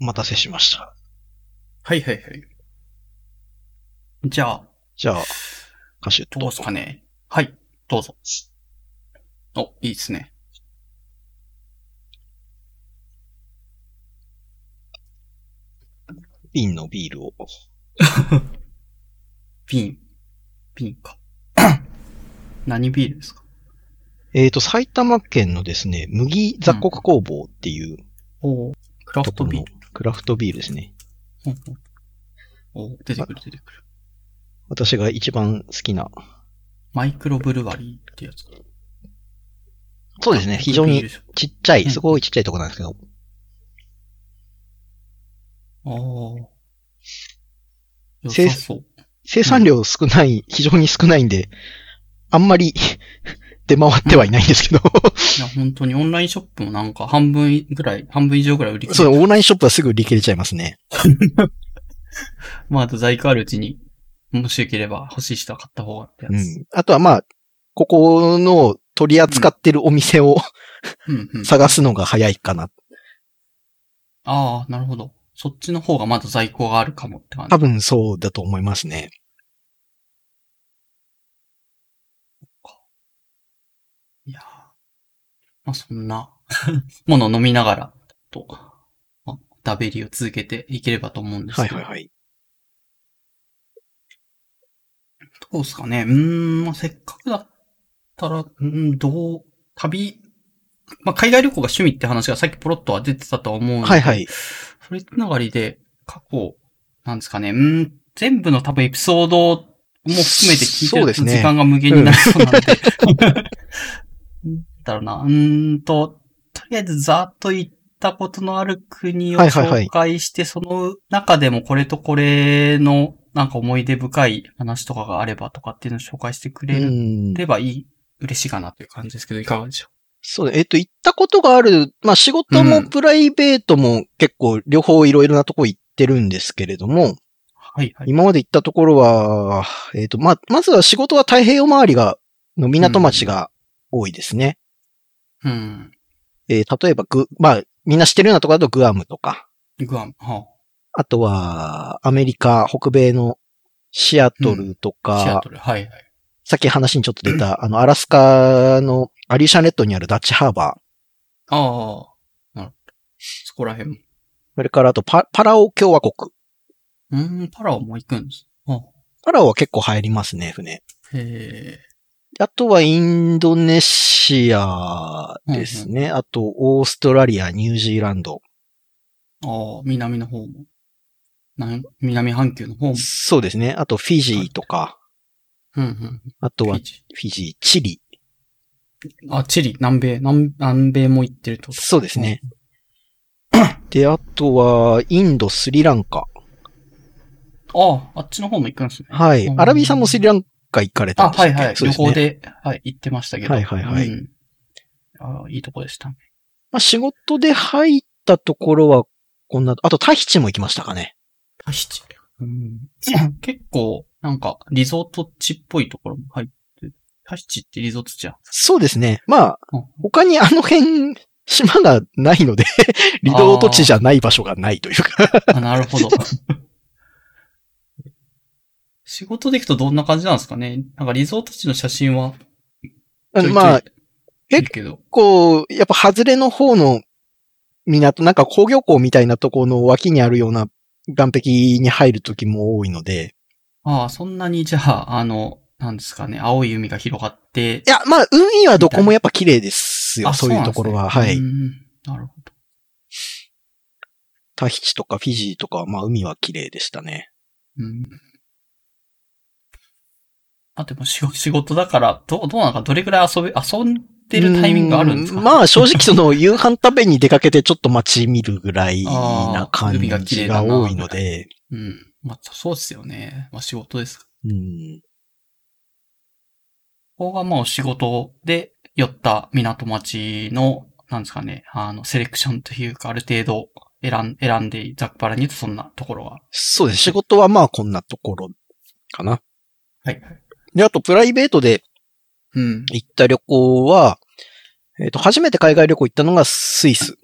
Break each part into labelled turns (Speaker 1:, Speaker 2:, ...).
Speaker 1: お待たせしました。
Speaker 2: はいはいはい。じゃあ、
Speaker 1: じゃあ、カシュッ
Speaker 2: どう
Speaker 1: と。
Speaker 2: すかね。はい、どうぞ。お、いいですね。
Speaker 1: 瓶のビールを。
Speaker 2: 瓶。瓶か。 何ビールですか
Speaker 1: えっ、と、埼玉県のですね、麦雑穀工房っていう
Speaker 2: おクラフ
Speaker 1: と
Speaker 2: ト
Speaker 1: こ
Speaker 2: ビ
Speaker 1: ろ
Speaker 2: ー
Speaker 1: の
Speaker 2: ル。
Speaker 1: クラフトビールですね。
Speaker 2: ほうほうお出てくる出てくる。
Speaker 1: 私が一番好きな。
Speaker 2: マイクロブルワリーってやつか。
Speaker 1: そうですね、非常
Speaker 2: ビール
Speaker 1: に
Speaker 2: ショップ
Speaker 1: ちっちゃ
Speaker 2: うん
Speaker 1: い、すごいちっちゃいとこなんですけど、
Speaker 2: ああ。良
Speaker 1: 生
Speaker 2: さそう。
Speaker 1: 生産量少ない、非常に少ないんで、あんまり 出回ってはいないんですけど、
Speaker 2: いや、本当にオンラインショップもなんか半分ぐらい、半分以上ぐらい売り切
Speaker 1: そ
Speaker 2: れ
Speaker 1: う、
Speaker 2: て、
Speaker 1: オンラインショップはすぐ売り切れちゃいますね。
Speaker 2: まあ、あと在庫あるうちに、もしよければ欲しい人は買った方がってや
Speaker 1: う
Speaker 2: つ。
Speaker 1: ん。あとはまあ、ここの取り扱ってるお店を
Speaker 2: うん、うん。
Speaker 1: 探すのが早いかな。
Speaker 2: ああ、なるほど。そっちの方がまだ在庫があるかもって感
Speaker 1: 多
Speaker 2: じ。
Speaker 1: 分そうだと思いますね。
Speaker 2: いやーまあ、そんな ものを飲みながら、と、まあ、ダベリを続けていければと思うんです
Speaker 1: はい
Speaker 2: けど。
Speaker 1: はいはい。
Speaker 2: どうですかね。うーん、まあ、せっかくだったら、うーん、どう、旅、まあ、海外旅行が趣味って話がさっきポロッとは出てたとは思うんで
Speaker 1: はいはい。
Speaker 2: それつながりで、過去、なんですかね。うーん、全部の多分エピソードも含めて聞いて
Speaker 1: そう
Speaker 2: る
Speaker 1: です
Speaker 2: と
Speaker 1: ね
Speaker 2: 時間が無限になりそうなんで。なんだろうな。うーんと、とりあえずざーっと行ったことのある国を
Speaker 1: はいはいはい
Speaker 2: 紹介して、その中でもこれとこれのなんか思い出深い話とかがあればとかっていうのを紹介してく
Speaker 1: う
Speaker 2: れる
Speaker 1: ん。
Speaker 2: ればいい、嬉しいかなという感じですけど、いかがでしょ
Speaker 1: そう、えっと、行ったことがある、まあ仕事
Speaker 2: う
Speaker 1: も
Speaker 2: ん
Speaker 1: プライベートも結構両方いろいろなとこ行ってるんですけれども、
Speaker 2: う。はいはい。
Speaker 1: 今まで行ったところは、えっと、まあ、まずは仕事は太平洋周りが、の港町が多いですね。
Speaker 2: うん。
Speaker 1: えー例えば、ぐ、まあ、みんな知ってるようなところだとグアムとか、
Speaker 2: グアム、は
Speaker 1: あとは、アメリカ、北米のシアトルと
Speaker 2: あ、シア
Speaker 1: か、
Speaker 2: トル、はいはい。
Speaker 1: さっき話にちょっと出た、あの、アラスカのアリューシャン列島にあるダッチハーバー、
Speaker 2: ああ、なるほど。そこら辺も。
Speaker 1: それからあとパパラオ共和国。
Speaker 2: うーん、パラオも行くんです。あ
Speaker 1: パラオは結構入りますね、船。
Speaker 2: へえ。
Speaker 1: あとはインドネシアですね。あと、オーストラリア、ニュージーランド。
Speaker 2: ああ、南の方も。なん南半球の方も。
Speaker 1: そうですね。あと、フィジーとか、
Speaker 2: うんうん。
Speaker 1: あと
Speaker 2: フ
Speaker 1: は
Speaker 2: ィジ
Speaker 1: フィジー、チリ。
Speaker 2: ーあ、チリ、南米、南南米も行ってるってこと。
Speaker 1: そうですね。で、あとは、インド、スリランカ。
Speaker 2: ああ、あっちの方も行くんですね。
Speaker 1: はい。
Speaker 2: うん
Speaker 1: アラビーさんもスリランカ行かれた
Speaker 2: あ、
Speaker 1: んです
Speaker 2: は
Speaker 1: っ
Speaker 2: い
Speaker 1: け
Speaker 2: はい。
Speaker 1: そう
Speaker 2: 旅
Speaker 1: ですね
Speaker 2: 行で、はい、行ってましたけど。
Speaker 1: はいはいはい
Speaker 2: うんああいいとこでしたね。
Speaker 1: まあ、仕事で入ったところは、こんな、あと、タヒチも行きましたかね。
Speaker 2: タヒチ。うん、 結構、なんか、リゾート地っぽいところも入ってる。タヒチってリゾート地じゃん。
Speaker 1: そうですね。まあ、
Speaker 2: うん
Speaker 1: 他にあの辺、島がないので、 リゾート地じゃない場所がないというか。
Speaker 2: あ、なるほど。仕事で行くとどんな感じなんですかねなんかリゾート地の写真はちょいちょい、
Speaker 1: まあ、
Speaker 2: 見るけど。
Speaker 1: こう、やっぱ外れの方の港、なんか工業港みたいなところの脇にあるような岸壁に入る時も多いので、
Speaker 2: ああ、そんなにじゃあ、あの、なんですかね、青い海が広がって
Speaker 1: い、や、まあ、海はどこもやっぱ綺麗ですよ、
Speaker 2: あ
Speaker 1: そういうところは。
Speaker 2: そう
Speaker 1: は
Speaker 2: なんです
Speaker 1: い。
Speaker 2: ねうんなるほど。
Speaker 1: タヒチとかフィジーとかは、まあ、海は綺麗でしたね。
Speaker 2: うん。あ、でも仕仕事だから、どう、どうなんか、どれくらい遊び、遊んでるタイミングがあるんですか
Speaker 1: うまあ、正直その、夕飯食べに出かけてちょっと街見るぐらいな感
Speaker 2: あー海が綺
Speaker 1: じ
Speaker 2: 麗だ
Speaker 1: が
Speaker 2: な
Speaker 1: 多いので、
Speaker 2: うん。まあ、そうですよね。まあ、仕事ですから
Speaker 1: うん
Speaker 2: ここがもう仕事で寄った港町の、なんですかね、あの、セレクションというか、ある程度選ん、選んで、ざっぱらに言うとそんなところが。
Speaker 1: そうです。仕事はまあ、こんなところかな。
Speaker 2: はい。
Speaker 1: で、あと、プライベートで
Speaker 2: うん。
Speaker 1: 行った旅行は、えっ、と、初めて海外旅行行ったのがスイス。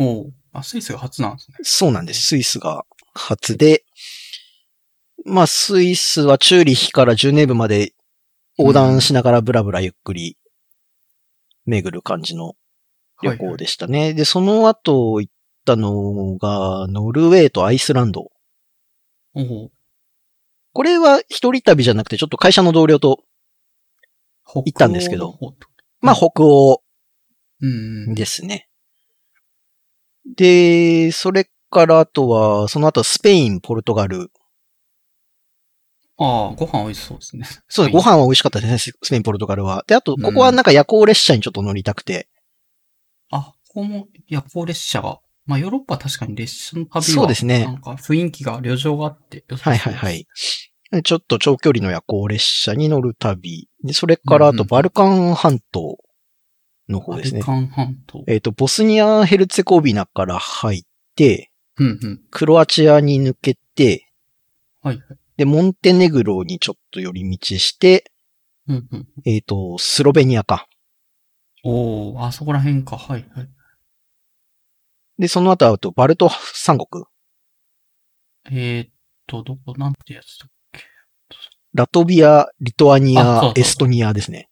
Speaker 2: おうあ、スイスが初なんですね。
Speaker 1: そうなんです。スイスが初で、まあ、スイスはチューリヒからジュネーブまで横断しながらブラブラゆっくり巡る感じの旅行でしたね。で、その後行ったのが、ノルウェーとアイスランド。
Speaker 2: はいはい。おお。
Speaker 1: これは一人旅じゃなくて、ちょっと会社の同僚と、
Speaker 2: 北欧
Speaker 1: 行ったんですけど
Speaker 2: の方ってこと。
Speaker 1: まあ、北欧
Speaker 2: うん。
Speaker 1: ですね。で、それからあとは、その後スペイン、ポルトガル。
Speaker 2: ああ、ご飯美味しそうですね。
Speaker 1: そうね、
Speaker 2: スペ
Speaker 1: ご
Speaker 2: イン
Speaker 1: 飯は美味しかったですね、ススペイン、ポルトガルは。で、あと、ここはなんか夜行列車にちょっと乗りたくて。
Speaker 2: あ、ここも夜行列車が。まあ、ヨーロッパは確かに列車の旅は。
Speaker 1: そうですね
Speaker 2: なんか雰囲気が、旅情があって良さそう
Speaker 1: はい
Speaker 2: です。
Speaker 1: はいはい。ちょっと長距離の夜行列車に乗る旅。で、それからあ
Speaker 2: うんう
Speaker 1: と
Speaker 2: ん
Speaker 1: バルカン半島の
Speaker 2: ア
Speaker 1: 方です
Speaker 2: ル
Speaker 1: ね。
Speaker 2: カン半島。
Speaker 1: えっ、と、ボスニア・ヘルツェコビナから入って、
Speaker 2: うんうん。
Speaker 1: クロアチアに抜けて、
Speaker 2: はいはい。
Speaker 1: で、モンテネグロにちょっと寄り道して、
Speaker 2: うんうん。
Speaker 1: えっ、と、スロベニアか。
Speaker 2: おおあそこら辺か。はいはい。
Speaker 1: で、その後あとバルト三国。
Speaker 2: えー、っと、どこ、なんてやつだっけ。
Speaker 1: ラトビア、リトアニ
Speaker 2: あそうそ
Speaker 1: ア
Speaker 2: う、そう
Speaker 1: エストニアですね。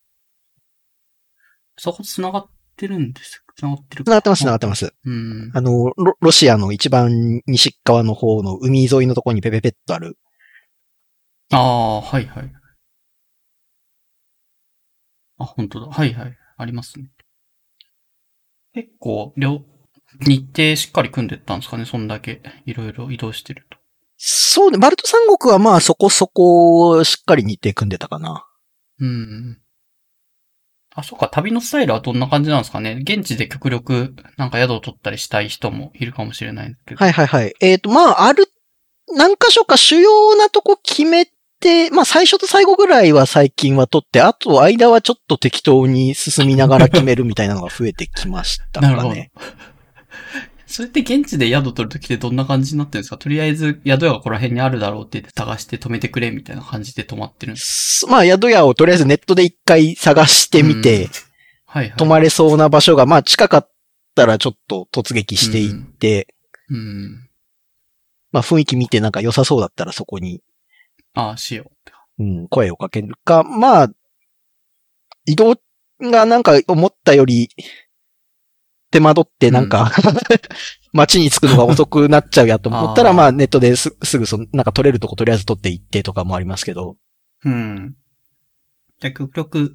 Speaker 2: そこ繋がってるんです繋がってるか
Speaker 1: 繋がってます、繋がって
Speaker 2: ま
Speaker 1: ます。
Speaker 2: す。うん。
Speaker 1: あの、ロロシアの一番西側の方の海沿いのところにペペペッとある。
Speaker 2: ああ、はいはい。あ、本当だ。はいはい。ありますね。結構、両、日程しっかり組んでったんですかね。そんだけ、いろいろ移動してると。
Speaker 1: そうね、バルト三国はまあそこそこしっかり日程組んでたかな。
Speaker 2: うん。あ、そうか。旅のスタイルはどんな感じなんですかね。現地で極力、なんか宿を取ったりしたい人もいるかもしれないけど。
Speaker 1: はいはいはい。えっ、と、まあある、何箇所か主要なとこ決めて、まあ最初と最後ぐらいは最近は取って、あと間はちょっと適当に進みながら決めるみたいなのが増えてきました
Speaker 2: なる
Speaker 1: か
Speaker 2: ほど
Speaker 1: ね。。
Speaker 2: それって現地で宿取るときってどんな感じになってるんですかとりあえず宿屋がここら辺にあるだろうって言って探して止めてくれみたいな感じで泊まってるんです
Speaker 1: すまあ宿屋をとりあえずネットで一回探してみて、
Speaker 2: うんはいはい。
Speaker 1: 泊まれそうな場所が、まあ近かったらちょっと突撃していって、
Speaker 2: うん。うん。
Speaker 1: まあ雰囲気見てなんか良さそうだったらそこに、
Speaker 2: ああ、しよう。
Speaker 1: うん、声をかけるか、まあ、移動がなんか思ったより手間取ってなん か、街に着くのが遅くなっちゃうやと思った
Speaker 2: あ
Speaker 1: ら、
Speaker 2: ー
Speaker 1: まあネットですすぐその、なんか取れるとことりあえず取っていってとかもありますけど、
Speaker 2: うん。じゃあ、極力、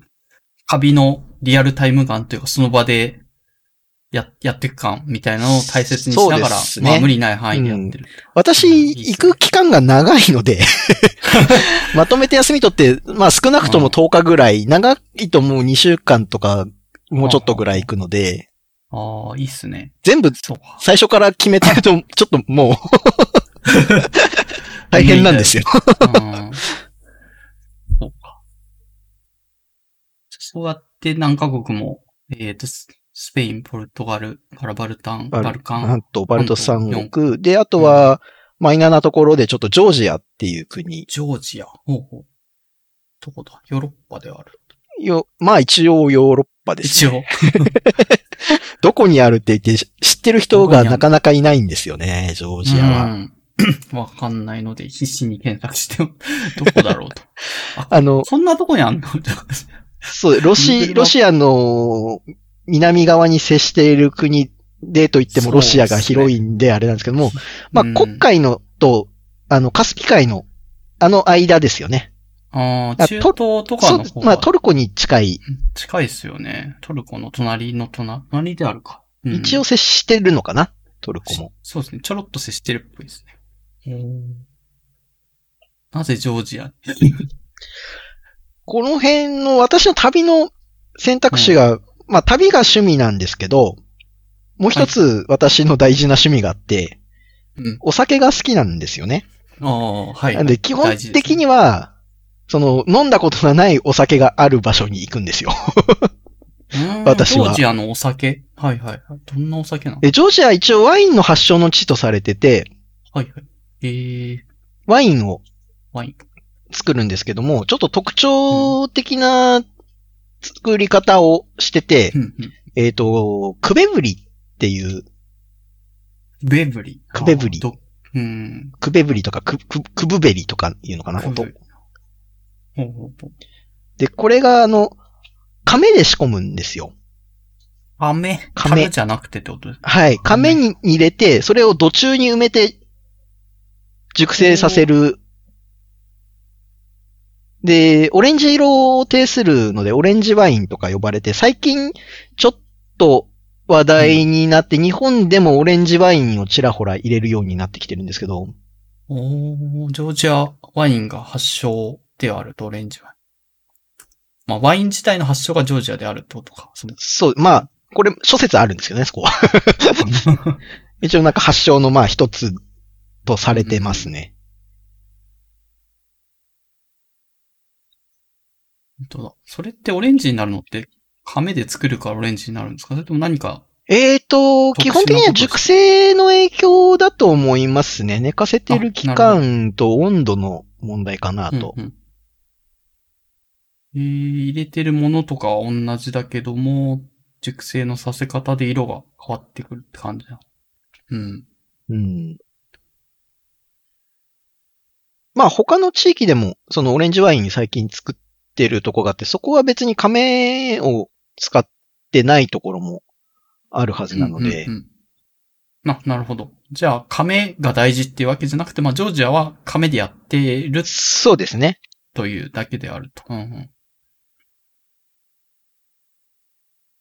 Speaker 2: 旅のリアルタイム感というか、その場で、や、やっていく感みたいなのを大切にし
Speaker 1: そ
Speaker 2: なが
Speaker 1: う
Speaker 2: ら、
Speaker 1: ですね
Speaker 2: まあ、無理ない範囲でやってる。
Speaker 1: 私、
Speaker 2: うんいいっすね
Speaker 1: 行く期間が長いので、 まとめて休み取って、まあ少なくとも10日ぐらい、長いともう2週間とか、もうちょっとぐらい行くので、
Speaker 2: ああ、いいっすね。
Speaker 1: 全部
Speaker 2: そうか。
Speaker 1: 最初から決めてると、ちょっと もう、大変なんですよ。
Speaker 2: うんそうか。そうやって何カ国も、えっ、と、ススペイン、ポルトガルからバルタン、
Speaker 1: バル
Speaker 2: バルカン。
Speaker 1: なんと、バルト三国。で、あと
Speaker 2: う
Speaker 1: は、マイナーなところでちょっとジョージアっていう国。
Speaker 2: ジョージア。ほうほう。どこだヨーロッパではある。
Speaker 1: よ、まあ一応ヨーロッパです、
Speaker 2: 一
Speaker 1: ね。
Speaker 2: 応。
Speaker 1: どこにあるって言って知ってる人が
Speaker 2: どこにある
Speaker 1: なかなかいないんですよね、ジョージアは。
Speaker 2: うん わかんないので、必死に検索しても、 どこだろう と。
Speaker 1: あの、
Speaker 2: そんなとこにあんの
Speaker 1: そう、ロシ、
Speaker 2: Google
Speaker 1: ロシアの南側に接している国でと言ってもロシアが広いんであれなんですけども、 まあ
Speaker 2: うん
Speaker 1: 黒海のと、あの、カスピ海の、あの間ですよね。
Speaker 2: あ
Speaker 1: あ
Speaker 2: あ、中東とかの
Speaker 1: そ
Speaker 2: 方
Speaker 1: う、まあト
Speaker 2: が
Speaker 1: ルコに近い、
Speaker 2: 近いですよね。トルコの隣の隣、隣であるか。うん
Speaker 1: 一応接してるのかな、トルコも。
Speaker 2: そうですね。ちょろっと接してるっぽいですね。なぜジョージア
Speaker 1: この辺の私の旅の選択肢が、まあ旅が趣味なんですけど、もう一つ私の大事な趣味があって、
Speaker 2: うん。
Speaker 1: お酒が好きなんですよね。
Speaker 2: ああ、はい。
Speaker 1: なんで、基本的には、その、飲んだことがないお酒がある場所に行くんですよ。
Speaker 2: うん
Speaker 1: 私は
Speaker 2: ジョージアのお酒はいはいはい。どんなお酒なの
Speaker 1: で、ジョージアは一応ワインの発祥の地とされてて、
Speaker 2: はいはい。えー、
Speaker 1: ワインを
Speaker 2: ワイン。
Speaker 1: 作るんですけども、ちょっと特徴的な作り方をしてて
Speaker 2: う、んうん
Speaker 1: えっ、と、クベブリっていう
Speaker 2: ベブリ。
Speaker 1: クベブリ
Speaker 2: あどうん。
Speaker 1: クベブリとかク、ク、クブベリとかいうのかな、
Speaker 2: ク
Speaker 1: 音
Speaker 2: ベ。ほうほうほう。
Speaker 1: で、これが、あの、亀で仕込むんですよ。
Speaker 2: 亀。
Speaker 1: 亀
Speaker 2: 亀じゃなくてってことです
Speaker 1: はい。亀に入れて、それを土中に埋めて、熟成させる。で、オレンジ色を呈するので、オレンジワインとか呼ばれて、最近、ちょっと話題になって、日本でもオレンジワインをちらほら入れるようになってきてるんですけど、
Speaker 2: おージョージアワインが発祥であると、オレンジワイン。まあ、ワイン自体の発祥がジョージアであるってことか。 その
Speaker 1: そう、まあ、これ、諸説あるんですけどね、そこは。一応なんか発祥のまあ一つとされてますね。
Speaker 2: 本当だ。それってオレンジになるのって、亀で作るからオレンジになるんですかそれとも何か、
Speaker 1: えーと、
Speaker 2: 特殊
Speaker 1: 基
Speaker 2: な
Speaker 1: 本的には熟成の影響だと思いますね。寝かせてる期
Speaker 2: あな
Speaker 1: 間と温度の問題かなと。
Speaker 2: うんうんえー入れてるものとかは同じだけども、熟成のさせ方で色が変わってくるって感じだ。うん。
Speaker 1: うんまあ他の地域でも、そのオレンジワイン最近作ってるとこがあって、そこは別に亀を使ってないところもあるはずなので
Speaker 2: うんう、んうんな、なるほど。じゃあ、亀が大事っていうわけじゃなくて、まあ、ジョージアは亀でやってる
Speaker 1: そうですね。
Speaker 2: というだけであると。うんうん、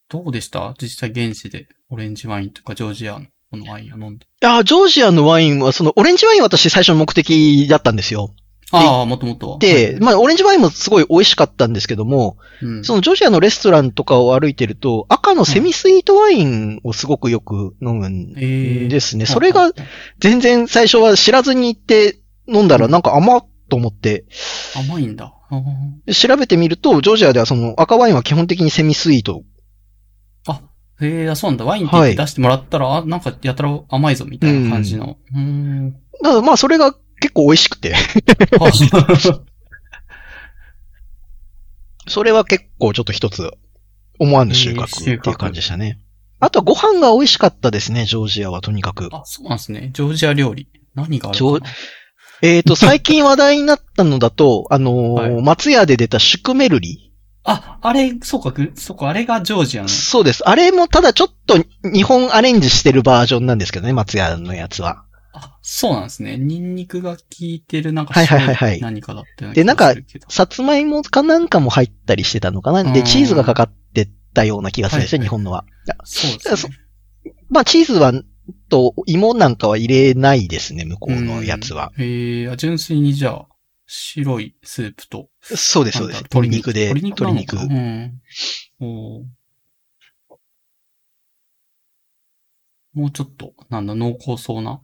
Speaker 2: どうでした実際現地でオレンジワインとかジョージアのこのワインを飲んで。
Speaker 1: いや、ジョージアのワインは、その、オレンジワインは私最初の目的だったんですよ。
Speaker 2: ああ、もともとは。
Speaker 1: で、まあ、オレンジワインもすごい美味しかったんですけども、
Speaker 2: うん、
Speaker 1: そのジョージアのレストランとかを歩いてると、赤のセミスイートワインをすごくよく飲むん
Speaker 2: えー
Speaker 1: ですね。それが
Speaker 2: あ
Speaker 1: 全然最初は知らずに行って飲んだらなんか甘っと思って、
Speaker 2: 甘いんだ。あー
Speaker 1: 調べてみると、ジョージアではその赤ワインは基本的にセミスイート。
Speaker 2: えー、あそうなんだ。ワインって言って出してもらったら、あ、なんかやたら甘いぞみたいな感じの。う ーん。
Speaker 1: だからまあ、それが結構美味しくて、
Speaker 2: あ
Speaker 1: それは結構ちょっと一つ思わぬ収穫ってい
Speaker 2: えー収穫
Speaker 1: う感じでしたね。あとはご飯が美味しかったですね、ジョージアはとにかく。
Speaker 2: あ、そうなんですね。ジョージア料理。何があるか
Speaker 1: ジョえっ、と、最近話題になったのだと、あのー
Speaker 2: はい
Speaker 1: 松屋で出たシュクメルリ。
Speaker 2: あ、あれ、そうか、ぐそうか、あれがジョージアの。
Speaker 1: そうです。あれもただちょっと日本アレンジしてるバージョンなんですけどね、松屋のやつは。
Speaker 2: あ、そうなんですね。ニンニクが効いてる、なんか、
Speaker 1: はいはいはいはい
Speaker 2: 何かだったよう
Speaker 1: でなんか
Speaker 2: 気がするけど
Speaker 1: さつまいもかなんかも入ったりしてたのかな。
Speaker 2: う
Speaker 1: で、
Speaker 2: ん
Speaker 1: チーズがかかってたような気がするんですよ、
Speaker 2: はい
Speaker 1: 日
Speaker 2: はい
Speaker 1: 本のは。
Speaker 2: そうですね。
Speaker 1: まあ、チーズは、と、芋なんかは入れないですね、向こうのやつは。
Speaker 2: うん。えー、あ純粋にじゃあ、白いスープと、
Speaker 1: そうです、そうです。鶏肉で、
Speaker 2: 鶏肉な
Speaker 1: 鶏
Speaker 2: の
Speaker 1: 肉
Speaker 2: か。うん。おーもうちょっと、なんだ、濃厚そうな、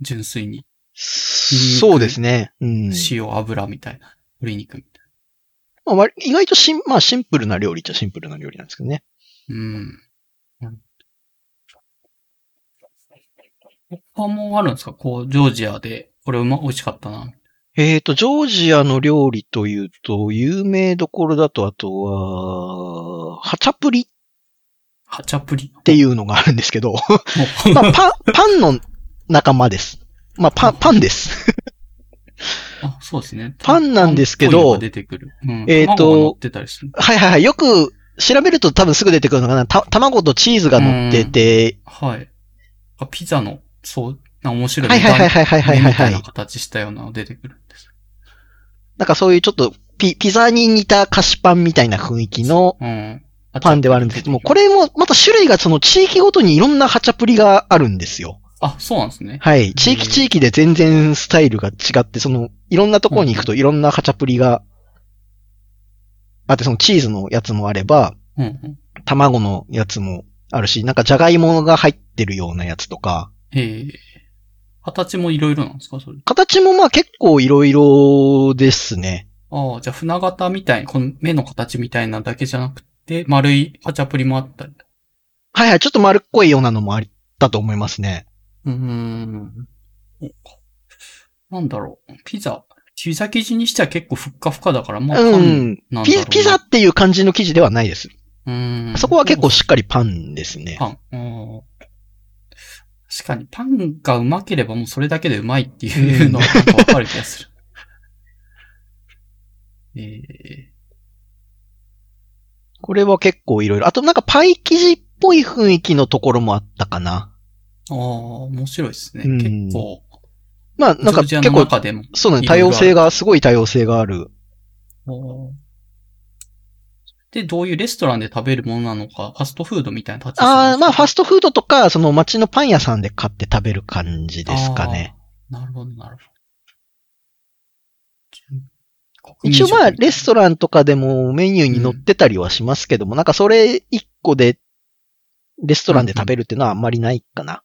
Speaker 2: 純粋に、
Speaker 1: そうですね。うん。
Speaker 2: 塩、油みたいな、鶏肉みたい
Speaker 1: ま
Speaker 2: な。
Speaker 1: あ割意外とシン、まあ、シンプルな料理っちゃシンプルな料理なんですけどね。
Speaker 2: うん。他もあるんですかこう、ジョージアで、これうま、美味しかったな。
Speaker 1: えっ、と、ジョージアの料理というと、有名どころだと、あとは、ハチャプリっ
Speaker 2: ハチャプリ。
Speaker 1: ていうのがあるんですけど、
Speaker 2: お
Speaker 1: まあ、パン、パンの仲間です。まあ、パン、パンです。
Speaker 2: あ、そうですね。
Speaker 1: パンなんですけど
Speaker 2: パンっぽいのが出てくる。うん、
Speaker 1: えーと
Speaker 2: 卵が乗ってたりする。
Speaker 1: はいはいはい。よく調べると多分すぐ出てくるのかな。た、卵とチーズが乗ってて、
Speaker 2: はい。あピザの、そう、なんか面白い。
Speaker 1: はいはいはいはいはいはい
Speaker 2: 目み
Speaker 1: は
Speaker 2: た
Speaker 1: い
Speaker 2: いな。形したようなの出てくるんです。
Speaker 1: なんかそういうちょっとピ、ピザに似た菓子パンみたいな雰囲気の
Speaker 2: うん。
Speaker 1: パンではあるんですけども、これもまた種類がその地域ごとにいろんなハチャプリがあるんですよ。
Speaker 2: あ、そうなんですね。
Speaker 1: はい。地域地域で全然スタイルが違って、その、いろんなところに行くといろんなハチャプリが、あって、そのチーズのやつもあれば、
Speaker 2: うんうん。
Speaker 1: 卵のやつもあるし、なんかじゃがいもが入ってるようなやつとか、
Speaker 2: えー。形もいろいろなんですかそれ。
Speaker 1: 形もまあ結構いろいろですね。
Speaker 2: ああ、じゃあ船型みたい、この目の形みたいなだけじゃなくて、丸いハチャプリもあったり。
Speaker 1: はいはい、ちょっと丸っこいようなのもあったと思いますね。
Speaker 2: うーん。そうかなんだろう。ピザ。ピザ生地にしては結構ふっかふかだから、まあ、
Speaker 1: う
Speaker 2: パン
Speaker 1: ん。
Speaker 2: なんだろう
Speaker 1: ピ
Speaker 2: な
Speaker 1: ピザっていう感じの生地ではないです。
Speaker 2: うん。
Speaker 1: そこは結構しっかりパンですね。
Speaker 2: パン。うん確かにパンがうまければもうそれだけでうまいっていうのはなんかわかる気 がする。え
Speaker 1: これは結構いろいろ。あとなんかパイ生地っぽい雰囲気のところもあったかな。
Speaker 2: ー、ああ、面白いですね。
Speaker 1: うん
Speaker 2: 結構。
Speaker 1: まあなんか
Speaker 2: ジョー
Speaker 1: 結
Speaker 2: ジアの
Speaker 1: 構、
Speaker 2: 中でも。
Speaker 1: そうだね、
Speaker 2: いろ
Speaker 1: 多
Speaker 2: いろある
Speaker 1: 様性が、すごい多様性がある。
Speaker 2: で、どういうレストランで食べるものなのか、ファストフードみたいな立ち位置なん
Speaker 1: ああ、
Speaker 2: ですか
Speaker 1: まあファストフードとか、その街のパン屋さんで買って食べる感じですかね。
Speaker 2: あー。なるほど、なるほど。
Speaker 1: 一応まあレスト
Speaker 2: ラ
Speaker 1: ランとかでもメニューに載ってたりはしますけども、なんかそれ一個でレストランで食べるっていうのはあんまりないかな。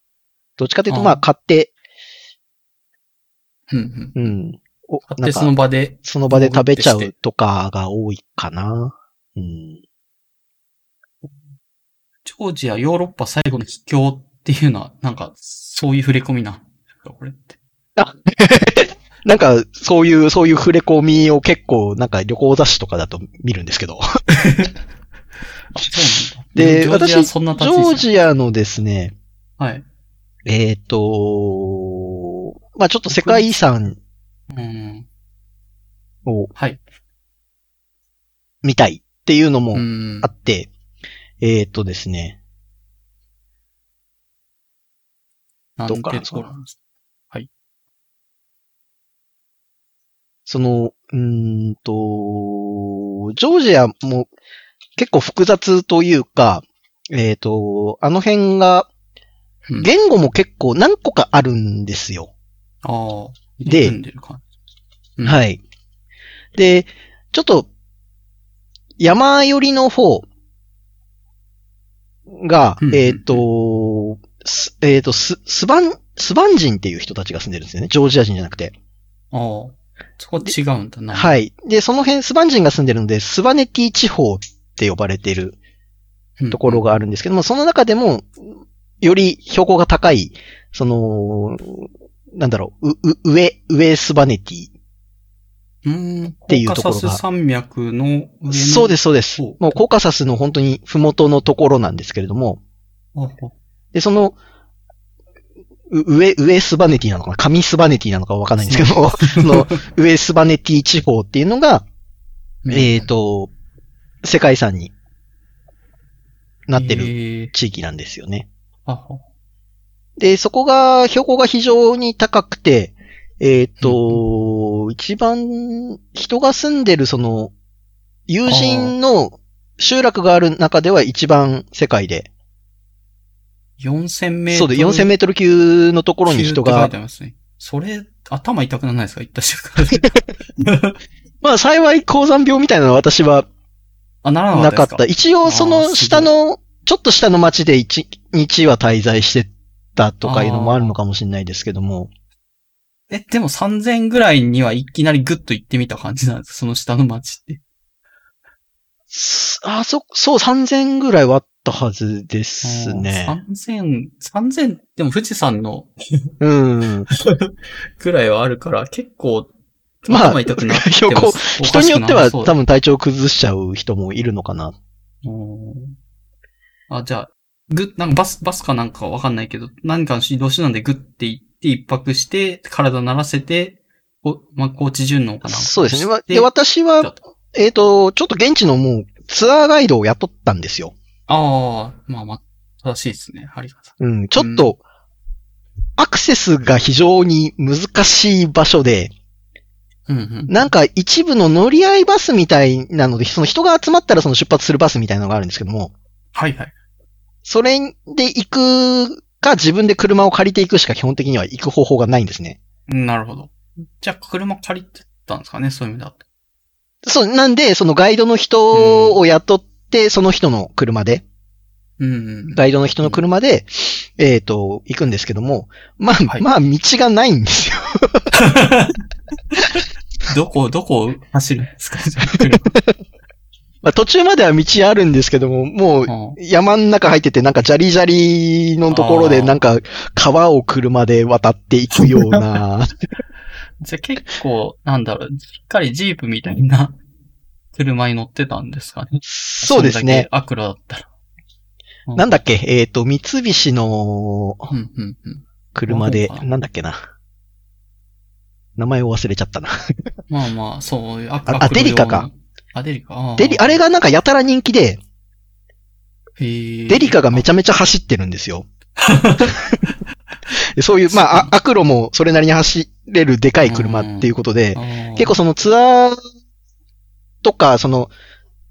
Speaker 1: どっちかというとま
Speaker 2: あ
Speaker 1: あ
Speaker 2: ー
Speaker 1: 買って、
Speaker 2: ン。うんうん。
Speaker 1: うん。お
Speaker 2: 買っ
Speaker 1: なん
Speaker 2: て
Speaker 1: か
Speaker 2: その場で。
Speaker 1: その場で食べちゃ
Speaker 2: 道具っ
Speaker 1: う
Speaker 2: て
Speaker 1: とかが多いかな。うん。
Speaker 2: ジョージア、ヨーロッパ最後の秘境っていうのは、なんか、そういう触れ込みなんですか。これって。
Speaker 1: なんか、そういう、そういう触れ込みを結構、なんか旅行雑誌とかだと見るんですけど。
Speaker 2: あ、そうなんだ。
Speaker 1: で、
Speaker 2: ジョージア
Speaker 1: 私、
Speaker 2: そんな立
Speaker 1: ジ
Speaker 2: ち
Speaker 1: ョ
Speaker 2: 位
Speaker 1: ー
Speaker 2: 置
Speaker 1: ジアのですね、
Speaker 2: なんだ。はい。
Speaker 1: えっ、と、まあちょっと世界遺産
Speaker 2: うん。
Speaker 1: を
Speaker 2: はい。
Speaker 1: 見たいっていうのも
Speaker 2: うん
Speaker 1: あ。って、えっ、とですね、
Speaker 2: なん
Speaker 1: どっから
Speaker 2: てところなんです
Speaker 1: その、うーんと、ジョージアも結構複雑というか、えっ、と、あの辺が、
Speaker 2: うん
Speaker 1: 言語も結構何個かあるんですよ。
Speaker 2: ああ。
Speaker 1: で
Speaker 2: 入り組んでる感じ。うん
Speaker 1: はい。で、ちょっと、山寄りの方が
Speaker 2: うんう、んうん
Speaker 1: えっ、と、すえっ、と、ス、スバン、スバン人っていう人たちが住んでるんですよね。ジョージア人じゃなくて。
Speaker 2: ああ。そこは違うんだな。い。
Speaker 1: はい。で、その辺、スバン人が住んでるので、スバネティ地方って呼ばれているところがあるんですけども、その中でも、より標高が高い、その、なんだろう、う、う、上、上スバネティ
Speaker 2: うん。って
Speaker 1: いうところが
Speaker 2: コーカサス山脈の上の。
Speaker 1: そうです、そうです。
Speaker 2: ほう
Speaker 1: もうコーカサスの本当に麓のところなんですけれども、
Speaker 2: ほうほう。
Speaker 1: で、その、う上、上スバネティなのかな上スバネティなのかわかんないんですけども、 その、上スバネティ地方っていうのが、えっ、と、世界遺産になってる
Speaker 2: る。
Speaker 1: 地域なんですよね。
Speaker 2: あほう
Speaker 1: で、そこが、標高が非常に高くて、えっ、と、一番人が住んでるその、友人の集落がある中では一番世界で、
Speaker 2: 4000メー
Speaker 1: そ
Speaker 2: ト
Speaker 1: うで
Speaker 2: ル。
Speaker 1: す、4000メートル級のところに人
Speaker 2: って書
Speaker 1: が
Speaker 2: いて、ありますね。それ、頭痛くならないですか行った瞬間。
Speaker 1: まあ幸い高山病みたいなのは私は
Speaker 2: あ、ならな
Speaker 1: な
Speaker 2: か
Speaker 1: か
Speaker 2: っ
Speaker 1: ったた。
Speaker 2: です
Speaker 1: 一応そ
Speaker 2: あーすご
Speaker 1: の
Speaker 2: い
Speaker 1: 下の、ちょっと下の町で一日は滞在してたとかいうのもあるのかもしれないですけども、
Speaker 2: かえ、でも3000ぐらいにはいきなりグッと行ってみた感じなんですかそ の下の町って。
Speaker 1: すあ、そ、そう、3000ぐらいはあったはずですね。
Speaker 2: あー。3000、3000、でも富士山の
Speaker 1: うん。
Speaker 2: ぐらいはあるから、結構、
Speaker 1: まあ
Speaker 2: 頭痛くなっ ても
Speaker 1: 標高
Speaker 2: おかしく
Speaker 1: 人によって
Speaker 2: な
Speaker 1: は
Speaker 2: そう
Speaker 1: 多分体調崩しちゃう人もいるのかな。
Speaker 2: うんあ、じゃあ、ぐ、なんかバス、バスかなんかわかんないけど、何かの移動手段でグッて行って、一泊して、体慣らせて、お、まあ、高知順応かな。
Speaker 1: そうですねわ。
Speaker 2: して
Speaker 1: で、私
Speaker 2: だ
Speaker 1: は、
Speaker 2: と
Speaker 1: えっ、と、ちょっと現地のもうツアーガイドを雇ったんですよ。
Speaker 2: ああ、まあまあ、正しいですね。ありがと
Speaker 1: うん。ちょっと、アクセスが非常に難しい場所で、
Speaker 2: う。うんうん。
Speaker 1: なんか一部の乗り合いバスみたいなので、その人が集まったらその出発するバスみたいなのがあるんですけども、
Speaker 2: はいはい。
Speaker 1: それで行くか自分で車を借りていくしか基本的には行く方法がないんですね。
Speaker 2: うんなるほど。じゃあ、車借りてたんですかね、そういう意味だと。
Speaker 1: そう、なんで、そのガイドの人を雇って、その人の車で、
Speaker 2: うんうん。
Speaker 1: ガイドの人の車で、えっ、と、行くんですけども、まあ、
Speaker 2: はい
Speaker 1: まあ、道がないんですよ。
Speaker 2: どこ、どこを走るん ですか、じゃあ車
Speaker 1: まあ、途中までは道あるんですけども、もう、
Speaker 2: あ
Speaker 1: 山ん中入ってて、なんか、ジャリジャリのところ
Speaker 2: あ
Speaker 1: で、
Speaker 2: ー
Speaker 1: なんか、川を車で渡っていくよう な、
Speaker 2: じゃあ結構、なんだろう、しっかりジープみたいな車に乗ってたんですかね。
Speaker 1: そうです
Speaker 2: んだけ
Speaker 1: ね。
Speaker 2: アクロだったら。
Speaker 1: なんだ
Speaker 2: っ
Speaker 1: っけえっ、と、三菱の
Speaker 2: けうん、うん、うん。
Speaker 1: 車で
Speaker 2: ワゴン、か
Speaker 1: なんだっけな。名前を忘れちゃったな。
Speaker 2: まあまあ、そういうア
Speaker 1: あデリカか。
Speaker 2: アクロ用のあ、デリカ。あー
Speaker 1: デリ、あれがなんかやたら人気で、
Speaker 2: へー
Speaker 1: デリカがめちゃめちゃ走ってるんですよ。 でそういう、まあ、あアクロもそれなりに走れるでかい車っていうことで
Speaker 2: あ、ー
Speaker 1: 結構そのツアーとか、その、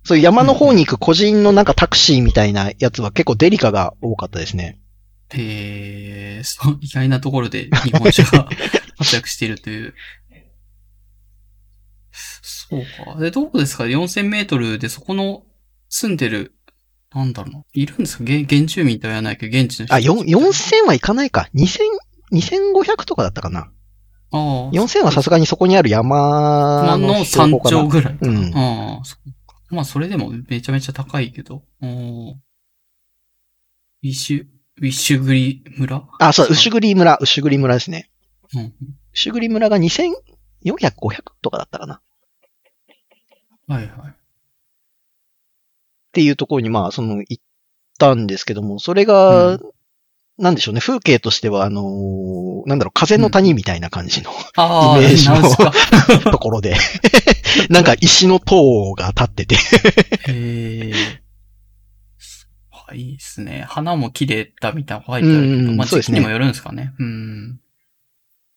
Speaker 1: そういう山の方に行く個人のなんかタクシーみたいなやつは結構デリカが多かったですね。
Speaker 2: えー、そう、意外なところで日本車 が活躍しているという。そうか。で、どこですか ?4000 メートルでそこの住んでる、なんだろうな。いるんですかげ原住民とは言わないけど、現地の人。
Speaker 1: あ、よん4000はいかないか。2000、2500とかだったかな。
Speaker 2: ああ、
Speaker 1: 4000はさすがにそこにある山
Speaker 2: 万の山
Speaker 1: 標高かな
Speaker 2: 頂ぐらい。
Speaker 1: うん。
Speaker 2: ああ、そうか。まあ、それでもめちゃめちゃ高いけど。うんウィッシュ、ウィッシュグリ村
Speaker 1: あ、そう、牛栗村、牛栗村ですね。
Speaker 2: うん。
Speaker 1: 牛栗村が2400、500とかだったかな。っ
Speaker 2: はいはい。
Speaker 1: ていうところに、まあ、その、行ったんですけども、それが、
Speaker 2: う
Speaker 1: なんでしょうね、風景としては、あのーなんだろう、風の谷みたいな感じの、
Speaker 2: ああ、
Speaker 1: イメージの
Speaker 2: ナウシカ。
Speaker 1: ところで、 なんか石の塔が立ってて、
Speaker 2: へえ。はい、いいですね。花も綺麗だみたいなのが書いてあるけ
Speaker 1: う
Speaker 2: ど、
Speaker 1: ん
Speaker 2: まあ、
Speaker 1: そう
Speaker 2: 時
Speaker 1: です
Speaker 2: 期
Speaker 1: ね
Speaker 2: にもよるんですかね。うん。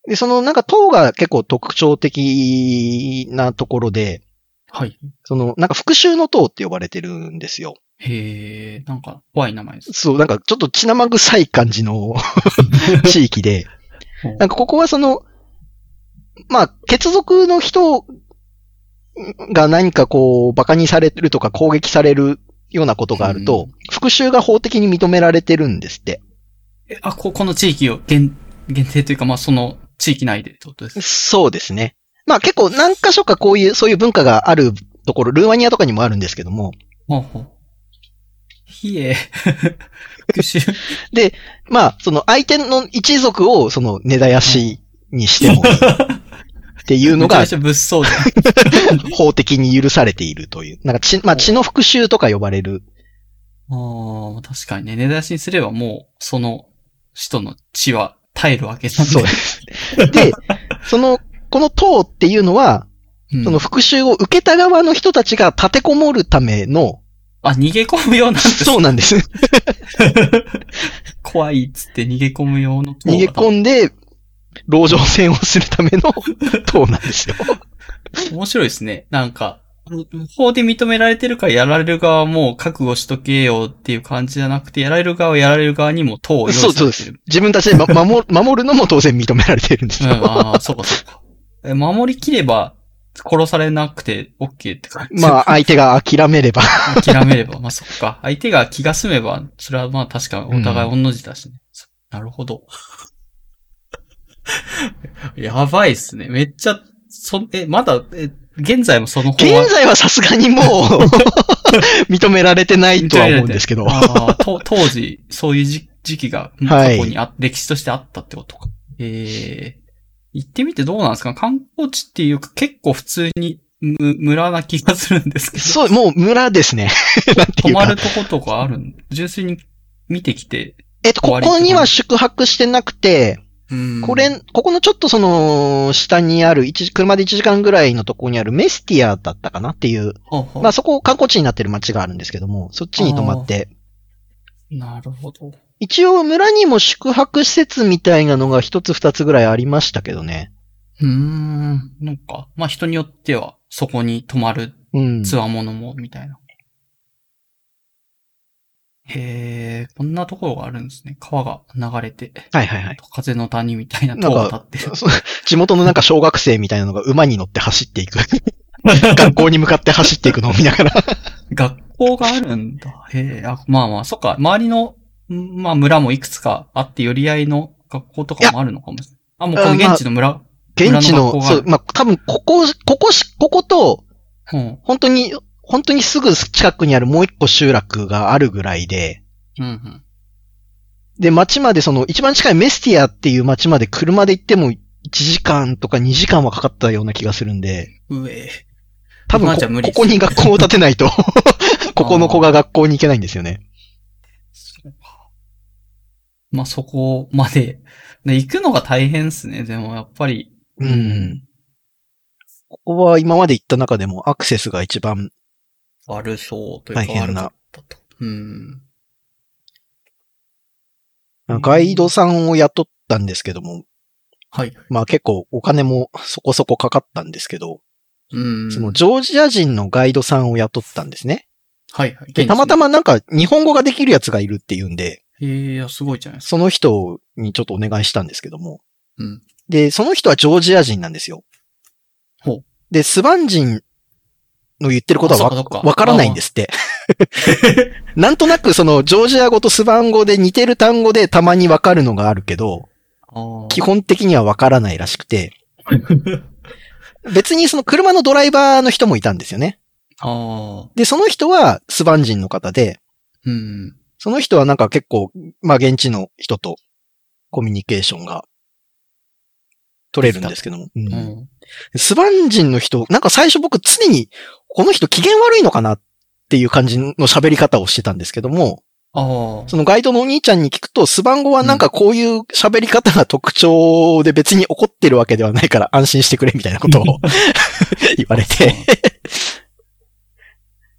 Speaker 1: で、そのなんか塔が結構特徴的なところで、
Speaker 2: はい。
Speaker 1: その、なんか復讐の塔って呼ばれてるんですよ。
Speaker 2: へえ、なんか、怖い名前です。
Speaker 1: そう、なんかちょっと血生臭い感じの 地域で、なんかここはその、まあ、血族の人が何かこう、馬鹿にされるとか攻撃されるようなことがあると、
Speaker 2: う
Speaker 1: 復讐が法的に認められてるんですって。
Speaker 2: えあ、こ、この地域を限、限定というか、まあ、その地域内でってことです。
Speaker 1: そうですね。まあ結構何箇所かこういう、そういう文化があるところ、ルーマニアとかにもあるんですけども、
Speaker 2: ほうほう。ひえ。復讐。
Speaker 1: まあ、その相手の一族をその根絶やしにしてもいいっていうの
Speaker 2: めちゃ
Speaker 1: が
Speaker 2: めちゃ物騒じゃん。
Speaker 1: 法的に許されているという。なんか血、まあ血の復讐とか呼ばれる。
Speaker 2: ああ、確かにね。根出しにすればもう、その人の血は耐えるわけなんで。
Speaker 1: そうです。で、その、この党っていうのは、
Speaker 2: うん
Speaker 1: その復讐を受けた側の人たちが立てこもるため の、
Speaker 2: あ、逃げ込むようなんです
Speaker 1: そうなんです。
Speaker 2: 怖いっつって逃げ込む用の塔
Speaker 1: 逃げ
Speaker 2: む。
Speaker 1: 込んで、牢城戦をするための党なん ですよ。
Speaker 2: 面白いですね。なんか、法で認められてるからやられる側も覚悟しとけよっていう感じじゃなくて、やられる側はやられる側にも塔を用意さ
Speaker 1: そう
Speaker 2: れて
Speaker 1: そう
Speaker 2: る。
Speaker 1: です。自分たちで、ま、守る守るのも当然認められてるんです
Speaker 2: うん、
Speaker 1: よ。
Speaker 2: ああ、そうかそうか。え守りきれば殺されなくて OK って感じ。
Speaker 1: まあ、相手が諦めれ ば。
Speaker 2: 諦めれば、まあそっか。相手が気が済めば、それはまあ確かお互い同じだしね。そなるほど。 やばいっすね。めっちゃ、そ、え、まだ、え、現在もその法は
Speaker 1: 現在はさすが にもう、認められてないとは思うんですけど。
Speaker 2: ああ、 と当時、そういう時時期が、
Speaker 1: は
Speaker 2: 過
Speaker 1: い
Speaker 2: 去にあ、歴史としてあったってことか。ええ行ってみてどうなんですか観光地っていうか結構普通にむ村な気がするんですけど。
Speaker 1: そう、もう村です ね。なんてい
Speaker 2: 泊
Speaker 1: う
Speaker 2: ま
Speaker 1: か
Speaker 2: る。とことかあるん純粋に見てきて。
Speaker 1: えっと、
Speaker 2: 終
Speaker 1: こ
Speaker 2: わり
Speaker 1: こには宿泊してなくて、
Speaker 2: うん
Speaker 1: これ、ここのちょっとその、下にある、一車で1時間ぐらいのとこにあるメスティアだったかなっていう、
Speaker 2: ほうほう
Speaker 1: まあそこ観光地になってる町があるんですけども、そっちに泊まって、
Speaker 2: なるほど。
Speaker 1: 一応村にも宿泊施設みたいなのが一つ二つぐらいありましたけどね。
Speaker 2: うーん。なんか、まあ人によっては、そこに泊まる
Speaker 1: うん。
Speaker 2: ツアーものも、みたいな。へえ、こんなところがあるんですね。川が流れて、
Speaker 1: はいはい はい。
Speaker 2: 風の谷みたいな塔が立ってる。
Speaker 1: そう地元のなんか小学生みたいなのが馬に乗って走ってい く。学校に向かって走っていくのを見ながら。
Speaker 2: 学校があるんだ。へえ、あ、まあまあ、そっか、周りの、んまあ村もいくつかあって、寄り合いの学校とかもあるのかもしれない。あ、もうこの現地の村。
Speaker 1: 現地の、
Speaker 2: 村の学校があ
Speaker 1: そ
Speaker 2: る
Speaker 1: う、まあ、多分ここ、ここし、ここと、
Speaker 2: うん。
Speaker 1: 本当に、本当にすぐ近くにあるもう一個集落があるぐらいで、
Speaker 2: うんうん。
Speaker 1: で、町までその、一番近いメスティアっていう町まで車で行っても1時間とか2時間はかかったような気がするんで、
Speaker 2: うえ。
Speaker 1: 多分
Speaker 2: まあ
Speaker 1: こ
Speaker 2: じゃあ無理
Speaker 1: ここに学校を建てないと、ここの子が学校に行けないんですよね。
Speaker 2: まあそこまで。で、行くのが大変っすね。でもやっぱり。
Speaker 1: うん。ここは今まで行った中でもアクセスが一番
Speaker 2: 悪そうというか
Speaker 1: 大変
Speaker 2: 悪か
Speaker 1: な
Speaker 2: っ。たと。うん。うん
Speaker 1: ガイドさんを雇ったんですけども、
Speaker 2: はい。
Speaker 1: まあ結構お金もそこそこかかったんですけど、
Speaker 2: うん。
Speaker 1: そのジョージア人のガイドさんを雇ったんですね。
Speaker 2: はいはい。
Speaker 1: で、たまたま
Speaker 2: ま。
Speaker 1: なんか日本語ができるやつがいるっていうんで、
Speaker 2: へえ、いやすごいじゃないですか。
Speaker 1: その人にちょっとお願いしたんですけども。
Speaker 2: うん
Speaker 1: で、その人はジョージア人なんですよ。
Speaker 2: ほう
Speaker 1: で、スバン人の言ってることは
Speaker 2: あそっ
Speaker 1: わ
Speaker 2: かそっか
Speaker 1: わからないんです って。なんとなくそのジョージア語とスバン語で似てる単語でたまにわかるのがあるけど、
Speaker 2: ああ。
Speaker 1: 基本的にはわからないらしくて、別にその車のドライバーの人もいたんですよね。
Speaker 2: ああ。
Speaker 1: で、その人はスバン人の方で、
Speaker 2: うん。
Speaker 1: その人はなんか結構、まあ現地の人とコミュニケーションが取れるんですけども。う
Speaker 2: うんん。
Speaker 1: スバン人の人、なんか最初僕常にこの人機嫌悪いのかなっていう感じの喋り方をしてたんですけども、
Speaker 2: ああ。
Speaker 1: そのガイドのお兄ちゃんに聞くと、スバン語はなんかこういう喋り方が特徴で別に怒ってるわけではないから安心してくれみたいな ことを言われて、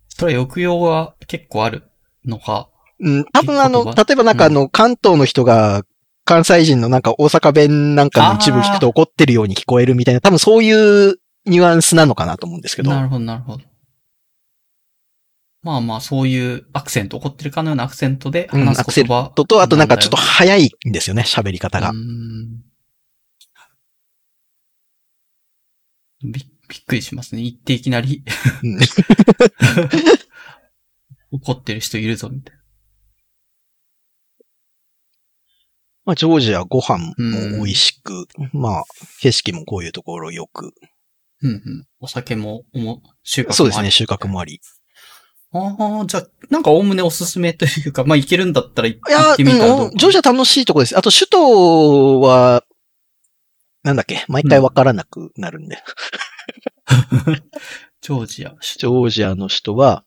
Speaker 2: それは抑揚が結構あるのか。
Speaker 1: うん、多分あの、
Speaker 2: 言
Speaker 1: 例
Speaker 2: 葉
Speaker 1: えばなんかあの、関東の人が、関西人のなんか大阪弁なんかの一部聞くと怒ってるように聞こえるみたいな、多分そういうニュアンスなのかなと思うんですけど。
Speaker 2: なるほど、なるほど。まあまあ、そういうアクセント、怒ってるかのようなアクセントで
Speaker 1: うん、ア
Speaker 2: 話
Speaker 1: ク
Speaker 2: す
Speaker 1: セ
Speaker 2: 言
Speaker 1: ン
Speaker 2: 葉。
Speaker 1: トと、あとなんかちょっと早いんですよね、喋り方が
Speaker 2: う。んびびっくりしますね。言っていきなり
Speaker 1: うん
Speaker 2: 怒ってる人いるぞ、みたい
Speaker 1: まあ、ジョージアご飯も美味しく、まあ、景色もこういうところよく、
Speaker 2: な。うんうん。お酒も、おも、収穫もあり
Speaker 1: そうですね、収穫もあり。
Speaker 2: ああ、じゃあ、なんかおおむねおすすめというか、まあ、行けるんだったら行
Speaker 1: いや
Speaker 2: 行ってみたらど
Speaker 1: ー、
Speaker 2: う
Speaker 1: うん、ジョージア楽しいとこです。あと、首都は、なんだっけ、毎回わからなくなるんで。
Speaker 2: ジョージア。
Speaker 1: ジョージアの首都は、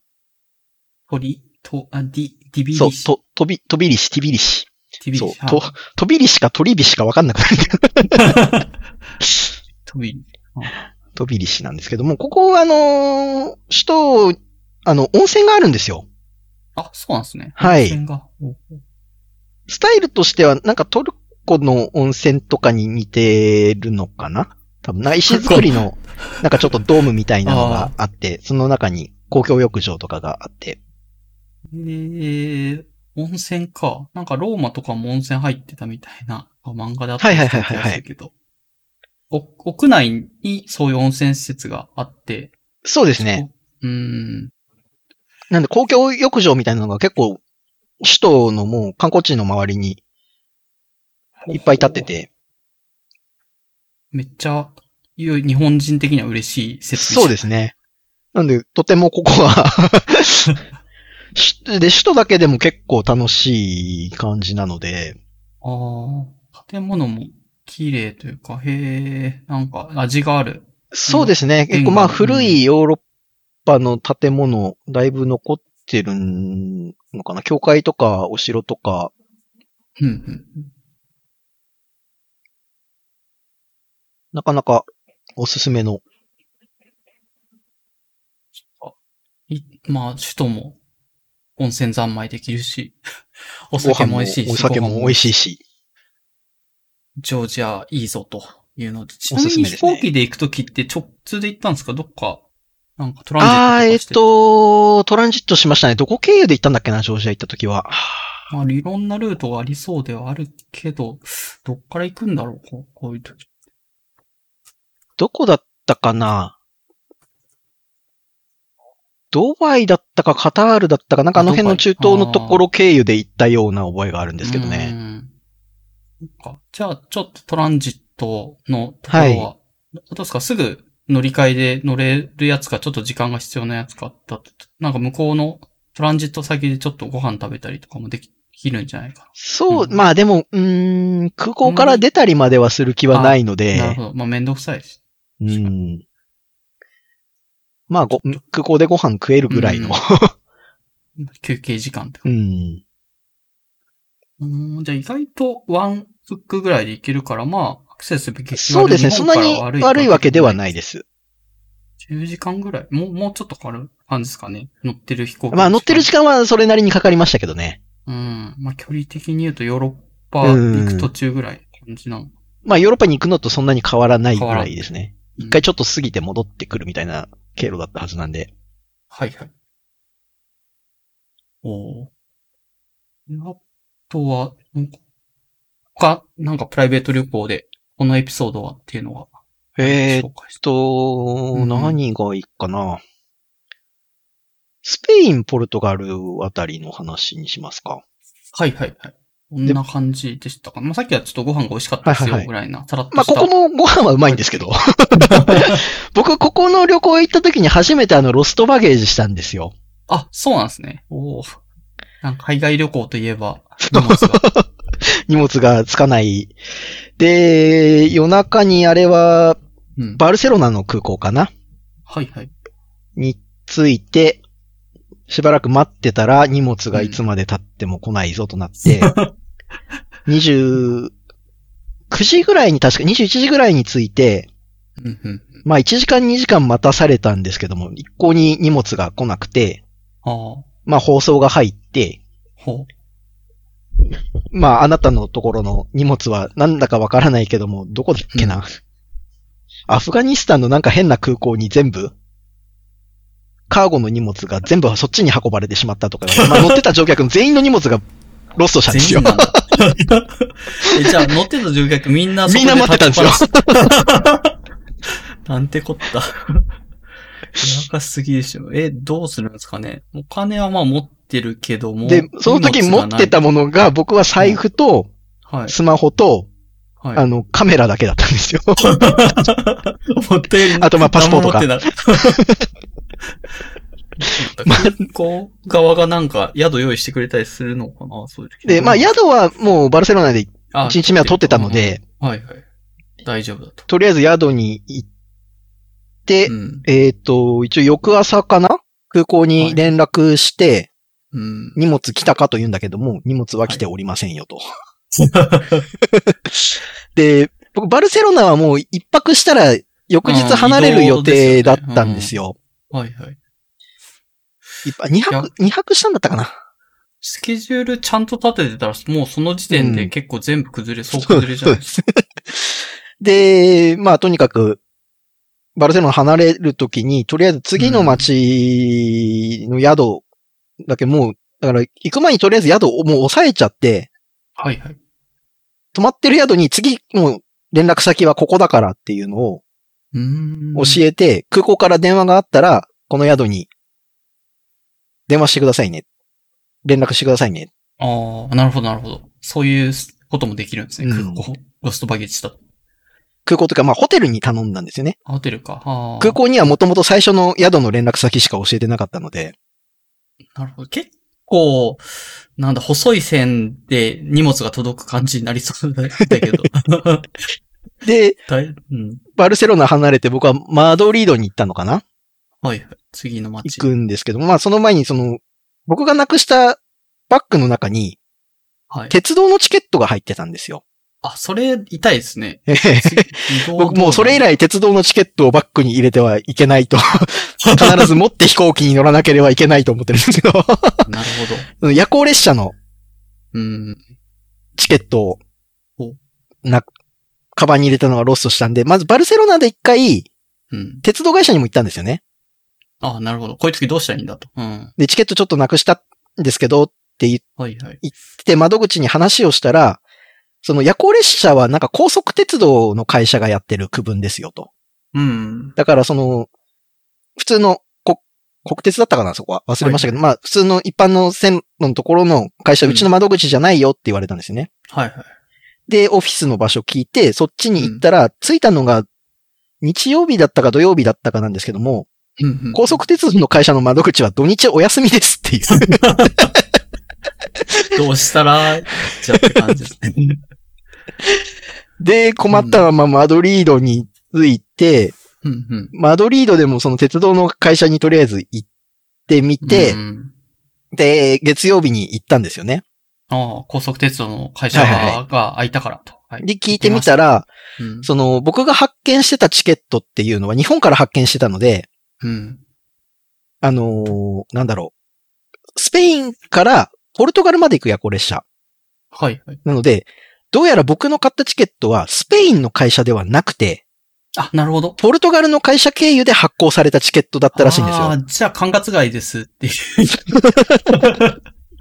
Speaker 2: トリ、ト、あ、ディ、ディビリシ。
Speaker 1: そう、と、とび、とびりし、ティビリシ。
Speaker 2: ディビリシ。
Speaker 1: そう、
Speaker 2: あ
Speaker 1: と、とびりしかとりびしかわかんなくなるんだよ。
Speaker 2: トビリ。
Speaker 1: とびりしなんですけども、ここ、あのー首都、あの、温泉があるんですよ。
Speaker 2: あ、そうなんですね。
Speaker 1: はい
Speaker 2: 温泉が。おお
Speaker 1: スタイルとしては、なんかトルコの温泉とかに似てるのかな多分、な石造りの、なんかちょっとドームみたいなのがあって、その中に公共浴場とかがあって、
Speaker 2: えー、温泉か。なんかローマとかも温泉入ってたみたいな、漫画であった
Speaker 1: はい
Speaker 2: り
Speaker 1: はい
Speaker 2: す
Speaker 1: はい
Speaker 2: る
Speaker 1: はいはい
Speaker 2: けど。お屋内にそういう温泉施設があって。
Speaker 1: そうですね。
Speaker 2: そこ。うーん。
Speaker 1: なんで公共浴場みたいなのが結構、首都のもう観光地の周りにいっぱい建ってて、
Speaker 2: めっちゃ、いう日本人的には嬉しい設備。
Speaker 1: そうですすね。なんで、とてもここは し、で、首都だけでも結構楽しい感じなので、
Speaker 2: ああ、建物も綺麗というか、へえ、なんか味がある。
Speaker 1: そうですね。結構まあ古いヨーロッパの建物、だいぶ残ってるのかな。教会とかお城とか、
Speaker 2: うんうん。
Speaker 1: なかなかおすすめの。
Speaker 2: いまあ、首都も温泉三昧できるし、 お酒も美味しいし、
Speaker 1: お酒も美味しい
Speaker 2: し。
Speaker 1: し。
Speaker 2: ジョージアいいぞというので、ち
Speaker 1: お
Speaker 2: なみ
Speaker 1: すす
Speaker 2: に
Speaker 1: めです
Speaker 2: 飛
Speaker 1: ね
Speaker 2: 行機で行くときって直通で行ったんですかどっか、なんかトランジ
Speaker 1: ああー、え
Speaker 2: ッ
Speaker 1: っ
Speaker 2: トとかして。
Speaker 1: と、トランジットしましたね。どこ経由で行ったんだっけな、ジョージア行った時は。
Speaker 2: まあ、いろんなルートがありそうではあるけど、どっから行くんだろうこうこういうとき。
Speaker 1: どこだったかなドバイだったかカタールだったかなんかあの辺の中東のところ経由で行ったような覚えがあるんですけどね。
Speaker 2: ね。なんかじゃあ、ちょっとトランジットのところは、どうですかすぐ乗り換えで乗れるやつか、ちょっと時間が必要なやつかあったとなんか向こうのトランジット先でちょっとご飯食べたりとかもできできるんじゃないか
Speaker 1: そう、
Speaker 2: うん
Speaker 1: まあでも、うーん、空港から出たりまではする気はないの
Speaker 2: な。なる
Speaker 1: で
Speaker 2: ほ、ど。まあ、めんどくさいです。
Speaker 1: うん。まあご、空港でご飯食えるぐらいの。
Speaker 2: 休憩時間とか。
Speaker 1: うん。
Speaker 2: うん、じゃあ意外とワンフックぐらいでいけるから、まあ、アクセス激
Speaker 1: そうですね。そんなに悪いわけではないです。
Speaker 2: 10時間ぐらいもう、もうちょっとかかる感じですかね。乗ってる飛行機。
Speaker 1: まあ乗ってる時間はそれなりにかかりましたけどね。
Speaker 2: うん。まあ距離的に言うとヨーロッパ行く途中ぐらい感じなの。
Speaker 1: まあヨーロッパに行くのとそんなに変わらないぐらいですね。
Speaker 2: 変わらん
Speaker 1: 一回ちょっと過ぎて戻ってくるみたいな経路だったはずなんで。
Speaker 2: はいはい。おーあとは、なんか、他、なんかプライベート旅行で、このエピソードはっていうのは、
Speaker 1: えーっ
Speaker 2: 紹介した。
Speaker 1: と、
Speaker 2: うん
Speaker 1: 何がいいかな。スペイン、ポルトガルあたりの話にしますか。
Speaker 2: はいはいはい。こんな感じでしたか。まあ、さっきはちょっとご飯が美味しかったです
Speaker 1: はいはいは
Speaker 2: よ
Speaker 1: い
Speaker 2: ぐらいな、さらっと
Speaker 1: まあ、
Speaker 2: した。
Speaker 1: ここもご飯はうまいんですけ ど。 僕、ここの旅行行った時に初めてあの、ロストバゲージしたんですよ。
Speaker 2: あ、そうなんですね。おーなんか海外旅行とい えば、荷物が。
Speaker 1: 荷物がつかない。で、夜中にあれは、
Speaker 2: うん。
Speaker 1: バルセロナの空港かな
Speaker 2: はいはい。
Speaker 1: に着いて、しばらく待ってたら荷物がいつまで経っても来ないぞとなって、29時ぐらいに確か、21時ぐらいに着いて、
Speaker 2: うんうん。
Speaker 1: まあ1時間2時間待たされたんですけども、一向に荷物が来なくて、
Speaker 2: ああ、
Speaker 1: まあ放送が入って、
Speaker 2: ほう。
Speaker 1: まああなたのところの荷物はなんだかわからないけども、どこだっけな、アフガニスタンのなんか変な空港に全部、カーゴの荷物が全部そっちに運ばれてしまったとか、まあ乗ってた乗客の全員の荷物がロストしたんです
Speaker 2: 全員
Speaker 1: よ。
Speaker 2: なんだ。 え、じゃあ乗ってた乗客みんなそこ
Speaker 1: みんな待ってたんですよ
Speaker 2: 立ちっ ぱなし。なんてこった。お腹すぎでしょ。え、どうするんですかね。お金はまあ持ってるけども。
Speaker 1: で、その時持ってた
Speaker 2: も
Speaker 1: ものが僕は財布と
Speaker 2: はい。
Speaker 1: スマホと、
Speaker 2: はい。
Speaker 1: あの、カメラだけだったんですよ。
Speaker 2: 思ったより
Speaker 1: あとまあパスポートか
Speaker 2: 何も 持ってない空港側がなんか宿用意してくれたりするのかなそういう時
Speaker 1: で、まあ宿はもうバルセロナで1
Speaker 2: あ
Speaker 1: 日目は取ってたので、
Speaker 2: はいはい。大丈夫だと。
Speaker 1: とりあえず宿に行って、
Speaker 2: うん。
Speaker 1: えっ、と、一応翌朝かな空港に連絡して、
Speaker 2: うん。
Speaker 1: 荷物来たかと言うんだけども、荷物は来ておりませんよと。で、僕、バルセロナはもう一泊したら翌日離れる予定だったんですよ。
Speaker 2: はいはい。
Speaker 1: 一泊二泊、二泊したんだったかな
Speaker 2: スケジュールちゃんと立ててたら、もうその時点
Speaker 1: う
Speaker 2: で
Speaker 1: ん
Speaker 2: 結構全部崩れ、そう崩れじゃないですか。
Speaker 1: で、まあ、とにかく、バルセロナ離れるときに、とりあえず次の街の宿だけもう、だから行く前にとりあえず宿をもう押さえちゃって、
Speaker 2: はいはい。
Speaker 1: 泊まってる宿に次の連絡先はここだからっていうのを
Speaker 2: うーん。
Speaker 1: 教
Speaker 2: え。
Speaker 1: えて、空港から電話があったら、この宿に電話してくださいね。連絡してくださいね。
Speaker 2: ああ、なるほどなるほど。そういうこともできるんですね。
Speaker 1: う
Speaker 2: 空
Speaker 1: ん
Speaker 2: 港、ロストバゲッジした。
Speaker 1: 空港というか、まあホテルに頼んだんですよね。
Speaker 2: あホテルか。あー
Speaker 1: 空港にはもともと最初の宿の連絡先しか教えてなかったので、
Speaker 2: なるほど。結構、なんだ、細い線で荷物が届く感じになりそうだけ ど。
Speaker 1: で、
Speaker 2: だいうん。
Speaker 1: バルセロナ離れて僕はマドリードに行ったのかな
Speaker 2: はいはい。次の街。
Speaker 1: 行くんですけど、まあその前にその、僕がなくしたバッグの中に
Speaker 2: はい。
Speaker 1: 鉄道のチケットが入ってたんですよ。
Speaker 2: あ、それ、痛いですね。
Speaker 1: 僕もうそれ以来
Speaker 2: 来。
Speaker 1: 鉄道のチケットをバッグに入れてはいけ ないと、必ず持って飛行機に乗らなければいけないと思ってるんですけど、
Speaker 2: なるほど。
Speaker 1: 夜行列車の
Speaker 2: うん。
Speaker 1: チケットを
Speaker 2: お、
Speaker 1: な、カバンに入れたのがロストしたんで、まずバルセロナで一回、
Speaker 2: うん。
Speaker 1: 鉄道会社にも行ったんですよね。
Speaker 2: あなるほど。こういう時どうしたらいいんだと。うん。
Speaker 1: で、チケットちょっとなくしたんですけどって言っ
Speaker 2: はいはい。
Speaker 1: て窓口に話をしたら、その夜行列車はなんか高速鉄道の会社がやってる区分ですよと。
Speaker 2: うん。
Speaker 1: だからその、普通の国、国鉄だったかな、そこは。忘れましたけど、まあ、普通の一般の線路のところの会社、
Speaker 2: う
Speaker 1: うんちの窓口じゃないよって言われたんですよね。
Speaker 2: はいはい。
Speaker 1: で、オフィスの場所聞いて、そっちに行ったら、着いたのが、日曜日だったか土曜日だったかなんですけども、
Speaker 2: うんうん
Speaker 1: 高速鉄道の会社の窓口は土日お休みですって いう。
Speaker 2: どうしたら、じゃあって感じですね。
Speaker 1: で、困ったままマドリードに着いて、
Speaker 2: うんうん。
Speaker 1: マドリードでもその鉄道の会社にとりあえず行ってみて、
Speaker 2: うん
Speaker 1: で、月曜日に行ったんですよね。
Speaker 2: ああ、高速鉄道の会社
Speaker 1: はいはいは
Speaker 2: が空いたからと。はい
Speaker 1: で、聞いてみたら、
Speaker 2: うん
Speaker 1: その、僕が発見してたチケットっていうのは日本から発見してたので、
Speaker 2: うん。
Speaker 1: あのーなんだろう。スペインからポルトガルまで行く夜行列車。
Speaker 2: はい、はい。
Speaker 1: なので、どうやら僕の買ったチケットはスペインの会社ではなくて、
Speaker 2: あ、なるほど。
Speaker 1: ポルトガルの会社経由で発行されたチケットだったらしいんです
Speaker 2: ああ、
Speaker 1: よ。
Speaker 2: じゃあ管轄外ですっていう。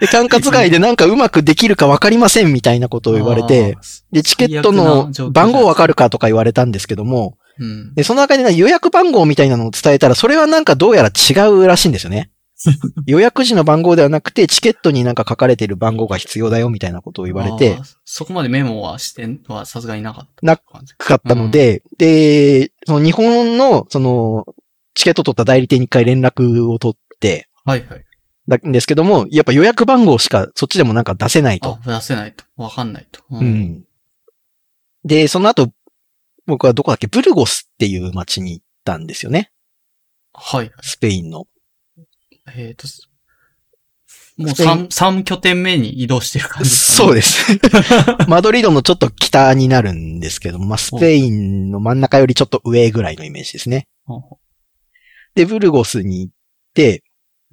Speaker 1: で、管轄外でなんかうまくできるかわかりませんみたいなことを言われて、
Speaker 2: ああ。
Speaker 1: で、チケット
Speaker 2: 最悪
Speaker 1: の
Speaker 2: な状況じゃん
Speaker 1: 番号わかるかとか言われたんですけども、
Speaker 2: うん。
Speaker 1: で、その中でね予約番号みたいなのを伝えたら、それはなんかどうやら違うらしいんですよ ね。予約時の番号ではなくて、チケットになんか書かれてる番号が必要だよみたいなことを言われて
Speaker 2: あ、あ。そこまでメモはしてんはさすがになかった。
Speaker 1: なかったので、で、その日本の、その、チケット取った代理店に一回連絡を取って、
Speaker 2: はいはい。
Speaker 1: だんですけども、やっぱ予約番号しかそっちでもなんか出せないと
Speaker 2: あ。、出せないと。わかんないと。う
Speaker 1: う。ん。で、その後、僕はどこだっけブルゴスっていう街に行ったんですよね。
Speaker 2: はい。
Speaker 1: スペインの。
Speaker 2: えっ、と、もう
Speaker 1: スペイン
Speaker 2: 三三拠点目に移動してる感じですか
Speaker 1: そ
Speaker 2: ね、
Speaker 1: う です。マドリードのちょっと北になるんですけども、まあ、スペインの真ん中よりちょっと上ぐらいのイメージですね。
Speaker 2: う
Speaker 1: で、ブルゴスに行って、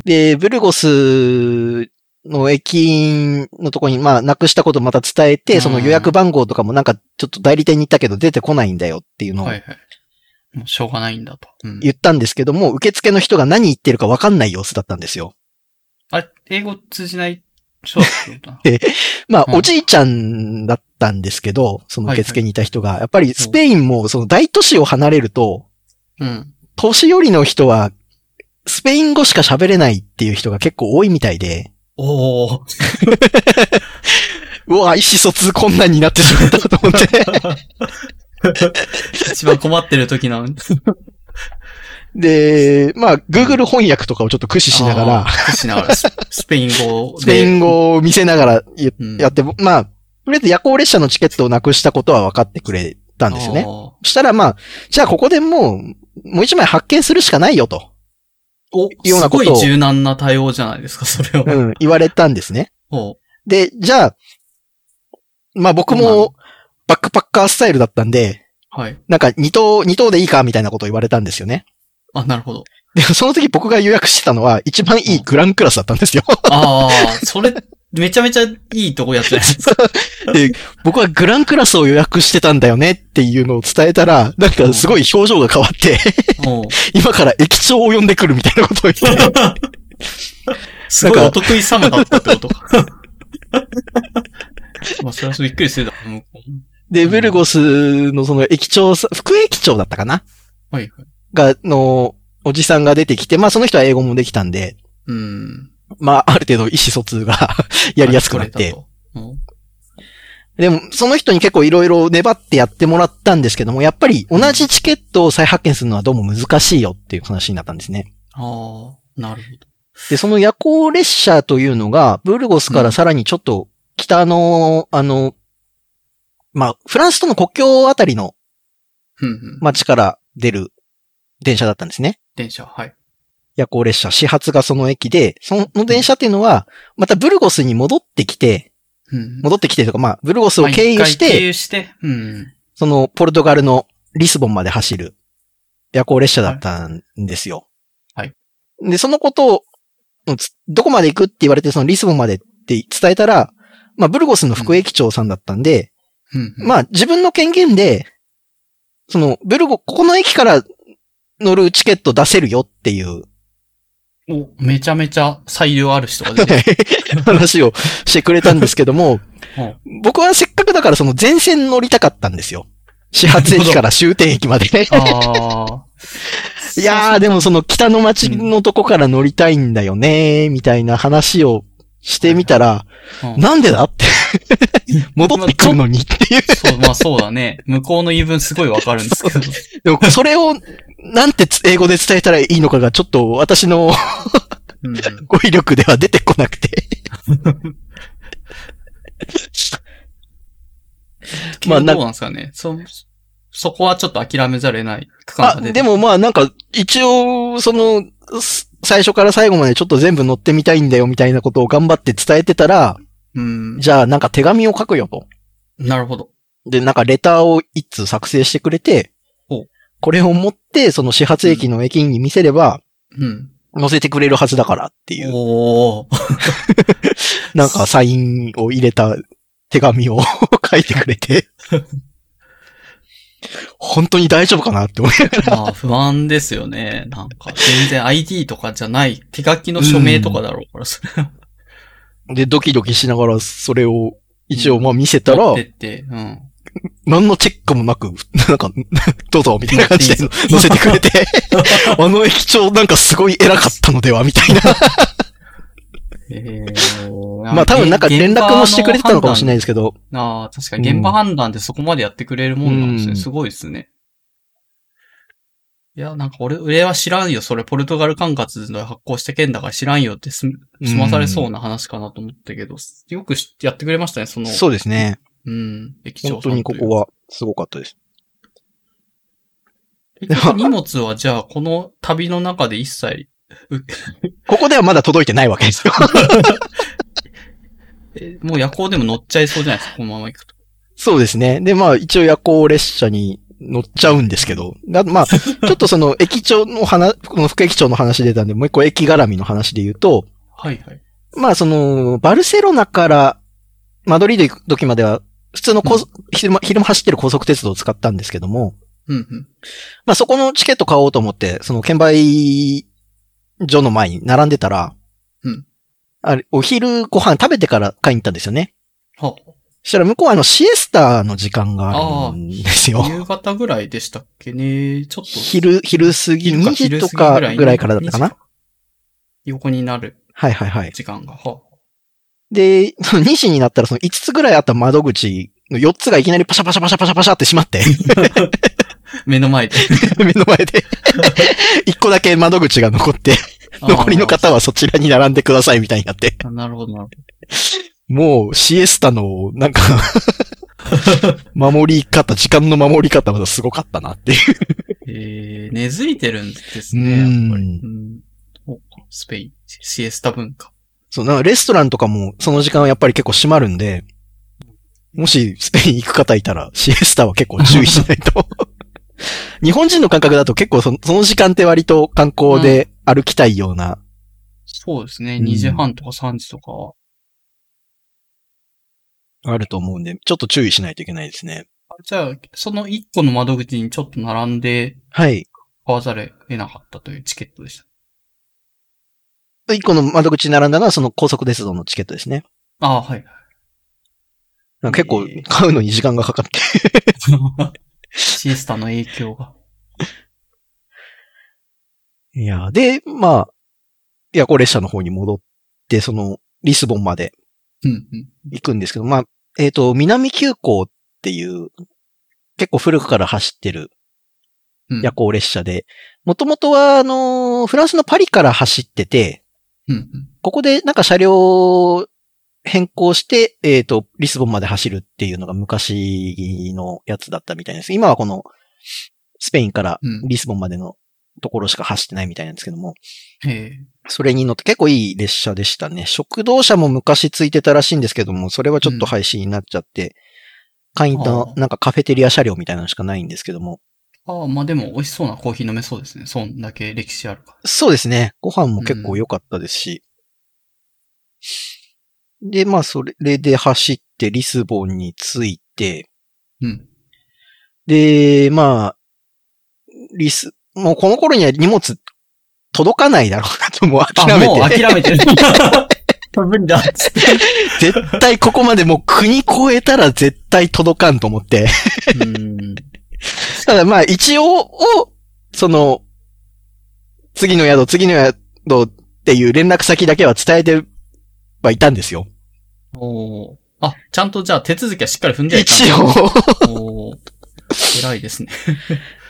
Speaker 1: で、ブルゴスの駅員のとこに、まあ、なくしたことまた伝え
Speaker 2: う
Speaker 1: て、
Speaker 2: ん
Speaker 1: その予約番号とかもなんかちょっと代理店に行ったけど出てこないんだよっていうの
Speaker 2: ん。
Speaker 1: を
Speaker 2: はいはい。もうしょうがないんだと。うん
Speaker 1: 言ったんですけども、受付の人が何言ってるかわかんない様子だったんですよ。
Speaker 2: あれ、英語通じない人だってことな
Speaker 1: ま
Speaker 2: う
Speaker 1: あ、
Speaker 2: ん
Speaker 1: おじいちゃんだったんですけど、その受付にいた人が、やっぱりスペインもその大都市を離れると、
Speaker 2: うん。
Speaker 1: 年寄りの人は、スペイン語しか喋れないっていう人が結構多いみたいで、
Speaker 2: おお。
Speaker 1: うわ、意思疎通困難になってしまったと思 って。
Speaker 2: 一番困ってる時なのに。
Speaker 1: で、まあ、Google 翻訳とかをちょっと駆使しなが
Speaker 2: あ
Speaker 1: ら、
Speaker 2: ー。しながら、ススペイン語で。
Speaker 1: スペイン語を見せながらや
Speaker 2: うん
Speaker 1: やって、まあ、とりあえず夜行列車のチケットをなくしたことは分かってくれたんですよね。
Speaker 2: あ
Speaker 1: そしたらまあ、じゃあここでもう、もう一枚発見するしかないよと、
Speaker 2: ー。お、
Speaker 1: よう
Speaker 2: す
Speaker 1: なこ
Speaker 2: ご
Speaker 1: とを
Speaker 2: い柔軟な対応じゃないですか、それ
Speaker 1: う
Speaker 2: は。
Speaker 1: ん、言われたんですね。
Speaker 2: おう
Speaker 1: で、じゃあ、まあ僕も、バックパッカースタイルだったんで、
Speaker 2: はい。
Speaker 1: なんか二等、二等でいいかみたいなことを言われたんですよね。
Speaker 2: あ、なるほど。
Speaker 1: で、その時僕が予約してたのは一番いいグランクラスだったんですよ。
Speaker 2: ああ、それ、めちゃめちゃいいとこやってないですか。
Speaker 1: で、 僕はグランクラスを予約してたんだよねっていうのを伝えたら、なんかすごい表情が変わ って、
Speaker 2: おう
Speaker 1: 今から駅長を呼んでくるみたいなことを言って、
Speaker 2: すごいお得意様だったってことか。 まあ、それはそうびっくりするだろう向こ
Speaker 1: で、ベルゴスのその駅長さ、副駅長だったかな
Speaker 2: う。はいはい。
Speaker 1: が、の、おじさんが出てきて、まあその人は英語もできたんで、
Speaker 2: うん。
Speaker 1: まあある程度意思疎通が やりやすくなっ
Speaker 2: 取
Speaker 1: て
Speaker 2: れた。と。うん
Speaker 1: でも、その人に結構いろいろ粘ってやってもらったんですけども、やっぱり同じチケットを再発見するのはどうも難しいよっていう話になったんですね。
Speaker 2: ああ、なるほど。
Speaker 1: で、その夜行列車というのが、ブルゴスからさらにちょっと北の、あの、まあ、フランスとの国境あたりの
Speaker 2: うんうん。
Speaker 1: 街から出る電車だったんですね。
Speaker 2: 電車、はい。
Speaker 1: 夜行列車、始発がその駅で、その電車っていうのは、またブルゴスに戻ってきて、
Speaker 2: うん
Speaker 1: 戻ってきてとか、まあ、ブルゴスを経由し
Speaker 2: まあ一回経
Speaker 1: て、
Speaker 2: 由して、うん。
Speaker 1: そのポルトガルのリスボンまで走る夜行列車だったんですよ。
Speaker 2: はい。
Speaker 1: で、そのことを、うんつどこまで行くって言われて、そのリスボンまでって伝えたら、まあ、ブルゴスの副駅長さんだったんで、
Speaker 2: うんうん。
Speaker 1: まあ、自分の権限で、その、ブルゴ、ここの駅から乗るチケット出せるよっていう
Speaker 2: お、めちゃめちゃ裁量ある人が出 てき
Speaker 1: 話をしてくれたんですけども、
Speaker 2: た。
Speaker 1: 僕はせっかくだからその前線乗りたかったんですよ。始発駅から終点駅まで。
Speaker 2: ああ。
Speaker 1: いやー、でもその北の町のとこから乗りたいんだよねー、みたいな話をしてみたら、
Speaker 2: うん
Speaker 1: なんでだって、戻ってくるのにっていう。
Speaker 2: そう、まあそうだね。向こうの言い分すごいわかるんですけど。
Speaker 1: でもそれを、なんてつ英語で伝えたらいいのかがちょっと私の
Speaker 2: うんうん
Speaker 1: 語彙力では出てこなくて。まあ
Speaker 2: ど
Speaker 1: な
Speaker 2: うなんですかね。そ、そこはちょっと諦めざるを得ない区間
Speaker 1: あ、
Speaker 2: が出て
Speaker 1: で、もまあなんか、一応、その、す最初から最後までちょっと全部乗ってみたいんだよみたいなことを頑張って伝えてたら、
Speaker 2: うん。
Speaker 1: じゃあなんか手紙を書くよと。
Speaker 2: なるほど。
Speaker 1: で、なんかレターを一通作成してくれて
Speaker 2: ほう、
Speaker 1: これを持って、その始発駅の駅員に見せれば、
Speaker 2: うん。
Speaker 1: 載せてくれるはずだからっていう、
Speaker 2: おー。
Speaker 1: なんかサインを入れた手紙を 書いてくれて、本当に大丈夫かなって思いながら
Speaker 2: まあ不安ですよね。なんか全然 ID とかじゃない手書きの署名とかだろうから、それを
Speaker 1: で、ドキドキしながらそれを一応まあ見せたら
Speaker 2: 持って、って。うん。
Speaker 1: 何のチェックもなく、 なんか、どうぞ、みたいな感じで乗
Speaker 2: 乗っていいぞ
Speaker 1: せてくれ て、あの駅長なんかすごい偉かったのでは、みたいな。
Speaker 2: え
Speaker 1: まあ多分なんか連絡もしてくれてたのかもしれない
Speaker 2: い。
Speaker 1: ですけど、
Speaker 2: ああ、確かに現場判断でそこまでやってくれるもんなんですね。
Speaker 1: うん
Speaker 2: すごいですね。いや、なんか俺、俺は知らんよ。それ、ポルトガル管轄で発行した件だから知らんよってす、済まされそうな話かなと思ったけど、よくしやってくれましたね、その。
Speaker 1: そうですね。
Speaker 2: うん。駅長さ
Speaker 1: 本
Speaker 2: ん
Speaker 1: 当にこと
Speaker 2: いう
Speaker 1: こはすごかったです。
Speaker 2: 結局荷物はじゃあ、この旅の中で一切、う
Speaker 1: ここではまだ届いてないわけです よ。
Speaker 2: えもう夜行でも乗っちゃいそうじゃないですか、このまま行くと。
Speaker 1: そうですね。で、まあ一応夜行列車に乗っちゃうんですけど、なまあ、ちょっとその駅長の話、この副駅長の話出たんで、もう一個駅絡みの話で言うと、
Speaker 2: はいはい。
Speaker 1: まあその、バルセロナからマドリード行く時までは、普通の高速昼間、昼間走ってる高速鉄道を使ったんですけども、
Speaker 2: うんうん。
Speaker 1: まあそこのチケット買おうと思って、その券売所の前に並んでたら、
Speaker 2: うん
Speaker 1: あれ、お昼ご飯食べてから買いに行ったんですよね。
Speaker 2: は、
Speaker 1: そしたら向こうはあのシエスタの時間があるんですよ。
Speaker 2: 夕方ぐらいでしたっけね。ちょっと。
Speaker 1: 昼、昼過ぎ、2時とかぐらいからだったかな。
Speaker 2: 横になる
Speaker 1: はいはいはい。
Speaker 2: 時間が。は
Speaker 1: で、その2時になったらその5つぐらいあった窓口の4つがいきなりパシャパシャパシャパシャパシャって閉まって、
Speaker 2: 目 の前で。
Speaker 1: 目の前で。1個だけ窓口が残って、残りの方はそちらに並んでくださいみたいになって。
Speaker 2: あー。なるほど、なる
Speaker 1: もうシエスタの、なんか、守り方、時間の守り方まだすごかったなっていう。
Speaker 2: ほど。えー、根付いてるんですね、やっぱり。
Speaker 1: う
Speaker 2: うんおスペイン、シエスタ文化。
Speaker 1: そう、なんかレストランとかもその時間はやっぱり結構閉まるんで、もしスペイン行く方いたらシエスタは結構注意しないと。日本人の感覚だと結構そのその時間って割と観光で歩きたいような、
Speaker 2: そうですね。
Speaker 1: うん
Speaker 2: 2時半とか3時とかは。
Speaker 1: あると思うんで、ちょっと注意しないといけないですね。
Speaker 2: あじゃあ、その1個の窓口にちょっと並んで
Speaker 1: はい。
Speaker 2: 買わざるを得なかったというチケットでした。
Speaker 1: 一個の窓口に並んだのはその高速鉄道のチケットですね。
Speaker 2: ああ、 はい。
Speaker 1: なんか結構買うのに時間がかかって。
Speaker 2: シエスタの影響が。
Speaker 1: いや、で、まあ、夜行列車の方に戻って、その、リスボンまで
Speaker 2: うん、うん。
Speaker 1: 行くんですけど、まあ、えっ、と、南急行っていう、結構古くから走ってる
Speaker 2: うん
Speaker 1: 夜行列車で、もともとは、あのーフランスのパリから走ってて、
Speaker 2: うん、うん。
Speaker 1: ここでなんか車両を変更して、えっ、と、リスボンまで走るっていうのが昔のやつだったみたいです。今はこの、スペインから
Speaker 2: うん
Speaker 1: リスボンまでのところしか走ってないみたいなんですけども、
Speaker 2: ええ
Speaker 1: それに乗って結構いい列車でしたね。食堂車も昔ついてたらしいんですけども、それはちょっと廃止になっちゃって、会員
Speaker 2: あ
Speaker 1: と
Speaker 2: あ
Speaker 1: なんかカフェテリア車両みたいなのしかないんですけども。
Speaker 2: ああ、まあでも美味しそうなコーヒー飲めそうですね。そんだけ歴史あるから。
Speaker 1: そうですね。ご飯も結構良かったですし。で、まあ、それで走ってリスボンに着いて、
Speaker 2: うん。
Speaker 1: で、まあ、リス、もうこの頃には荷物届かないだろうなと、もう諦め
Speaker 2: あ、もう
Speaker 1: て。
Speaker 2: 諦 めてる。無理だっつって。
Speaker 1: 絶対ここまでもう国越えたら絶対届かんと思って。
Speaker 2: うん。
Speaker 1: ただまあ一応を、その、次の宿、次の宿っていう連絡先だけは伝えてはいたんですよ。
Speaker 2: おーあ、ちゃんとじゃあ手続きはしっかり踏んではいたん
Speaker 1: 一応。
Speaker 2: だ。おー偉いですね。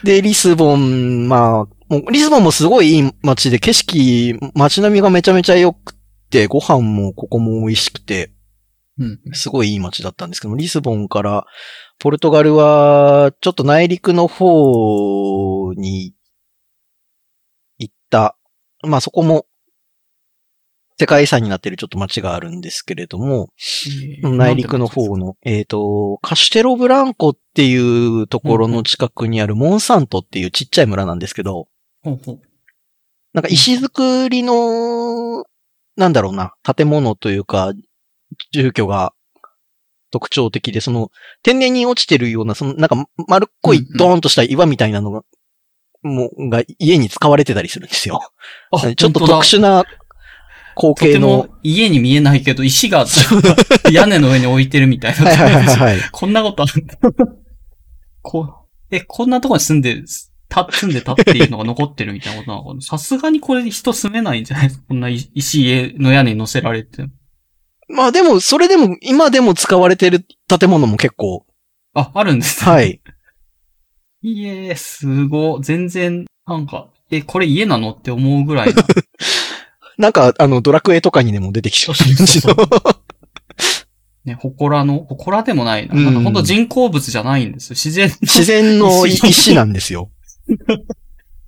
Speaker 1: で、リスボン、まあ、もうリスボンもすごいいい街で、景色、街並みがめちゃめちゃ良くて、ご飯もここも美味しくて、
Speaker 2: うん。
Speaker 1: すごいいい街だったんですけども、リスボンから、ポルトガルは、ちょっと内陸の方に行った。まあそこも、世界遺産になってるちょっと街があるんですけれども、
Speaker 2: えー
Speaker 1: 内陸の方。の、えっ、と、カシュテロブランコっていうところの近くにあるモンサントっていうちっちゃい村なんですけど、
Speaker 2: ほうほう。
Speaker 1: なんか石造りの、なんだろうな、建物というか、住居が特徴的で、その、天然に落ちてるような、その、なんか丸っこ
Speaker 2: う
Speaker 1: い
Speaker 2: んうん
Speaker 1: ドーンとした岩みたいなのが、もう、が家に使われてたりするんですよ。
Speaker 2: あ、
Speaker 1: ちょっと
Speaker 2: 本当だ
Speaker 1: 特殊な光
Speaker 2: とて
Speaker 1: 景の
Speaker 2: も。家に見えないけど、石が屋根の上に置いてるみたいな。
Speaker 1: はいはいはいはい。
Speaker 2: こんなことあるんだ。こう、え、こんなとこに住んで、た、住んでたっていうのが残ってるみたいなことなのかなさすがにこれ人住めないんじゃないこんな石石家の屋根に乗せられて。
Speaker 1: まあでも、それでも、今でも使われてる建物も結構、
Speaker 2: あ、あるんですね
Speaker 1: はい。
Speaker 2: いえ、すご。全然、なんか、え、これ家なのって思うぐ らいな。
Speaker 1: なんか、あの、ドラクエとかにでも出てきそうな感じの。
Speaker 2: ね、祠の、祠でもないな。
Speaker 1: うん
Speaker 2: なんか本当人工物じゃないんですよ。自然の
Speaker 1: 自然の 石なんですよ。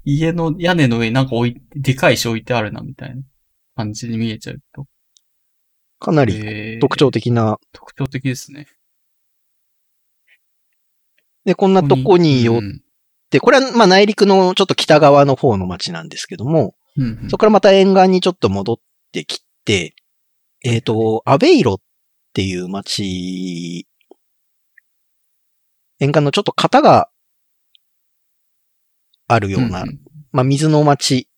Speaker 2: 家の屋根の上になんか置い、でかい石置いてあるな、みたいな感じに見えちゃうと。
Speaker 1: かなり
Speaker 2: えー
Speaker 1: 特徴的な。
Speaker 2: 特徴的ですね。
Speaker 1: で、こんなとこによっ
Speaker 2: うん
Speaker 1: て、これは、まあ内陸のちょっと北側の方の町なんですけども、
Speaker 2: うんうん
Speaker 1: そこからまた沿岸にちょっと戻ってきて、えっ、と、アベイロっていう町、沿岸のちょっと型があるような、
Speaker 2: んん
Speaker 1: まあ水の町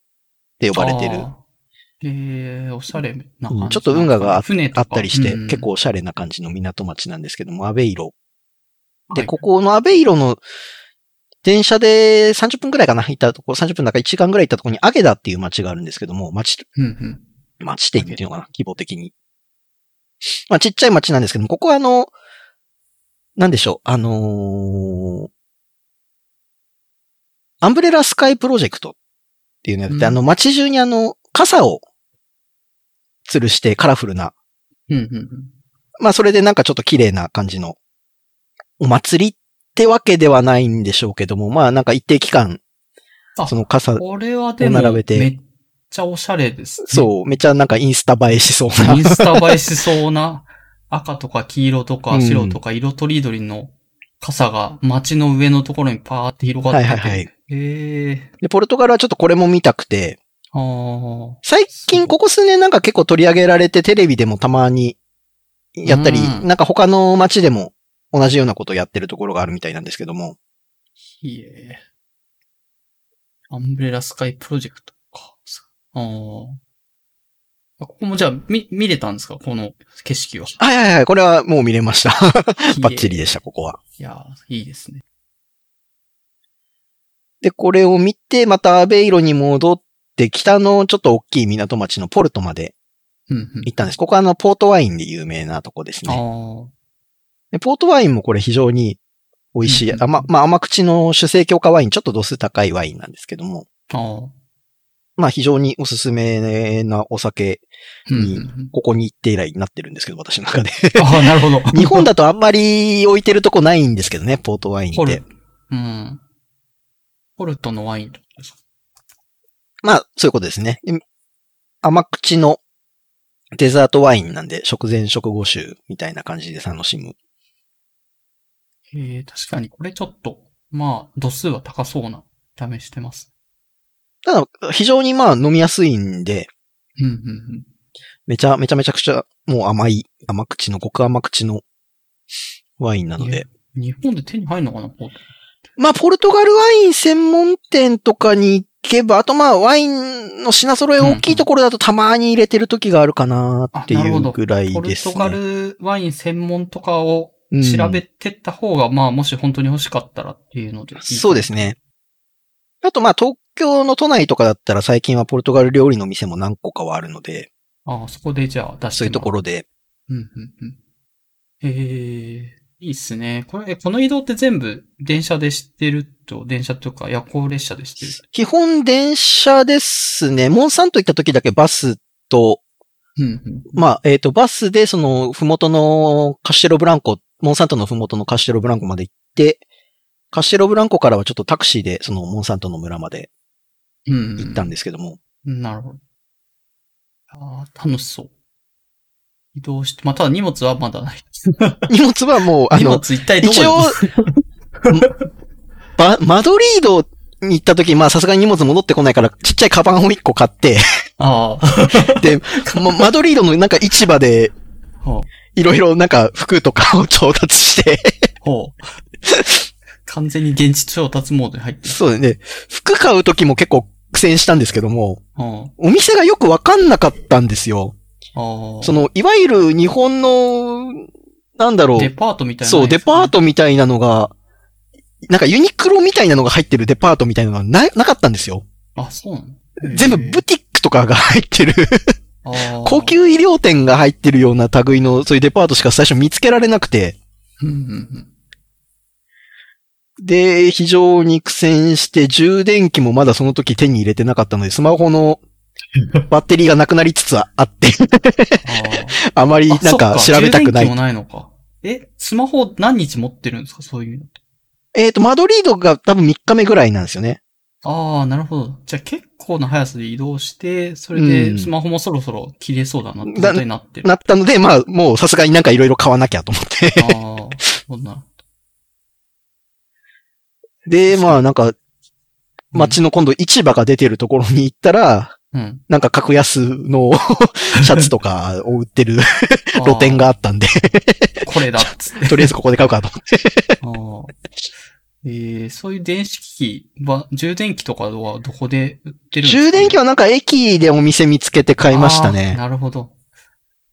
Speaker 1: って呼ばれてる、
Speaker 2: あーえー、おしゃれな感じ、
Speaker 1: うんちょっと運河が
Speaker 2: 船と
Speaker 1: あ
Speaker 2: か
Speaker 1: ったりして、
Speaker 2: うん
Speaker 1: 結構おしゃれな感じの港町なんですけども、アベイロ
Speaker 2: は
Speaker 1: で、
Speaker 2: い
Speaker 1: ここのアベイロの電車で30分くらいかな、行ったとこ、30分だか1時間くらい行ったとこにアゲダっていう町があるんですけども、町、
Speaker 2: うんうん
Speaker 1: 町店っていうのかな、規模的に。まあ、ちっちゃい町なんですけども、ここはあの、なんでしょう、あのーアンブレラスカイプロジェクトっていうのやってて、
Speaker 2: うん
Speaker 1: あの、町中にあの、傘を吊るしてカラフルな
Speaker 2: うんうんうん
Speaker 1: まあそれでなんかちょっと綺麗な感じのお祭りってわけではないんでしょうけども、まあなんか一定期間
Speaker 2: あ、
Speaker 1: その傘、
Speaker 2: これはでも、
Speaker 1: 並べて
Speaker 2: めっちゃおしゃれです、ね。
Speaker 1: そう、めっちゃなんかインスタ映えしそうな
Speaker 2: イ。ンスタ映えしそ うな赤とか黄色と
Speaker 1: う
Speaker 2: か
Speaker 1: ん
Speaker 2: 白とか色とりどりの傘が街の上のところにパーって広がって
Speaker 1: は
Speaker 2: て。
Speaker 1: いはいはい
Speaker 2: へえ
Speaker 1: で、ポルトガルはちょっとこれも見たくて、
Speaker 2: あー
Speaker 1: 最近ここ数年なんか結構取り上げられてテレビでもたまにやったり、
Speaker 2: うん
Speaker 1: なんか他の街でも同じようなことをやってるところがあるみたいなんですけども、
Speaker 2: いえ。アンブレラスカイプロジェクトか。あーあ。ここもじゃあ、み、見れたんですかこの景色は。
Speaker 1: はいはいはい、これはもう見れました。 バッチリ
Speaker 2: い
Speaker 1: でした、ここは。
Speaker 2: やー、いいですね。
Speaker 1: で、これを見て、またアベイロに戻って、北のちょっと大きい港町のポルトまで
Speaker 2: うんうん。
Speaker 1: 行ったんです。ここはあの、ポートワインで有名なとこですね。
Speaker 2: ああ。
Speaker 1: でポートワインもこれ非常に美味しい。
Speaker 2: うんうん
Speaker 1: 甘、まあ甘口の酒精強化ワイン、ちょっと度数高いワインなんですけども、
Speaker 2: ああ。
Speaker 1: まあ非常におすすめなお酒、
Speaker 2: うんうんう
Speaker 1: いい
Speaker 2: ん。
Speaker 1: ここに行って以来になってるんですけど、私の中で。
Speaker 2: ああ、なるほど。
Speaker 1: 日本だとあんまり置いてるとこないんですけどね、ポートワイン
Speaker 2: ポ
Speaker 1: って
Speaker 2: ル。、うん。ポルトのワインとかですか
Speaker 1: まあ、そういうことですね。で甘口のデザートワインなんで、食前食後酒みたいな感じで楽しむ。
Speaker 2: えー、確かにこれちょっと、まあ、度数は高そうな、試してます。
Speaker 1: ただ、非常にまあ飲みやすいんで、
Speaker 2: うん、うん、
Speaker 1: めちゃ、めちゃめちゃくちゃ、もう甘い、甘口の、極甘口のワインなの
Speaker 2: い
Speaker 1: で
Speaker 2: や。うん。日本で手に入るのかな、ポルト。
Speaker 1: まあ、ポルトガルワイン専門店とかに行けば、あとまあ、ワインの品揃え大きいところだとたまに入れてる時があるかなって
Speaker 2: あないるほど
Speaker 1: うぐらい
Speaker 2: ポ
Speaker 1: で
Speaker 2: ル
Speaker 1: す
Speaker 2: ト
Speaker 1: ね。
Speaker 2: ガルワイン専門とかを
Speaker 1: うん
Speaker 2: 調べてった方が、まあ、もし本当に欲しかったらっていうので。
Speaker 1: そうです
Speaker 2: ね。
Speaker 1: ね。あとまあ、東京の都内とかだったら最近はポルトガル料理の店も何個かはあるので、
Speaker 2: ああ、そこでじゃあ出して
Speaker 1: そういうとこ
Speaker 2: ろ。
Speaker 1: ろで。
Speaker 2: うん、うん、うん。えー、いいっすね。これ、えこの移動って全部電車で知ってると、電車というか夜行列車で知ってる
Speaker 1: 基本電車ですね。モンサント行った時だけバスと、
Speaker 2: うん、うん。
Speaker 1: まあ、えっ、と、バスでその、ふもとのカシテロブランコ、モンサントのふもとのカシテロブランコまで行って、カシテロブランコからはちょっとタクシーでそのモンサントの村まで
Speaker 2: うん、うん。
Speaker 1: 行ったんですけども、
Speaker 2: なるほど。ああ、楽しそう。移動して、まあ、ただ荷物はまだない。
Speaker 1: 荷物はもう、あ
Speaker 2: 荷物
Speaker 1: の、
Speaker 2: 一体どこに
Speaker 1: 一応、 まマドリードに行った時、まあさすがに荷物戻ってこないから、ちっちゃいカバンを一個買 って、
Speaker 2: ああ、
Speaker 1: まマドリードのなんか市場で、
Speaker 2: ほう、
Speaker 1: いろいろなんか服とかを調達して、
Speaker 2: ほう。完全に現地調達モードに入ってる。
Speaker 1: そうね、服買う時も結構苦戦したんですけども、
Speaker 2: うん
Speaker 1: お店がよくわかんなかったんですよ。
Speaker 2: ああ、
Speaker 1: その、いわゆる日本の、なんだろ
Speaker 2: デ
Speaker 1: う、
Speaker 2: パートみたいな、
Speaker 1: そう、デパー
Speaker 2: ト。
Speaker 1: トみたいなのが、なんかユニクロみたいなのが入ってるデパートみたいなのがな、なかったんですよ。
Speaker 2: あ、そうなの
Speaker 1: 全部
Speaker 2: へえ
Speaker 1: ブティックとかが入ってる、
Speaker 2: あー
Speaker 1: 高。級衣料店が入ってるような類の、そういうデパートしか最初見つけられなくて、
Speaker 2: うんうんうん。
Speaker 1: で、非常に苦戦して、充電器もまだその時手に入れてなかったので、スマホのバッテリーがなくなりつつあって、
Speaker 2: あ
Speaker 1: あまり
Speaker 2: ーあ
Speaker 1: なんか調べたくな
Speaker 2: そっか充電器も
Speaker 1: い。
Speaker 2: ないのか。え、スマホ何日持ってるんですかそういうのって。
Speaker 1: えっ、と、マドリードが多分3日目ぐらいなんですよね。
Speaker 2: ああ、なるほど。じゃあ結構な速さで移動して、それ
Speaker 1: う
Speaker 2: で
Speaker 1: ん
Speaker 2: スマホもそろそろ切れそうだなってことになってる。あ
Speaker 1: なったので、まあ、もうさすがになんかいろいろ買わなきゃと思っ
Speaker 2: あ
Speaker 1: て。
Speaker 2: ー、そんな。
Speaker 1: で、まあなんか、
Speaker 2: うん
Speaker 1: 街の今度市場が出てるところに行ったら、
Speaker 2: うん。
Speaker 1: なんか格安の シャツとかを売ってる露店があったん で、
Speaker 2: あー。これだっつって。
Speaker 1: とりあえずここで買うかと思って。
Speaker 2: あーえー、そういう電子機器は、充電器とかはどこで売ってるんですかね、
Speaker 1: 充電器はなんか駅でお店見つけて買いました
Speaker 2: あー
Speaker 1: ね。
Speaker 2: なるほど。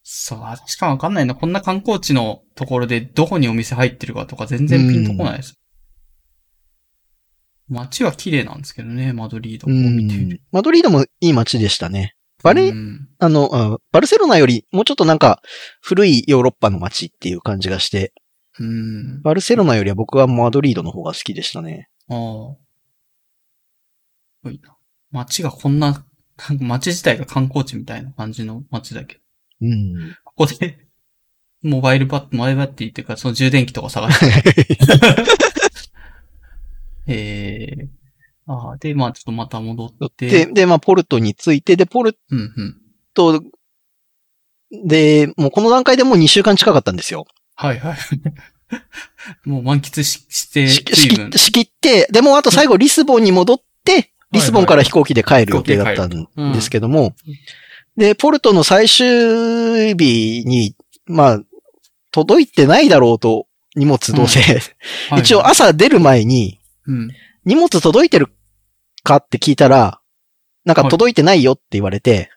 Speaker 2: そう、あしかもわかんないな。こんな観光地のところでどこにお店入ってるかとか全然ピンとこないです。街は綺麗なんですけどね、マドリード
Speaker 1: う
Speaker 2: を見て
Speaker 1: ん。マドリードもいい街でしたね。バレ、
Speaker 2: うん
Speaker 1: あの、あバルセロナよりもうちょっとなんか古いヨーロッパの街っていう感じがして、
Speaker 2: うん。
Speaker 1: バルセロナよりは僕はマドリードの方が好きでしたね。
Speaker 2: ああ。いいな。街がこんな、なんか街自体が観光地みたいな感じの街だけど。
Speaker 1: うん。
Speaker 2: ここで、モバイルバッ、モバイルバッテリーっていうか、その充電器とか探して ええああ、で、まあちょっとまた戻って。
Speaker 1: で、で、まあ、ポルトについて、で、ポル
Speaker 2: うんうん。
Speaker 1: ト、で、もうこの段階でもう2週間近かったんですよ。
Speaker 2: はい はい。もう満喫しして、
Speaker 1: し
Speaker 2: 水分
Speaker 1: し仕切って、でもうあと最後リスボンに戻って、リスボンから飛行機で帰る予定だったんですけども、で、ポルトの最終日に、まあ、届いてないだろうと、荷物どうせ。
Speaker 2: はいは い
Speaker 1: 一応、朝出る前に、
Speaker 2: うん。
Speaker 1: 荷物届いてるかって聞いたら、なんか
Speaker 2: はい
Speaker 1: 届いてないよって言われ て、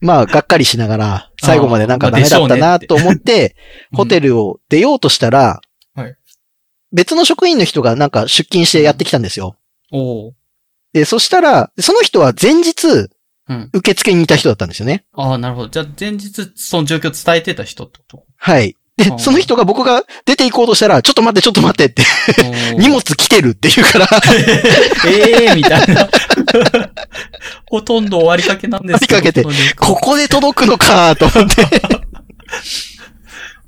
Speaker 1: まあ、がっかりしながら、最後までなんか
Speaker 2: ま
Speaker 1: ダ
Speaker 2: あで
Speaker 1: メ
Speaker 2: しょ
Speaker 1: だ
Speaker 2: う
Speaker 1: っ
Speaker 2: ね
Speaker 1: た
Speaker 2: って
Speaker 1: なと思って、 ホテ
Speaker 2: ル。
Speaker 1: ルを出ようとしたら、
Speaker 2: はい
Speaker 1: 別の職員の人がなんか出勤してやってきたんですよ。
Speaker 2: おう
Speaker 1: で、そしたら、その人は前日、
Speaker 2: うん。
Speaker 1: 受付にいた人だったんですよね。
Speaker 2: ああ、なるほど。じゃあ、前日、その状況伝えてた人ってこと
Speaker 1: はい。
Speaker 2: あー
Speaker 1: で、その人が僕が出て行こうとしたら、ちょっと待って、ちょっと待ってって、 荷物来てるって言う から、
Speaker 2: ええみたいな。 ほとんど終わりかけなんですけど。
Speaker 1: 終わりかけて
Speaker 2: 本当に
Speaker 1: ここで届くのかと思って。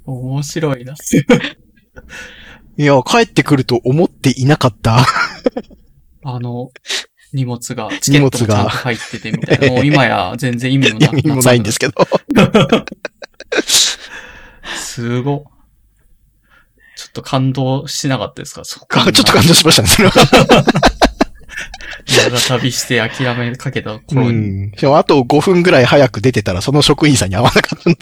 Speaker 2: 面白いな。
Speaker 1: いや、帰ってくると思っていなかった。
Speaker 2: あ の、荷物が、チケットもちゃんと入っててみたいな。もう今や全 然意味も な
Speaker 1: 意味もないんですけど。
Speaker 2: すご。ちょっと感動しなかったですかそっ
Speaker 1: ちょっと感動しましたね、それは。
Speaker 2: 長旅して諦めかけた頃
Speaker 1: う
Speaker 2: に。
Speaker 1: ん。しかもあと5分ぐらい早く出てたら、その職員さんに会わなかったんで、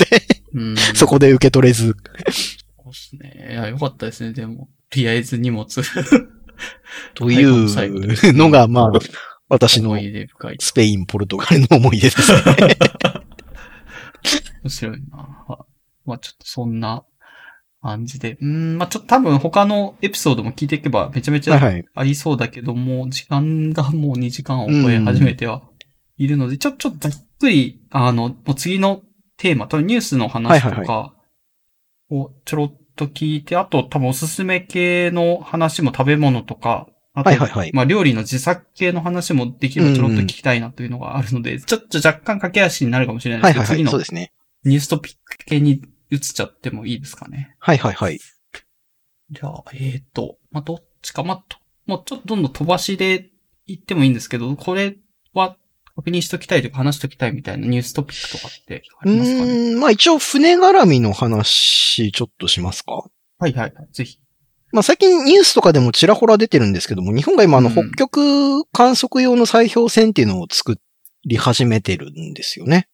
Speaker 2: うん。
Speaker 1: そこで受け取れず。
Speaker 2: そうですね。いや、よかったですね、でも。とりあえず荷物。
Speaker 1: とい
Speaker 2: は
Speaker 1: う
Speaker 2: い最後
Speaker 1: のが、 まあ、私の
Speaker 2: 思い出深い。
Speaker 1: スペイン、ポルトガルの思い出ですね。
Speaker 2: 面白いな。あまあちょっとそんな感じで。うん、まあちょっと多分他のエピソードも聞いていけばめちゃめち
Speaker 1: はい
Speaker 2: ゃ
Speaker 1: はい。
Speaker 2: ありそうだけども、時間がもう2時間を超え始めてはいるので、ちょ、ちょっとざっくり、あの、もう次のテーマ、多分ニュースの話と
Speaker 1: はいはい
Speaker 2: かをちょろっと聞いて、あと多分おすすめ系の話も食べ物とか、あと、
Speaker 1: はいはいはい
Speaker 2: まあ料理の自作系の話もできればちょろっと聞きたいなというのがあるので、ちょっと若干駆け足になるかもしれない
Speaker 1: は
Speaker 2: で
Speaker 1: い
Speaker 2: す
Speaker 1: は
Speaker 2: けど、
Speaker 1: い
Speaker 2: 次
Speaker 1: はい。そう
Speaker 2: の
Speaker 1: ですね。
Speaker 2: ニューストピック系に移っちゃってもいいですかね。
Speaker 1: はいはいはい。
Speaker 2: じゃあ、えっ、と、まあ、どっちか、まあ、ともうちょっとどんどん飛ばしで言ってもいいんですけど、これは、確認しときたいとか話しときたいみたいなニューストピックとかってあ
Speaker 1: う
Speaker 2: りますかね
Speaker 1: ーん、まあ一応船絡みの話、ちょっとしますか。
Speaker 2: はいはいはい。ぜひ。
Speaker 1: まあ最近ニュースとかでもちらほら出てるんですけども、日本が今あの
Speaker 2: うん
Speaker 1: 北極観測用の砕氷船っていうのを作り始めてるんですよね。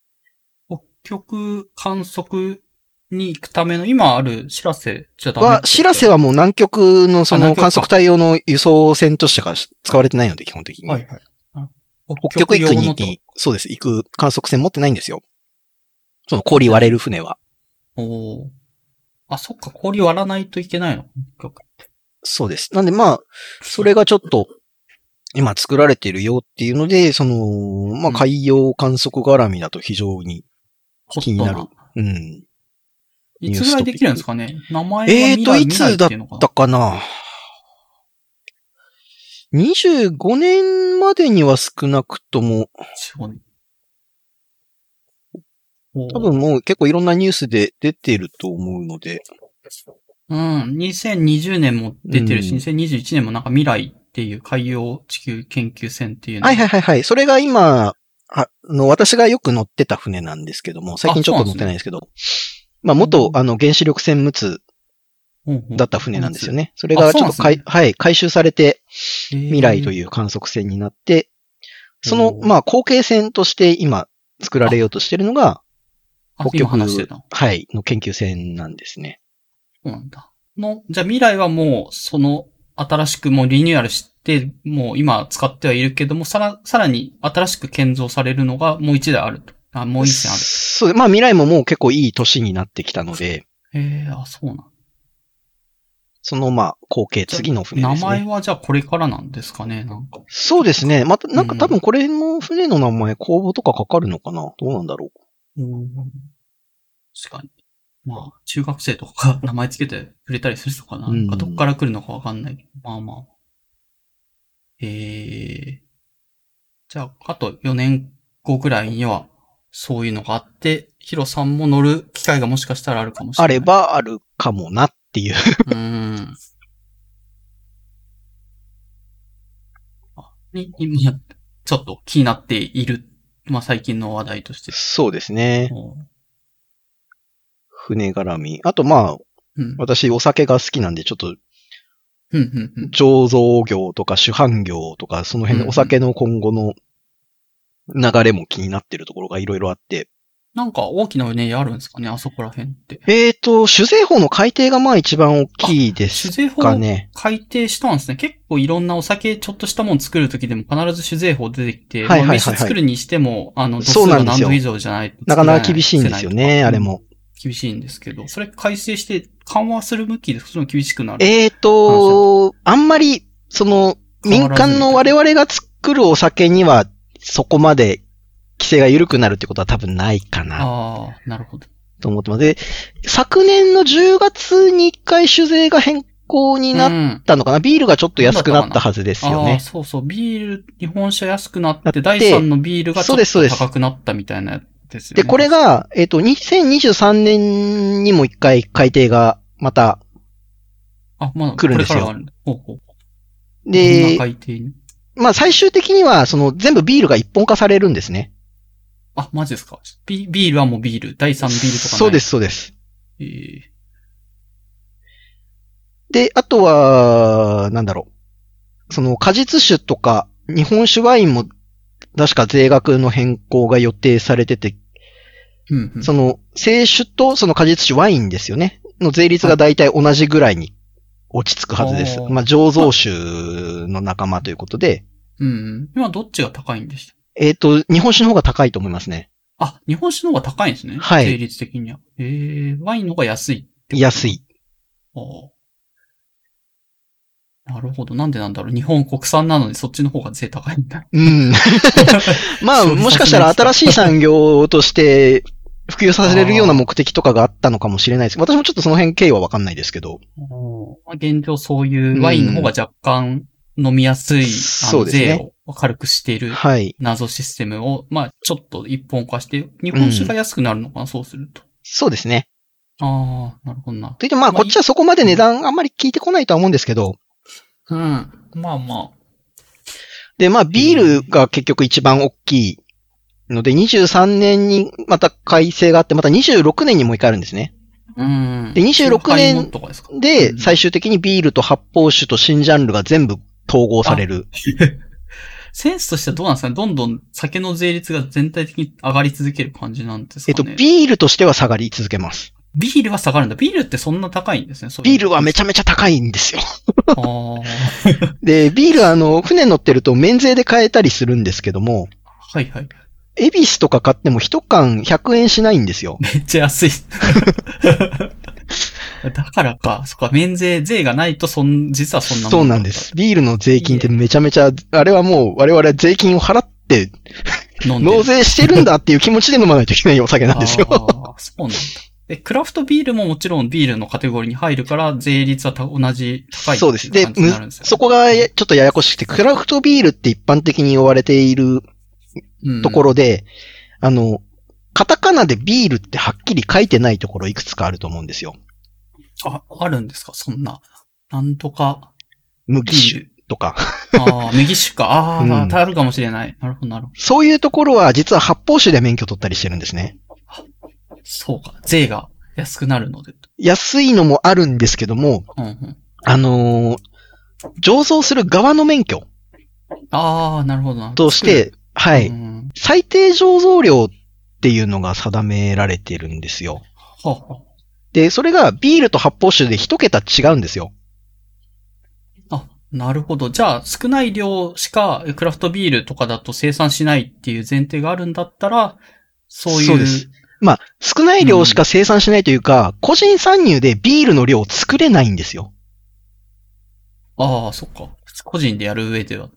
Speaker 2: 北極観測に行くための、今ある知らせじゃダメ
Speaker 1: は、しらせ
Speaker 2: は、
Speaker 1: はもう南極のそ
Speaker 2: あ
Speaker 1: の
Speaker 2: 南極か
Speaker 1: 観測隊用の輸送船としてから使われてないので基本的に。
Speaker 2: はいはい。あ
Speaker 1: 北極行く
Speaker 2: 用
Speaker 1: に
Speaker 2: の
Speaker 1: 行
Speaker 2: と
Speaker 1: き、そうです、行く観測船持ってないんですよ。その氷割れる船は。
Speaker 2: おーあ、そっか、氷割らないといけないの北極
Speaker 1: そうです。なんでまあ、それがちょっと、今作られているよっていうので、その、まあ、
Speaker 2: うん
Speaker 1: 海洋観測絡みだと非常に、
Speaker 2: ホ
Speaker 1: 気
Speaker 2: ッ
Speaker 1: に
Speaker 2: ト
Speaker 1: な
Speaker 2: な
Speaker 1: るうん。
Speaker 2: いつぐらいできるんですかね名前は見
Speaker 1: えーと、い
Speaker 2: 見な
Speaker 1: つだっ
Speaker 2: っ
Speaker 1: て
Speaker 2: いうのかな
Speaker 1: たかな ?25 年までには少なくとも、
Speaker 2: そうねおー
Speaker 1: 多分もう結構いろんなニュースで出てると思うので、
Speaker 2: うん。2020年も出てるし、
Speaker 1: うん
Speaker 2: 2021年もなんか未来っていう海洋地球研究船っていうの。
Speaker 1: はいはいはいはい。それが今、あの、私がよく乗ってた船なんですけども、最近ちょっと乗ってないんですけど、まあ元
Speaker 2: う、ん
Speaker 1: あの、原子力船陸奥
Speaker 2: ほうほう
Speaker 1: だった船なんですよね。それ
Speaker 2: あ
Speaker 1: が
Speaker 2: そ
Speaker 1: ちょ
Speaker 2: うなん
Speaker 1: っと
Speaker 2: です
Speaker 1: か
Speaker 2: ね
Speaker 1: い、はい、回収されて、未
Speaker 2: 未
Speaker 1: 来と
Speaker 2: う。
Speaker 1: いう観測船になって、その、
Speaker 2: おー
Speaker 1: まあ後継船として今作られようとしてるのが、
Speaker 2: あ、
Speaker 1: 北
Speaker 2: 今
Speaker 1: 極
Speaker 2: 話してた。そ
Speaker 1: はい、の研究船なんですね。
Speaker 2: うなんだ。の、じゃあ未来はもう、その、新しくもうリニューアルして、もう今使ってはいるけども、さら、さらに新しく建造されるのがもう一台あると。あ、もう一台ある。
Speaker 1: そう、まあ未来ももう結構いい年になってきたので、
Speaker 2: へえ、あ、そうなんだ
Speaker 1: そのまあ後継、次の船です
Speaker 2: 名前
Speaker 1: ね。
Speaker 2: はじゃあこれからなんですかね、なんか。
Speaker 1: そうですね。また、なんか
Speaker 2: うん
Speaker 1: 多分これの船の名前、公募とかかかるのかなどうなんだろう。
Speaker 2: うん。確かに。まあ、中学生とかが名前つけてくれたりするのかな。
Speaker 1: うん
Speaker 2: なんかどっから来るのかわかんないけど。まあまあ。ええじゃあ、あと4年後ぐらいには、そういうのがあって、ヒロさんも乗る機会がもしかしたらあるかもしれ
Speaker 1: あ
Speaker 2: ない。
Speaker 1: れ。ばあるかもなっていう。
Speaker 2: うん。あい今、ちょっと気になっている。まあ最近の話題として。
Speaker 1: そうですね。
Speaker 2: う
Speaker 1: 船絡み。あとまあ、
Speaker 2: ん。
Speaker 1: 私お酒が好きなんで、ちょっと
Speaker 2: うん、うん、うん。
Speaker 1: 醸造業とか主販業とか、その辺
Speaker 2: うん
Speaker 1: でお酒の今後の流れも気になってるところがいろいろあって。
Speaker 2: なんか大きなうねりあるんですかね、あそこら辺って。
Speaker 1: えーと、酒税法の改定がまあ一番大きいです
Speaker 2: 酒税法
Speaker 1: かね。
Speaker 2: 改定したんですね。結構いろんなお酒ちょっとしたもの作るときでも必ず酒税法出てきて、
Speaker 1: はいはいはいはい
Speaker 2: まあ飯作るにしても、あの、度
Speaker 1: そ
Speaker 2: 数
Speaker 1: うな
Speaker 2: が
Speaker 1: んです
Speaker 2: 何
Speaker 1: よ
Speaker 2: 度以上じゃないと
Speaker 1: なかなか厳しいんですよ
Speaker 2: 作れない
Speaker 1: ね、あれ。も。
Speaker 2: 厳しいんですけど、それ改正して緩和する向きでそっちも厳しくなる。
Speaker 1: えーと、あんまり、その、民間の我々が作るお酒には、そこまで規制が緩くなるってことは多分ないかな
Speaker 2: ああ、なるほど。
Speaker 1: と思ってます。で、昨年の10月に一回酒税が変更になっ
Speaker 2: うん
Speaker 1: たのかな、ビールがちょっと安くなったはずですよ
Speaker 2: ああ、
Speaker 1: ね。
Speaker 2: そうそう。ビール、日本酒安くなって、
Speaker 1: だって
Speaker 2: 第三のビールがちょ
Speaker 1: そう
Speaker 2: っ
Speaker 1: ですそう
Speaker 2: と
Speaker 1: です
Speaker 2: 高くなったみたいなやつですよね。
Speaker 1: で、これが、えっ、と、2023年にも一回改定が、また、
Speaker 2: あ、まあ、
Speaker 1: 来るんですよ
Speaker 2: これからはあるほうほう。どんな
Speaker 1: で、
Speaker 2: 改定に
Speaker 1: まあ最終的には、その全部ビールが一本化されるんですね。
Speaker 2: あ、マジですかビビールはもうビール。第3ビールとかない
Speaker 1: そうで。す、そうです。
Speaker 2: えー
Speaker 1: で、あとは、なんだろう。その果実酒とか、日本酒ワインも、確か税額の変更が予定されてて、
Speaker 2: うん、うん。
Speaker 1: その、清酒とその果実酒ワインですよね。の税率が大体同じぐらいに落ち着くはずです。
Speaker 2: おー
Speaker 1: まあ、醸造酒の仲間ということで、
Speaker 2: うんうん。今どっちが高いんでした
Speaker 1: えっ、と、日本酒の方が高いと思いますね。
Speaker 2: あ、日本酒の方が高いんですね。
Speaker 1: はい
Speaker 2: 税率的には。えー、ワインの方が安い。
Speaker 1: 安い。
Speaker 2: あーなるほど。なんでなんだろう。日本国産なのにそっちの方が税高いんだ。
Speaker 1: うん。 まあ、
Speaker 2: そう
Speaker 1: もしかしたら新しい産業として普及させるような目的とかがあったのかもしれないです。私もちょっとその辺経緯はわかんないですけど。
Speaker 2: おーまあ現状そういうワインの方が若干飲みやすい、
Speaker 1: うん
Speaker 2: あ
Speaker 1: そ
Speaker 2: の
Speaker 1: うですね
Speaker 2: 税を軽くしている
Speaker 1: はい。
Speaker 2: 謎システムを、まあちょっと一本化して、日本酒が安くなるのかな、そうすると。
Speaker 1: そうですね。
Speaker 2: ああ、なるほどな。
Speaker 1: といってもまあ、
Speaker 2: まあ
Speaker 1: こっちはそこまで値段あんまり聞いてこないとは思うんですけど。
Speaker 2: うん。まあまあ。
Speaker 1: で、まあ、ビールが結局一番大きいので、23年にまた改正があって、また26年にもう一回あるんですね。
Speaker 2: うん。
Speaker 1: で26年
Speaker 2: ハイモンとかですかう
Speaker 1: で、
Speaker 2: ん
Speaker 1: 最終的にビールと発泡酒と新ジャンルが全部統合される。
Speaker 2: センスとしてはどうなんですかねどんどん酒の税率が全体的に上がり続ける感じなんですか
Speaker 1: え
Speaker 2: ね
Speaker 1: っと、ビールとしては下がり続けます。
Speaker 2: ビールは下がるんだ。ビールってそんな高いんですね。
Speaker 1: ビールはめち
Speaker 2: ゃ
Speaker 1: ゃめちゃ高いんですよ。
Speaker 2: あー
Speaker 1: で、ビールはあの、船乗ってると免税で買えたりするんですけども、
Speaker 2: はいはい。
Speaker 1: エビスとか買っても一缶100円しないんですよ。
Speaker 2: めっちゃ安い。 だからか。そっか、免税、税がないと、そん、実はそんなも
Speaker 1: そうなんです。。ビールの税金ってめちゃめちゃ、あれはもう我々は税金を払って、
Speaker 2: 飲んでる
Speaker 1: 納税してるんだっていう気持ちで飲まないといけないお酒なんですよ。
Speaker 2: あーそうなんだ。で、クラフトビールももちろんビールのカテゴリーに入るから、税率はた同じ高いって
Speaker 1: そ
Speaker 2: いう
Speaker 1: です。で、
Speaker 2: 感じになるん
Speaker 1: む
Speaker 2: ですよ。
Speaker 1: そこがやちょっとややこしくて、クラフトビールって一般的に呼ばれている
Speaker 2: うん
Speaker 1: ところで、あの、カタカナでビールってはっきり書いてないところいくつかあると思うんですよ。
Speaker 2: あ、あるんですかそんな。なんとか、
Speaker 1: 麦
Speaker 2: ビー
Speaker 1: 酒
Speaker 2: ル。
Speaker 1: とか。
Speaker 2: ああ、右酒か。ああ、
Speaker 1: うん
Speaker 2: あるかもしれない。なるほど、なるほ
Speaker 1: そういうところは実は発泡酒で免許取ったりしてるんですね。
Speaker 2: ど。そうか。税が安くなるので。
Speaker 1: 安いのもあるんですけども、
Speaker 2: うんうん。
Speaker 1: あのー醸造する側の免許
Speaker 2: ああ、なるほどな。
Speaker 1: とし
Speaker 2: 作
Speaker 1: て、
Speaker 2: る、
Speaker 1: は
Speaker 2: う
Speaker 1: い、
Speaker 2: ん
Speaker 1: 最低醸造量っていうのが定められてるんですよ。
Speaker 2: はあは
Speaker 1: で、それがビールと発泡酒で一桁違うんですよ。
Speaker 2: ああ、なるほど。じゃあ、少ない量しか、クラフトビールとかだと生産しないっていう前提があるんだったら、そういう。
Speaker 1: そうですまあ、少ない量しか生産しないというか、個人参入でビールの量を作れないんですよ。
Speaker 2: ああ、そっか。個人でやる上では。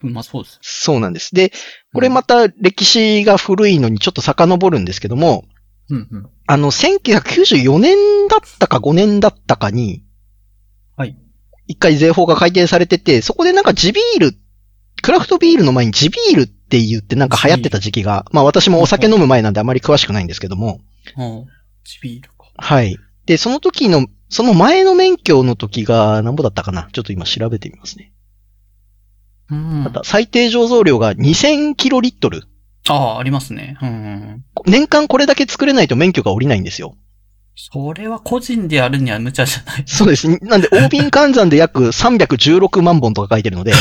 Speaker 2: まあそうです。
Speaker 1: そうなんです。で、これまた歴史が古いのにちょっと遡るんですけども、
Speaker 2: うんうん。
Speaker 1: あの、1994年だったか5年だったかに、
Speaker 2: はい。
Speaker 1: 一回税法が改定されてて、そこでなんか地ビール、クラフトビールの前に地ビールって言ってなんか流行ってた時期が、まあ私もお酒飲む前なんであまり詳しくないんですけども、
Speaker 2: うん。チビールか。
Speaker 1: はい。で、その時の、その前の免許の時が何ぼだったかなちょっと今調べてみますね。
Speaker 2: うん。
Speaker 1: また、最低醸造量が2000キロリットル。
Speaker 2: ああ、ありますね。うんうんうん。
Speaker 1: 年間これだけ作れないと免許が下りないんですよ。
Speaker 2: それは個人でやるには無茶じゃない。
Speaker 1: そうです。なんで、大瓶換算で約316万本とか書いてる ので、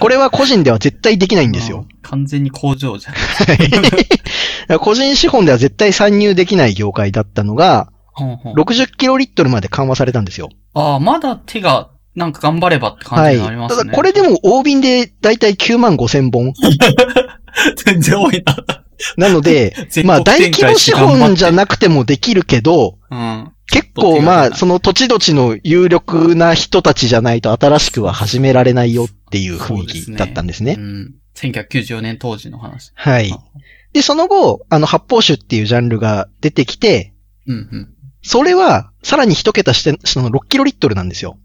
Speaker 1: これは個人では絶対できないんですよ。
Speaker 2: うん。完全に工場じゃん。
Speaker 1: 個人資本では絶対参入できない業界だったのが、
Speaker 2: ほんほん
Speaker 1: 60キロリットルまで緩和されたんですよ。
Speaker 2: ああ、まだ手が、なんか頑張ればって感
Speaker 1: は
Speaker 2: じ
Speaker 1: い。
Speaker 2: になりま
Speaker 1: た
Speaker 2: すね。
Speaker 1: だ、これでも大瓶でだいたい9万5千本。
Speaker 2: 全然多いな。
Speaker 1: なので、
Speaker 2: 全
Speaker 1: まあ、
Speaker 2: 国
Speaker 1: 大
Speaker 2: 展
Speaker 1: 規模
Speaker 2: 開し
Speaker 1: 資
Speaker 2: て頑張って
Speaker 1: 本じゃなくてもできるけど、
Speaker 2: うん。
Speaker 1: 結
Speaker 2: ちょっと手
Speaker 1: 構
Speaker 2: が
Speaker 1: ま
Speaker 2: 出
Speaker 1: あ、
Speaker 2: ない
Speaker 1: その土地土地の有力な人たちじゃないと新しくは始められないよっていう雰囲気だったんですね。
Speaker 2: うん。1994年当時の話。
Speaker 1: はい
Speaker 2: あ。
Speaker 1: で、その後、あの、発泡酒っていうジャンルが出てきて、
Speaker 2: うんうん。そ
Speaker 1: それは、さらに一桁して、その6キロリットルなんですよ。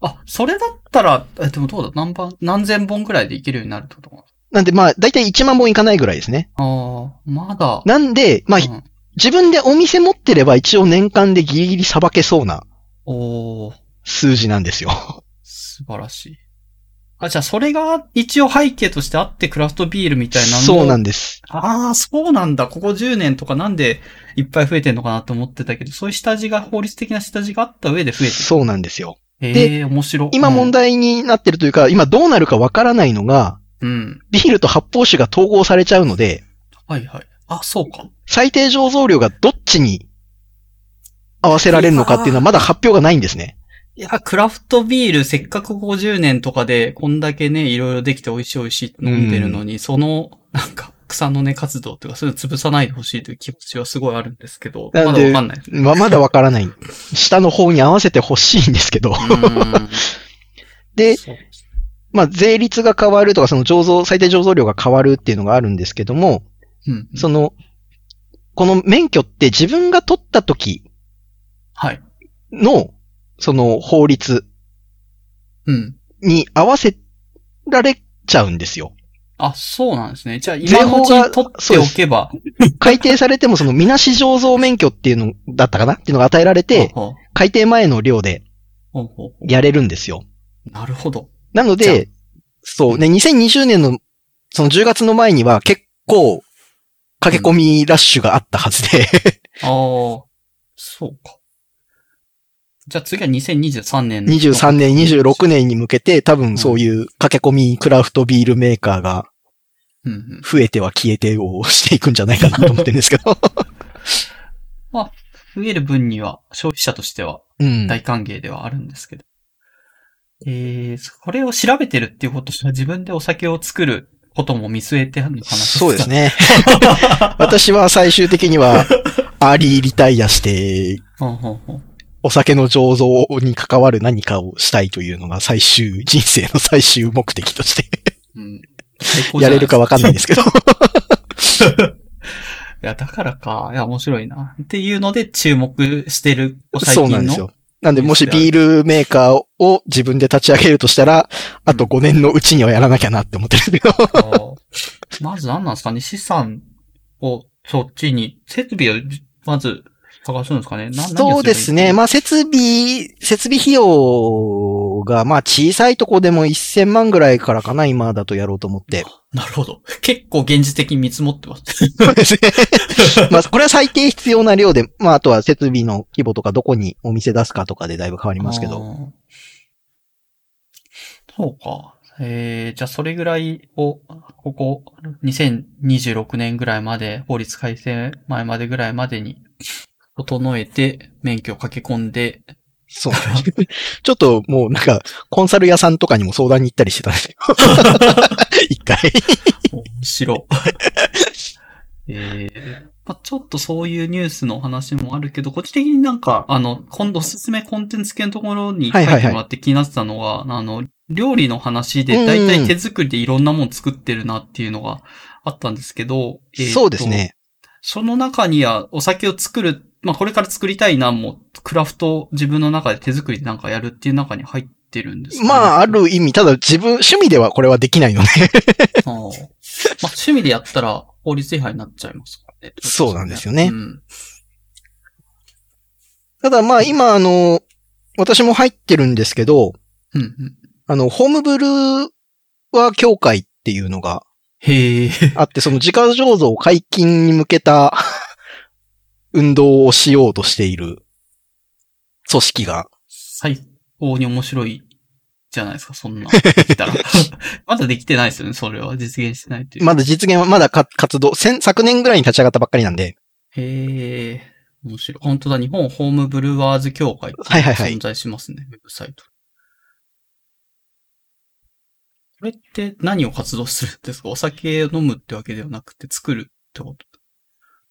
Speaker 2: あ、それだったら、え、でもどうだ何番、何千本ぐらいでいけるようになるってことか
Speaker 1: なんでまあ、だいたい1万本いかないぐらいですね。
Speaker 2: なああ、まだ。
Speaker 1: なんで、まあ、
Speaker 2: うん
Speaker 1: 自分でお店持ってれば一応年間でギリギリさばけそうな
Speaker 2: おー、
Speaker 1: 数字なんですよ。
Speaker 2: 素晴らしい。あ、じゃあそれが一応背景としてあってクラフトビールみたいなの
Speaker 1: そうなんんです。
Speaker 2: ああ、そうなんだ。ここ10年とかなんでいっぱい増えてんのかなと思ってたけど、そういう下地が、法律的な下地があった上で増えてる。
Speaker 1: そうなんですよ。
Speaker 2: ええー、面白。
Speaker 1: 今問題になってるというか、今どうなるかわからないのが、
Speaker 2: うん。うん。
Speaker 1: ビールと発泡酒が統合されちゃうので、
Speaker 2: はいはい。あ、そうか。
Speaker 1: 最低醸造量がどっちに合わせられるのかっていうのはまだ発表がないんですね。
Speaker 2: いや、クラフトビール、せっかく50年とかで、こんだけね、いろいろできて美味しい美味しいって飲んでるのに、その、なんか、草の根活動とか、そういうの潰さないでほしいという気持ちはすごいあるんですけど、まだ
Speaker 1: な
Speaker 2: わ
Speaker 1: んで
Speaker 2: かんないですね。
Speaker 1: まあ、まだわからない。下の方に合わせてほしいんですけど。 で、
Speaker 2: そうです
Speaker 1: まあ、税率が変わるとか、その醸造、最低醸造量が変わるっていうのがあるんですけども、
Speaker 2: うん、
Speaker 1: その、この免許って自分が取った時
Speaker 2: はい。
Speaker 1: の、その法律
Speaker 2: うん。
Speaker 1: に合わせられちゃうんですよ。
Speaker 2: あ、そうなんですね。じゃあ、今のうち
Speaker 1: 税法
Speaker 2: に
Speaker 1: が
Speaker 2: 取っておけば。
Speaker 1: 改定されてもそのみなし醸造免許っていうのだったかなっていうのが与えられて、
Speaker 2: ほう
Speaker 1: 改定前の量で
Speaker 2: ほうほうほ
Speaker 1: やれるんですよ。
Speaker 2: うなるほど。
Speaker 1: なの
Speaker 2: じゃあ
Speaker 1: で、そうね、2020年のその10月の前には結構駆け込みラッシュがあったはずで、
Speaker 2: ああ、そうか。じゃあ次は2023年。
Speaker 1: 23年、26。年に向けて多分そういう駆け込みクラフトビールメーカーが
Speaker 2: うんうん。
Speaker 1: 増えては消えてをしていくんじゃないかなと思ってるんです けど。
Speaker 2: 増える分には消費者としては
Speaker 1: うん。
Speaker 2: 大歓迎ではあるんですけど。えー、これを調べてるっていうことは自分でお酒を作ることも見据えての話か
Speaker 1: そうです。ね。 私は最終的には、アーリーリタイアして、
Speaker 2: ほんほんほん
Speaker 1: お酒の醸造に関わる何かをしたいというのが最終、人生の最終目的として
Speaker 2: うん。最高じ
Speaker 1: や
Speaker 2: ゃな
Speaker 1: れ
Speaker 2: いで
Speaker 1: る
Speaker 2: すか
Speaker 1: かわかんないですけど。
Speaker 2: いや、だからか。いや、面白いな。っていうので注目してる、最
Speaker 1: そうな
Speaker 2: 近の。
Speaker 1: んですよ。なんで、もしビールメーカーを自分で立ち上げるとしたら、あと5年のうちにはやらなきゃなって思ってるんですけど。
Speaker 2: あー まず何なんですかね資産をそっちに、設備をまず探すんですかねな
Speaker 1: そうですね。。まあ、設備、設備費用が、まあ、小さいとこでも1000万ぐらいからかな、今だとやろうと思 って。
Speaker 2: 何をすればいいなるほど。結構現実的に見積もってます。
Speaker 1: そうですね。 まあ、これは最低必要な量で、まあ、あとは設備の規模とか、どこにお店出すかとかでだいぶ変わりますけ
Speaker 2: あ
Speaker 1: ど。
Speaker 2: ー。そうか。えー、じゃあそれぐらいを、ここ、2026年ぐらいまで、法律改正前までぐらいまでに、整えて、免許を駆け込んで、
Speaker 1: そう。ちょっともうなんか、コンサル屋さんとかにも相談に行ったりしてたん ですよ。一回。
Speaker 2: 面白。 えーまあ、ちょっとそういうニュースの話もあるけど、個人的になんか、あの、今度おすすめコンテンツ系のところに書
Speaker 1: はいいはいはい
Speaker 2: てもらって気になってたのは、あの、料理の話でだいたい手作りでいろんなもの作ってるなっていうのがあったんですけど、えーと
Speaker 1: そうです。ね。
Speaker 2: その中にはお酒を作る、まあ、これから作りたいな、もう、クラフト自分の中で手作りでなんかやるっていう中に入ってるんですかね
Speaker 1: まあ、ある意味、ただ自分、趣味ではこれはできないので。
Speaker 2: ああまあ、趣味でやったら法律違反になっちゃいますからね。
Speaker 1: そうなんですよね
Speaker 2: うん。
Speaker 1: ただまあ、今あの、私も入ってるんですけど、
Speaker 2: うんうん。
Speaker 1: あの、ホームブルーは協会っていうのが
Speaker 2: へえ。
Speaker 1: あって、その自家醸造解禁に向けた 運動をしようとしている組織が。
Speaker 2: 最高に面白いじゃないですか、そんな。でき たら。まだできてないですよね、それは。実現してないという。
Speaker 1: まだ実現は、まだか活動、先昨年ぐらいに立ち上がったばっかりなんで。
Speaker 2: へえ。面白い。本当だ、日本ホームブルワーズ協会。
Speaker 1: はいはいはい
Speaker 2: 存在しますね、ウェブサイト。これって何を活動するんですかお酒を飲むってわけではなくて作るってこと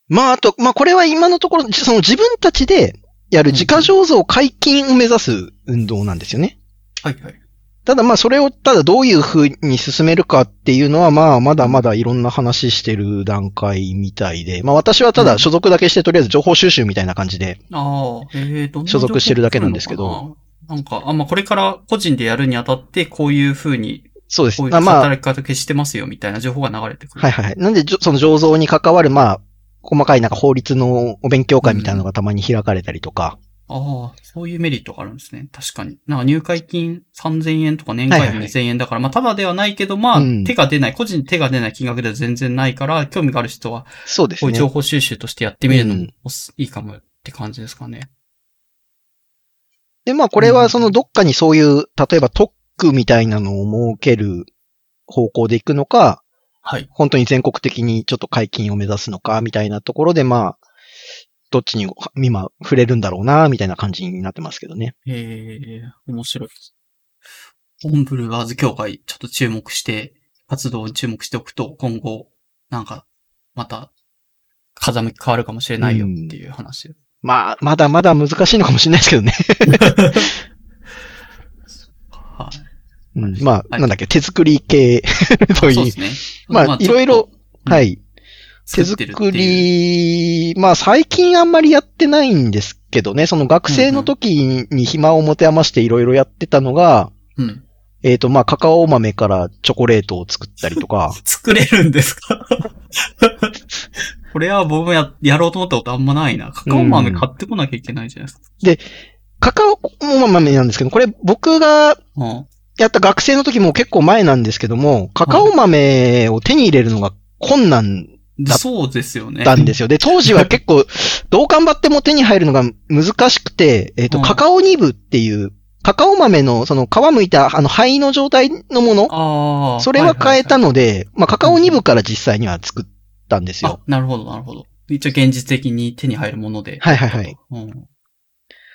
Speaker 1: まあ、あと、まあ、これは今のところ、じその自分たちでやる自家醸造解禁を目指す運動なんですよね。
Speaker 2: はいはい。
Speaker 1: ただまあ、それを、ただどういう風に進めるかっていうのは、まあ、まだまだいろんな話してる段階みたいで、まあ、私はただ所属だけして、とりあえず情報収集みたいな感じで、
Speaker 2: ああ、ええどんな
Speaker 1: 所属してるだけなんですけ
Speaker 2: 情報来る
Speaker 1: ど
Speaker 2: のかな。なんか、あ、まあ、これから個人でやるにあたって、こういう風に、
Speaker 1: そうです。
Speaker 2: こういう
Speaker 1: あまあ、
Speaker 2: 働き方消してますよ、みたいな情報が流れてくる。
Speaker 1: はいはいはい。なんで、じょその醸造に関わる、まあ、細かいなんか法律のお勉強会みたいなのがたまに開かれたりとか。
Speaker 2: ああ、そういうメリットがあるんですね。確かに。なんか入会金3000円とか年会
Speaker 1: はい
Speaker 2: 費
Speaker 1: はい
Speaker 2: 2000円だから、まあ、ただではないけど、まあ、
Speaker 1: うん
Speaker 2: 手が出ない、個人に手が出ない金額では全然ないから、興味がある人は、
Speaker 1: そうです
Speaker 2: こういう
Speaker 1: ね。
Speaker 2: 情報収集としてやってみるの
Speaker 1: う
Speaker 2: も
Speaker 1: ん
Speaker 2: おすいいかもって感じですかね。
Speaker 1: で、まあこれはそのどっかにそういう、例えば特区みたいなのを設ける方向でいくのか、
Speaker 2: はい。
Speaker 1: 本当に全国的にちょっと解禁を目指すのか、みたいなところで、まあ、どっちに今触れるんだろうな、みたいな感じになってますけどね。
Speaker 2: ええ面白いです。ホンブルワーズ協会、ちょっと注目して、活動に注目しておくと、今後、なんか、また、風向き変わるかもしれないよっていう話。
Speaker 1: まあ、まだまだ難しいのかもしれないですけどね。
Speaker 2: は
Speaker 1: うんまあ、
Speaker 2: はい
Speaker 1: なんだっけ、手作り系と
Speaker 2: い。
Speaker 1: いう。
Speaker 2: すね。
Speaker 1: まあいろいろ、
Speaker 2: うん
Speaker 1: はい。手
Speaker 2: ちょっとってるって
Speaker 1: 作
Speaker 2: いう。
Speaker 1: り、まあ最近あんまりやってないんですけどね、その学生の時に暇を持て余していろいろやってたのが、
Speaker 2: うん。、
Speaker 1: えっ、とまあカカオ豆からチョコレートを作ったりとか
Speaker 2: 作れるんですか これは僕もや、やろうと思ったことあんまないな。カカオ豆買ってこなきゃいけないじゃないですか。
Speaker 1: カカオ豆なんですけど、これ僕が
Speaker 2: うん。
Speaker 1: やった学生の時も結構前なんですけども、カカオ豆を手に入れるのが困難
Speaker 2: でそうですよね。
Speaker 1: たんですよ。で、当時は結構、銅管張っても手に入るのが難しくて、えっ、と、
Speaker 2: うん
Speaker 1: カカオニブっていう、カカオ豆のその皮むいたあの灰の状態のもの、
Speaker 2: ああ。
Speaker 1: それは変えた
Speaker 2: の
Speaker 1: ので、まあ、カカオニブから実際には作ったんですよ。
Speaker 2: あ、なるほど、なるほど。一応現実的に手に入るもので。
Speaker 1: はいはいはい。
Speaker 2: うん。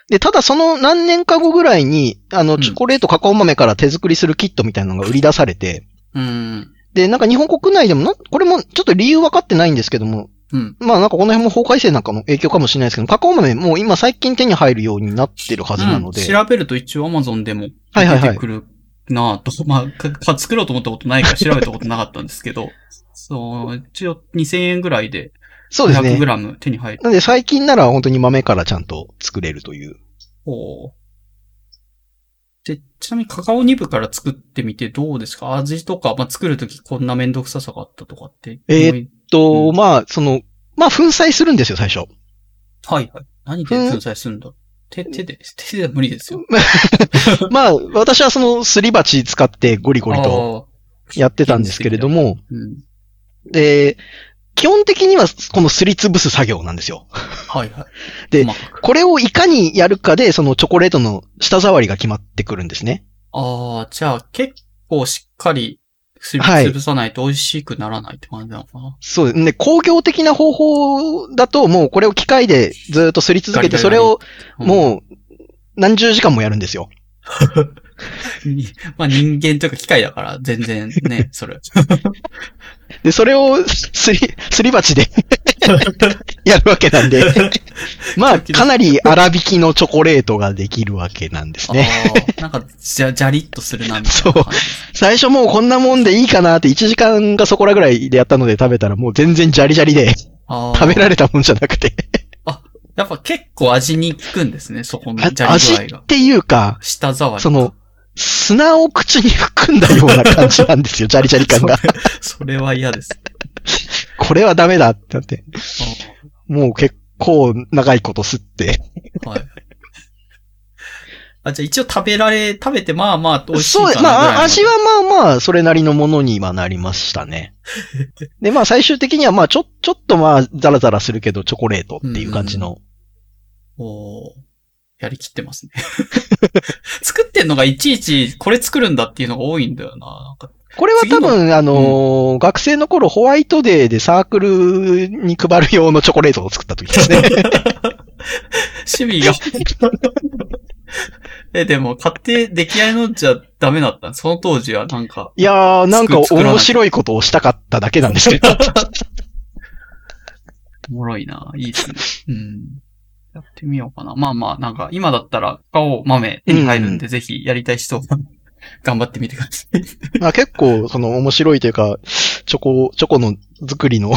Speaker 1: で、ただその何年か後ぐらいに、あ
Speaker 2: う
Speaker 1: の、
Speaker 2: ん
Speaker 1: チョコレートカカオ豆から手作りするキットみたいなのが売り出されて、
Speaker 2: うん。
Speaker 1: で、なんか日本国内でもな、これもちょっと理由分かってないんですけども、
Speaker 2: うん。
Speaker 1: まあなんかこの辺も法改正なんかの影響かもしれないですけど、カカオ豆もう今最近手に入るようになってるはずなので、
Speaker 2: うん調べると一応 Amazon でも
Speaker 1: はいはいはい
Speaker 2: 出てくるなぁと。 まあかか、作ろうと思ったことないから調べたことなかったんです けど。そう、一応2000円ぐらいで
Speaker 1: そうですね。
Speaker 2: 100g 手に入る。
Speaker 1: なんで最近なら本当に豆からちゃんと作れるという。
Speaker 2: ほうで、ちなみにカカオニブから作ってみてどうですか味とか、まあ、作るときこんなめんどくささがあったとかって。
Speaker 1: え
Speaker 2: ー、
Speaker 1: と、
Speaker 2: うん
Speaker 1: まあ、その、まあ粉砕するんですよ、最初。
Speaker 2: はいはい。何で
Speaker 1: うん
Speaker 2: 粉砕するんだろう手、手で、手では無理ですよ。
Speaker 1: まあ、私はそのすり鉢使ってゴリゴリとやってたんですけれども、
Speaker 2: あー。うん。
Speaker 1: で、基本的にはこのすりつぶす作業なんですよ。
Speaker 2: はいはい。
Speaker 1: で
Speaker 2: 細かく
Speaker 1: これをいかにやるかで、そのチョコレートの舌触りが決まってくるんですね。
Speaker 2: ああ、じゃあ結構しっかりすり
Speaker 1: はい
Speaker 2: 潰さないと美味しくならないって感じなのかな。
Speaker 1: そうですね。工業的な方法だと、もうこれを機械でずっとすり続けて、
Speaker 2: ガリガリ
Speaker 1: それを
Speaker 2: うん
Speaker 1: もう何十時間もやるんですよ。
Speaker 2: にまあ人間というか機械だから全然 ね、それ。
Speaker 1: で、それをすり、すり鉢 でやるわけなんで、まあ、かなり粗挽きのチョコレートができるわけなんですね。
Speaker 2: ああ、なんか、じゃ、じゃりっとするな、みたいな感じです
Speaker 1: 最初もうこんなもんでいいかなって1時間がそこらぐらいでやったので食べたらもう全然ジャリジャリで
Speaker 2: ああ
Speaker 1: 食べられたもんじゃなくて。
Speaker 2: やっぱ結構味に効くんですね、そこの
Speaker 1: あ
Speaker 2: じゃ
Speaker 1: 味
Speaker 2: り具合
Speaker 1: っ
Speaker 2: が。
Speaker 1: ていうか、
Speaker 2: 舌触りが。
Speaker 1: その、砂を口に含んだような感じなんですよ、ジャリジャリ感が。
Speaker 2: それは嫌です。
Speaker 1: これはダメだってなって。もう結構長いこと吸って。
Speaker 2: ああはい。あ、じゃあ一応食べられ、食べてまあまあ美味しいか
Speaker 1: そ
Speaker 2: な
Speaker 1: う
Speaker 2: ぐ
Speaker 1: で
Speaker 2: ら
Speaker 1: す。
Speaker 2: いの。
Speaker 1: まあ、味はまあまあ、それなりのものにはなりました ね。で、まあ、最終的には、まあ、ちょ、ちょっとまあ、ザラザラするけど、チョコレートっていう感じの。
Speaker 2: おーやりきってますね。 作ってんのがいちいちこれ作るんだっていうのが多いんだよな。なんか
Speaker 1: これは多
Speaker 2: 次
Speaker 1: 分、あのー学生の頃、ホワイトデーでサークルに配る用のチョコレートを作った時です ね。
Speaker 2: 趣味 が。え、でも買って出来合いのじゃダメだったのその当時はなんか。
Speaker 1: いやー、なんか
Speaker 2: 作らない
Speaker 1: 面白いことをしたかっただけなんですけど。
Speaker 2: おもろいな。いい ですね。うん。やってみようかな。まあまあ、なんか今だったら顔豆手に入るんで、ぜひやりたい人は 頑張ってみてくださ い。
Speaker 1: まあ結構、その面白いというか、チョコ、チョコの作りの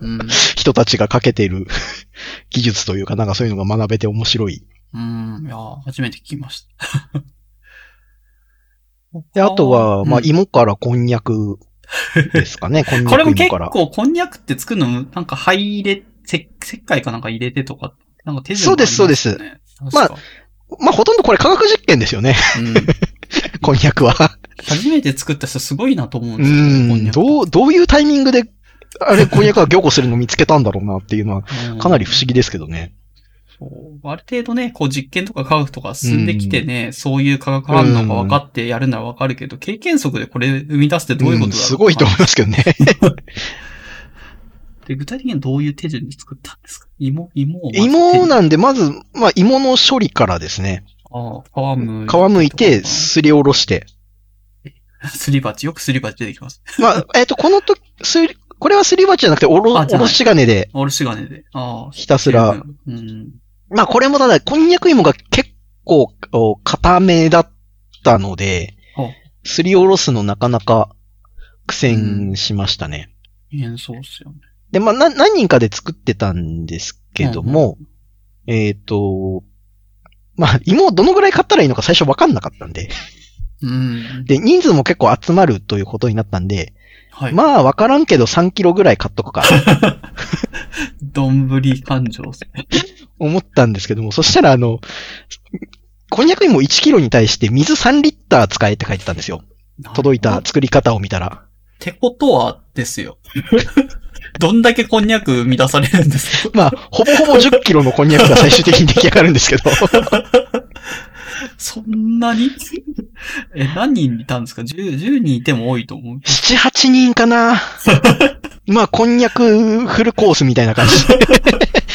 Speaker 2: うん。
Speaker 1: 人たちがかけている 技術というか、なんかそういうのが学べて面白い。
Speaker 2: うん。いやー初めて聞きました。
Speaker 1: で、あとは、まあ
Speaker 2: うん
Speaker 1: 芋からこんにゃくです かね、こんにゃ
Speaker 2: これ
Speaker 1: く
Speaker 2: も
Speaker 1: 芋
Speaker 2: 結
Speaker 1: から。
Speaker 2: 構、こんにゃくって作るの、なんか灰入れ、石石灰かなんか入れてとか、なんか手順があります
Speaker 1: そ
Speaker 2: よね
Speaker 1: うですそう。
Speaker 2: まあ、
Speaker 1: まあほとんどこれ科学実験ですよね、
Speaker 2: うん、
Speaker 1: こんにゃくは。
Speaker 2: 初めて作った人すごいなと思うん
Speaker 1: う
Speaker 2: ですよね、こんに
Speaker 1: ん、
Speaker 2: ゃく。
Speaker 1: どう、どういうタイミングで、あれ、こんにゃくが凝固するの見つけたんだろうなっていうのは、
Speaker 2: うん
Speaker 1: かなり不思議ですけどね。
Speaker 2: そうある程度ね、こう実験とか科学とか進んできてね、そういう化学反応が分かってやるなら分かるけど、経験則でこれ生み出すってどういうことだろう、
Speaker 1: んすごいと思いますけどね。
Speaker 2: で、具体的にはどういう手順で作ったんですか芋、芋をま ず手に。
Speaker 1: 芋なんで、まず、まあ芋の処理からですね。
Speaker 2: ああ皮むい
Speaker 1: 皮むいて、すりおろして。
Speaker 2: すり鉢、よくすり鉢出てきます。
Speaker 1: まあ、えっ、と、このとすり、これはすり鉢じゃなくて、おろ、
Speaker 2: あ
Speaker 1: お
Speaker 2: じゃない
Speaker 1: ろし金で、
Speaker 2: おろし金で。ああ、
Speaker 1: ひたすら。
Speaker 2: うん。
Speaker 1: まあ、これもただ、こんにゃく芋が結構、お固めだったので
Speaker 2: ほう、
Speaker 1: すりおろすのなかなか苦戦しましたね。
Speaker 2: いや、そうっすよね。
Speaker 1: で、まあ、な、何人かで作ってたんですけども、えっ、と、まあ、芋をどのぐらい買ったらいいのか最初わかんなかったんで、
Speaker 2: うん。
Speaker 1: で、人数も結構集まるということになったんで、
Speaker 2: はい。ま、
Speaker 1: まあ、わからんけど3キロぐらい買っとくか。
Speaker 2: どんぶり感情っすね。
Speaker 1: 思ったんですけども、そしたらあの、こんにゃく芋1キロに対して水3リッター使えって書いてたんですよ。届いた
Speaker 2: っ
Speaker 1: 作り方を見たら。
Speaker 2: てことは、ですよ。どんだけこんにゃく生み出されるんですか
Speaker 1: まあ、ほぼほぼ10キロのこんにゃくが最終的に出来上がるんですけ ど。
Speaker 2: そんなにえ、何人いたんですか ?10、10人いても多いと思う。
Speaker 1: 7、8人かなまあ、こんにゃくフルコースみたいな感じ で。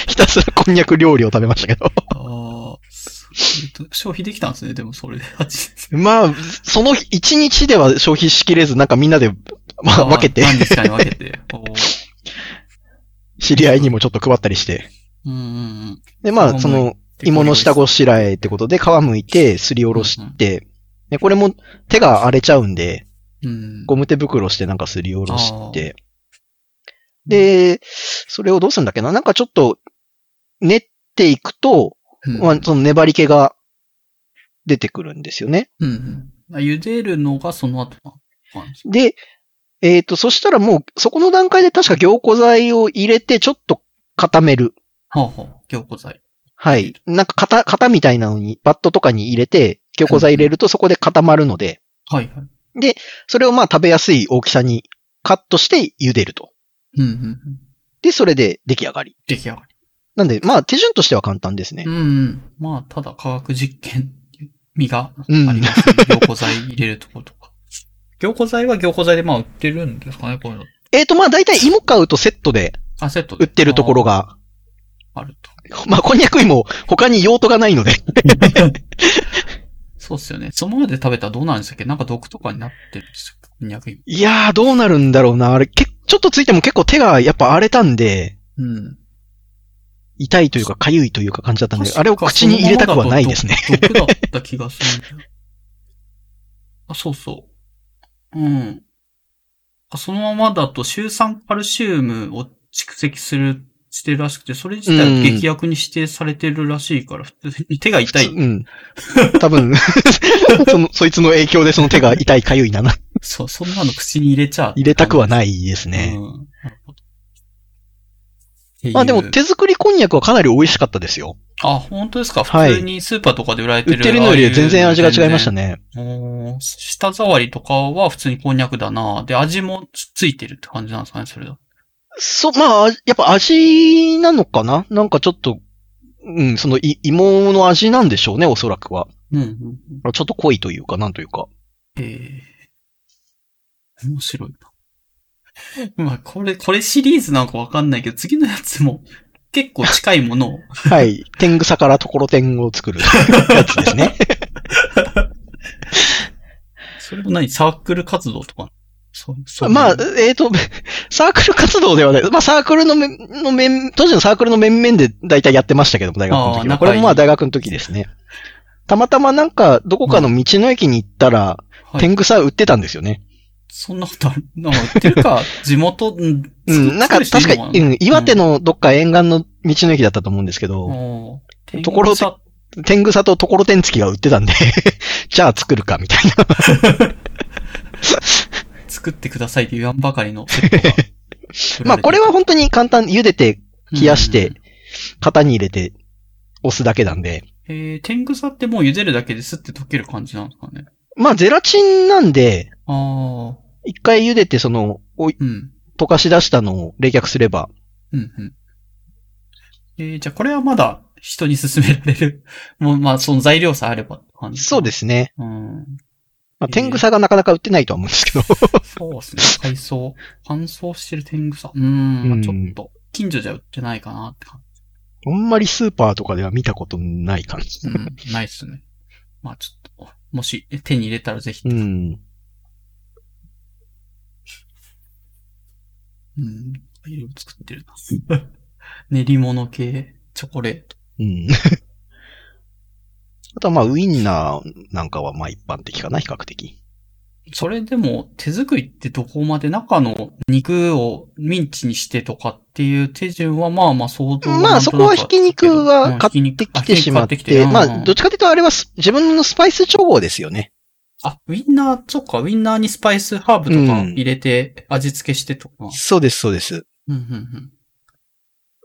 Speaker 1: ひたすらこんにゃく料理を食べましたけど。
Speaker 2: ああ、それと消費できたんですね、でもそれで。
Speaker 1: まあ、その1日では消費しきれず、なんかみんなで、まあ、分けて
Speaker 2: あ、何日かに分けて。おー
Speaker 1: 知り合いにもちょっと配ったりして。
Speaker 2: うんうんうん。
Speaker 1: で、まあ、その、芋の下ご
Speaker 2: し
Speaker 1: しらえってことで皮むいてすりおろして、で、これも手が荒れちゃうんで、
Speaker 2: うん。
Speaker 1: ゴム手袋してなんかすりおろして、
Speaker 2: ー
Speaker 1: で、それをどうするんだっけななんかちょっと練っていくと、
Speaker 2: うん
Speaker 1: まあ、その粘り気が出てくるんですよね。
Speaker 2: うんうん。あ茹でるのがその後なんです
Speaker 1: で、えっ、と、そしたらもう、そこの段階で確か凝固剤を入れてちょっと固める。
Speaker 2: はあはあ、凝固剤。
Speaker 1: はい。なんか型、型みたいなのに、バットとかに入れて、凝固剤入れるとそこで固まるので、
Speaker 2: はいはい。
Speaker 1: それをまあ食べやすい大きさにカットして茹でると。
Speaker 2: うんうんうん。
Speaker 1: で、それで出来上がり。
Speaker 2: 出来上が
Speaker 1: なんで、まあ手順としては簡単ですね
Speaker 2: り。う。んうん。まあ、ただ科学実験、味があ
Speaker 1: うん
Speaker 2: ります、ね。凝固剤入れるところとか。 凝固剤は凝固剤でまあ売ってるんですかね、こういうの。
Speaker 1: えっ、と、まあ大体芋買うとセットで
Speaker 2: あ、セットで
Speaker 1: 売ってるところ。が、
Speaker 2: あある と。
Speaker 1: まあこんにゃく芋、他に用途がないの で。
Speaker 2: そうっすよね。そのままで食べたらどうなるんですっけなんか毒とかになってるんですよ。こんにゃく芋。
Speaker 1: いやー、どうなるんだろうな。あれ、けちょっとついても結構手がやっぱ荒れたんで、
Speaker 2: うん。
Speaker 1: 痛いというか痒いというか感じだったんで
Speaker 2: 確、か
Speaker 1: あれを口に入れたくはないですね。
Speaker 2: そのままだと毒毒だった気がするんだよ。あ、そうそう。うん。あそのままだとシュウ酸カルシウムを蓄積する、してるらしくて、それ自体は劇薬に指定されてるらしいから、普通に手が痛い。
Speaker 1: うん。多分 その、そいつの影響でその手が痛い痒いなな。
Speaker 2: そう、そんなの口に入れちゃ。。
Speaker 1: 入れたくはいないですね。
Speaker 2: うん。なるほど。っていう
Speaker 1: まあでも手作りこんにゃくはかなり美味しかったですよ。
Speaker 2: あ、本当ですか
Speaker 1: はい
Speaker 2: 普通にスーパーとかで売られて
Speaker 1: 売っ
Speaker 2: る。
Speaker 1: てるのより全然味が違いました
Speaker 2: ね
Speaker 1: ね。
Speaker 2: おー舌触りとかは普通にこんにゃくだなで、味もつついてるって感じなんですかね、それだ。
Speaker 1: そう、まあ、やっぱ味なのかななんかちょっと、うん、そのい芋の味なんでしょうね、おそらくは。
Speaker 2: うん、うん。
Speaker 1: ちょっと濃いというか、なんというか。
Speaker 2: えー、面白いな。 まあ、これ、これシリーズなんかわかんないけど、次のやつも結構近いものを。
Speaker 1: はい。天草からところてんを作る やつですね。
Speaker 2: それも何サークル活動とかそう、そう。
Speaker 1: まあ、えっ、と、サークル活動ではない。まあ、サークルの面、の面、当時のサークルの面々で大体やってましたけども、大学の
Speaker 2: ああ
Speaker 1: 時
Speaker 2: 仲い
Speaker 1: は。
Speaker 2: い
Speaker 1: これもまあ大学の時ですね。たまたまなんか、どこかの道の駅に行ったら、
Speaker 2: はい
Speaker 1: 天草売ってたんですよね。
Speaker 2: そんなことあるなんか、っていう か、地元、うん、
Speaker 1: うん、なんか確かに、うん、岩手のどっか沿岸の道の駅だったと思うんですけど、
Speaker 2: の、
Speaker 1: ところ
Speaker 2: さ、
Speaker 1: 天草とところてんつきが売ってたんで、 じゃあ作るか、みたいな。。
Speaker 2: 作ってくださいって言わんばかりのセットが
Speaker 1: まあ、これは本当に簡単、茹でて、冷やして
Speaker 2: うん。
Speaker 1: 型に入れて、押すだけなんで、
Speaker 2: えー、天草ってもう茹でるだけですって溶ける感じなんですかね。
Speaker 1: まあ、ゼラチンなんで、
Speaker 2: ああ、
Speaker 1: 一回茹でて、その、おい
Speaker 2: うん、
Speaker 1: 溶かし出したのを冷却すれば、
Speaker 2: うん、うん。えー、じゃあこれはまだ人に勧められる。 もう、まあ、その材料さえあればって感じ。。
Speaker 1: そうですすね。
Speaker 2: うん。
Speaker 1: まあ、
Speaker 2: えー
Speaker 1: 天草がなかなか売ってないとは思うんですけど、
Speaker 2: そうですね。海藻。乾燥してる天草。うーん、まあ、ちょっと。近所じゃ売ってないかなって感
Speaker 1: あんまりスーパーとかでは見たことない感じ
Speaker 2: じ。。 うん、ないっすね。まあ、ちょっと、もしえ手に入れたらぜひ。
Speaker 1: うん。
Speaker 2: うん。いろいろ作ってるな。 練り物系、チョコレート。
Speaker 1: うん。 あとはまあ、ウインナーなんかはまあ一般的かな、比較的。
Speaker 2: それでも手作りってどこまで中の肉をミンチにしてとかっていう手順はまあまあ想像
Speaker 1: まあ、そこはひき肉は買ってきてしまって、まあ、どっ
Speaker 2: っ
Speaker 1: ちかというとあれはす自分のスパイス調合ですよね。
Speaker 2: あ、ウインナー、そっか、ウインナーにスパイス、ハーブとか
Speaker 1: うん
Speaker 2: 入れて味付けしてとか。
Speaker 1: そうです、そうです。
Speaker 2: うんうんうん。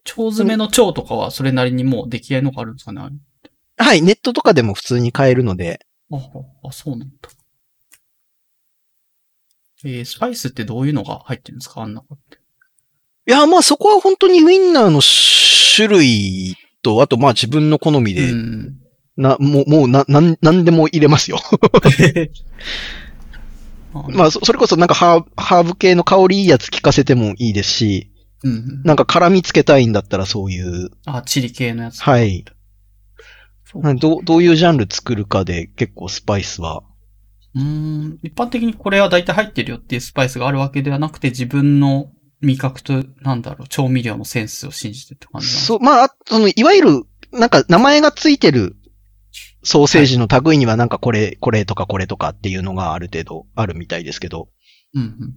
Speaker 2: 腸詰めの腸とかはそれなりにもう出来合いのがあるんですかねあれ
Speaker 1: はい、ネットとかでも普通に買えるので、
Speaker 2: ああ、あそうなんだ。えー、スパイスってどういうのが入ってるんですかあんなのって。
Speaker 1: いや、まあそこは本当にウィンナーの種類と、あとまあ自分の好み
Speaker 2: う
Speaker 1: で、
Speaker 2: ん。
Speaker 1: な、もう、もうな、なん、なんでも入れますよ。 ま
Speaker 2: あ、
Speaker 1: あそそれこそなんかハーハーブ系の香りいいやつ効かせてもいいですし、
Speaker 2: うん。
Speaker 1: なんか辛みつけたいんだったらそういう、
Speaker 2: あ、チリ系のやつ。
Speaker 1: はい。
Speaker 2: そう
Speaker 1: なんどう、どういうジャンル作るかで結構スパイスは。
Speaker 2: うーん。一般的にこれは大体入ってるよっていうスパイスがあるわけではなくて、自分の味覚と、なんだろう、調味料のセンスを信じてって感じなんです
Speaker 1: そう、まあ、その、いわゆる、なんか名前がついてるソーセージの類にはなんかこれ、これとかこれとかっていうのがある程度あるみたいですけど、
Speaker 2: うん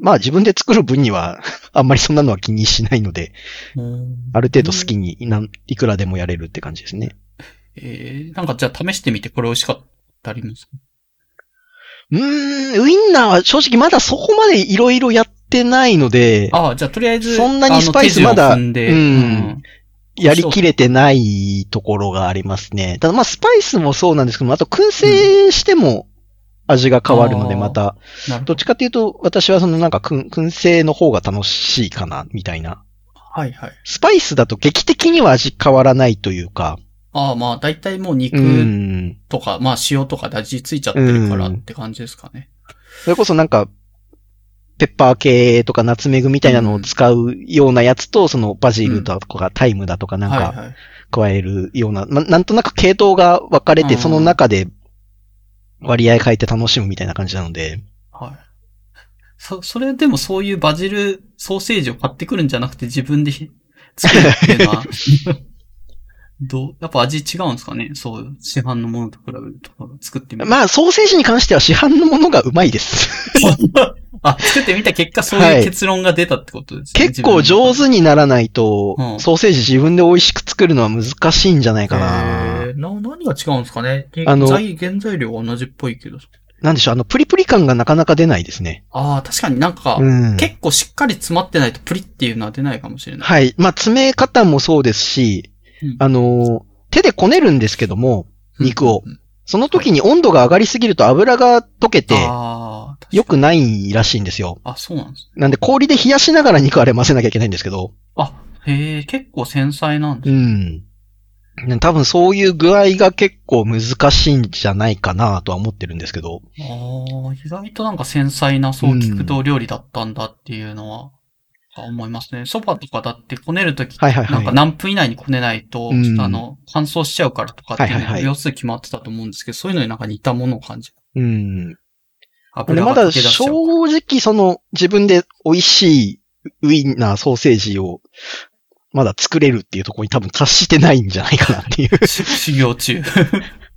Speaker 1: まあ自分で作る分には あんまりそんなのは気にしないので、
Speaker 2: うん。
Speaker 1: ある程度好きになんいくらでもやれるって感じですね。
Speaker 2: えー、なんかじゃあ試してみてこれ美味しかったりもす
Speaker 1: うーん、ウインナーは正直まだそこまでいろいろやってないので、
Speaker 2: ああ、じゃあとりあえず、
Speaker 1: そんなにスパイスまだ
Speaker 2: あの手順を踏んで、
Speaker 1: うんやりきれてないところがありますね。ただまあスパイスもそうなんですけども、あと燻製しても味が変わるので
Speaker 2: うん
Speaker 1: また、ど
Speaker 2: なるほ
Speaker 1: っ
Speaker 2: ど。
Speaker 1: ちかっていうと私はそのなんか燻燻製の方が楽しいかな、みたいな。
Speaker 2: はいはい。
Speaker 1: スパイスだと劇的には味変わらないというか、
Speaker 2: ああ、まあ大体もう
Speaker 1: う
Speaker 2: 肉
Speaker 1: ん。
Speaker 2: とか、まあ塩とかで味ついちゃってるからって感じですかね。
Speaker 1: それこそなんか、ペッパー系とかナツメグみたいなのを使うようなやつと、そのバジルだとかタイムだとかなん
Speaker 2: はい
Speaker 1: か
Speaker 2: はい。
Speaker 1: 加えるような、まなんとなく系統が分かれて、
Speaker 2: うん
Speaker 1: その中で割合変えて楽しむみたいな感じなので、
Speaker 2: はい。そ、それでもそういうバジルソーセージを買ってくるんじゃなくて自分でひ作るっていうの は、どう、やっぱ味違うんですかねそう、市販のものと比べると、作ってみる。
Speaker 1: まあソーセージに関しては市販のものがうまい です。
Speaker 2: あ、作ってみた結果そういう結論が出たってことですね。
Speaker 1: 結構上手にならないと、
Speaker 2: うん
Speaker 1: ソーセージ自分で美味しく作るのは難しいんじゃないかな。
Speaker 2: えー、な、何が違うんですかね
Speaker 1: あの
Speaker 2: 材原材料は同じっぽいけど。
Speaker 1: なんでしょう、あの、プリプリ感がなかなか出ないですね。
Speaker 2: ああ、確かになんか、
Speaker 1: うん。
Speaker 2: 結構しっかり詰まってないとプリっていうのは出ないかもしれない。
Speaker 1: はい。まあ、詰め方もそうですし、
Speaker 2: うん
Speaker 1: あのー、手でこねるんですけども、肉を
Speaker 2: うん。
Speaker 1: その時に温度が上がりすぎると油が溶けて、
Speaker 2: ああ、確かに
Speaker 1: 良くないらしいんですよ。
Speaker 2: あ、そうなんですね。
Speaker 1: なんで氷で冷やしながら肉あれ混ぜなきゃいけないんですけど、
Speaker 2: あ、へえ、結構繊細なん
Speaker 1: う
Speaker 2: です。
Speaker 1: ん。ね多分そういう具合が結構難しいんじゃないかなとは思ってるんですけど、
Speaker 2: ああ、意外となんか繊細なそう聞くと料理だったんだっていうのは、あ思いますね。そばとかだってこねるとき、
Speaker 1: はいはいはい
Speaker 2: なんか何分以内にこねないと、
Speaker 1: うん
Speaker 2: ちょっとあの、乾燥しちゃうからとかっていう
Speaker 1: はいはい
Speaker 2: の
Speaker 1: はい
Speaker 2: 秒数決まってたと思うんですけど、そういうのになんか似たものを感じる。
Speaker 1: うん。で
Speaker 2: 油
Speaker 1: ま
Speaker 2: が
Speaker 1: だ
Speaker 2: 溶け出しちゃうから。
Speaker 1: 正直その自分で美味しいウインナーソーセージをまだ作れるっていうところに多分達してないんじゃないかなっていう。
Speaker 2: し修行中。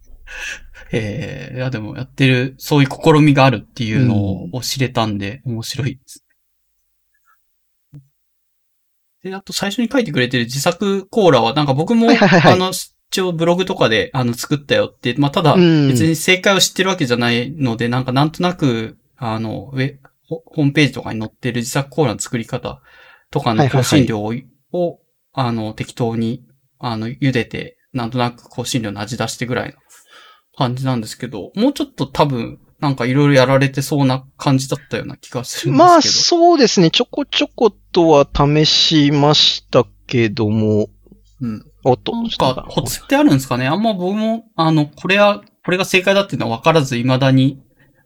Speaker 2: ええいやでもやってる、そういう試みがあるっていうのを知れたんで、面白いです。で、あと最初に書いてくれてる自作コーラは、なんか僕も、
Speaker 1: はいはいはいはい
Speaker 2: あの、一応ブログとかで、あの、作ったよって、まあ、ただ、
Speaker 1: うん
Speaker 2: 別に正解を知ってるわけじゃないので、なんかなんとなく、あの、ウェ、ホホームページとかに載ってる自作コーラの作り方とか
Speaker 1: は
Speaker 2: の
Speaker 1: いはいはい
Speaker 2: 香辛料を、をあの、適当に、あの、茹でて、なんとなく香辛料の味出してぐらいの感じなんですけど、もうちょっと多分、なんかいろいろやられてそうな感じだったような気がするんですけど。
Speaker 1: まあそうですね、ちょこちょことは試しましたけども、
Speaker 2: うん。
Speaker 1: おっと、
Speaker 2: なん
Speaker 1: ちょっと
Speaker 2: か、コツってあるんですかねあんま僕も、あの、これは、これが正解だっていうのは分からず、未だに、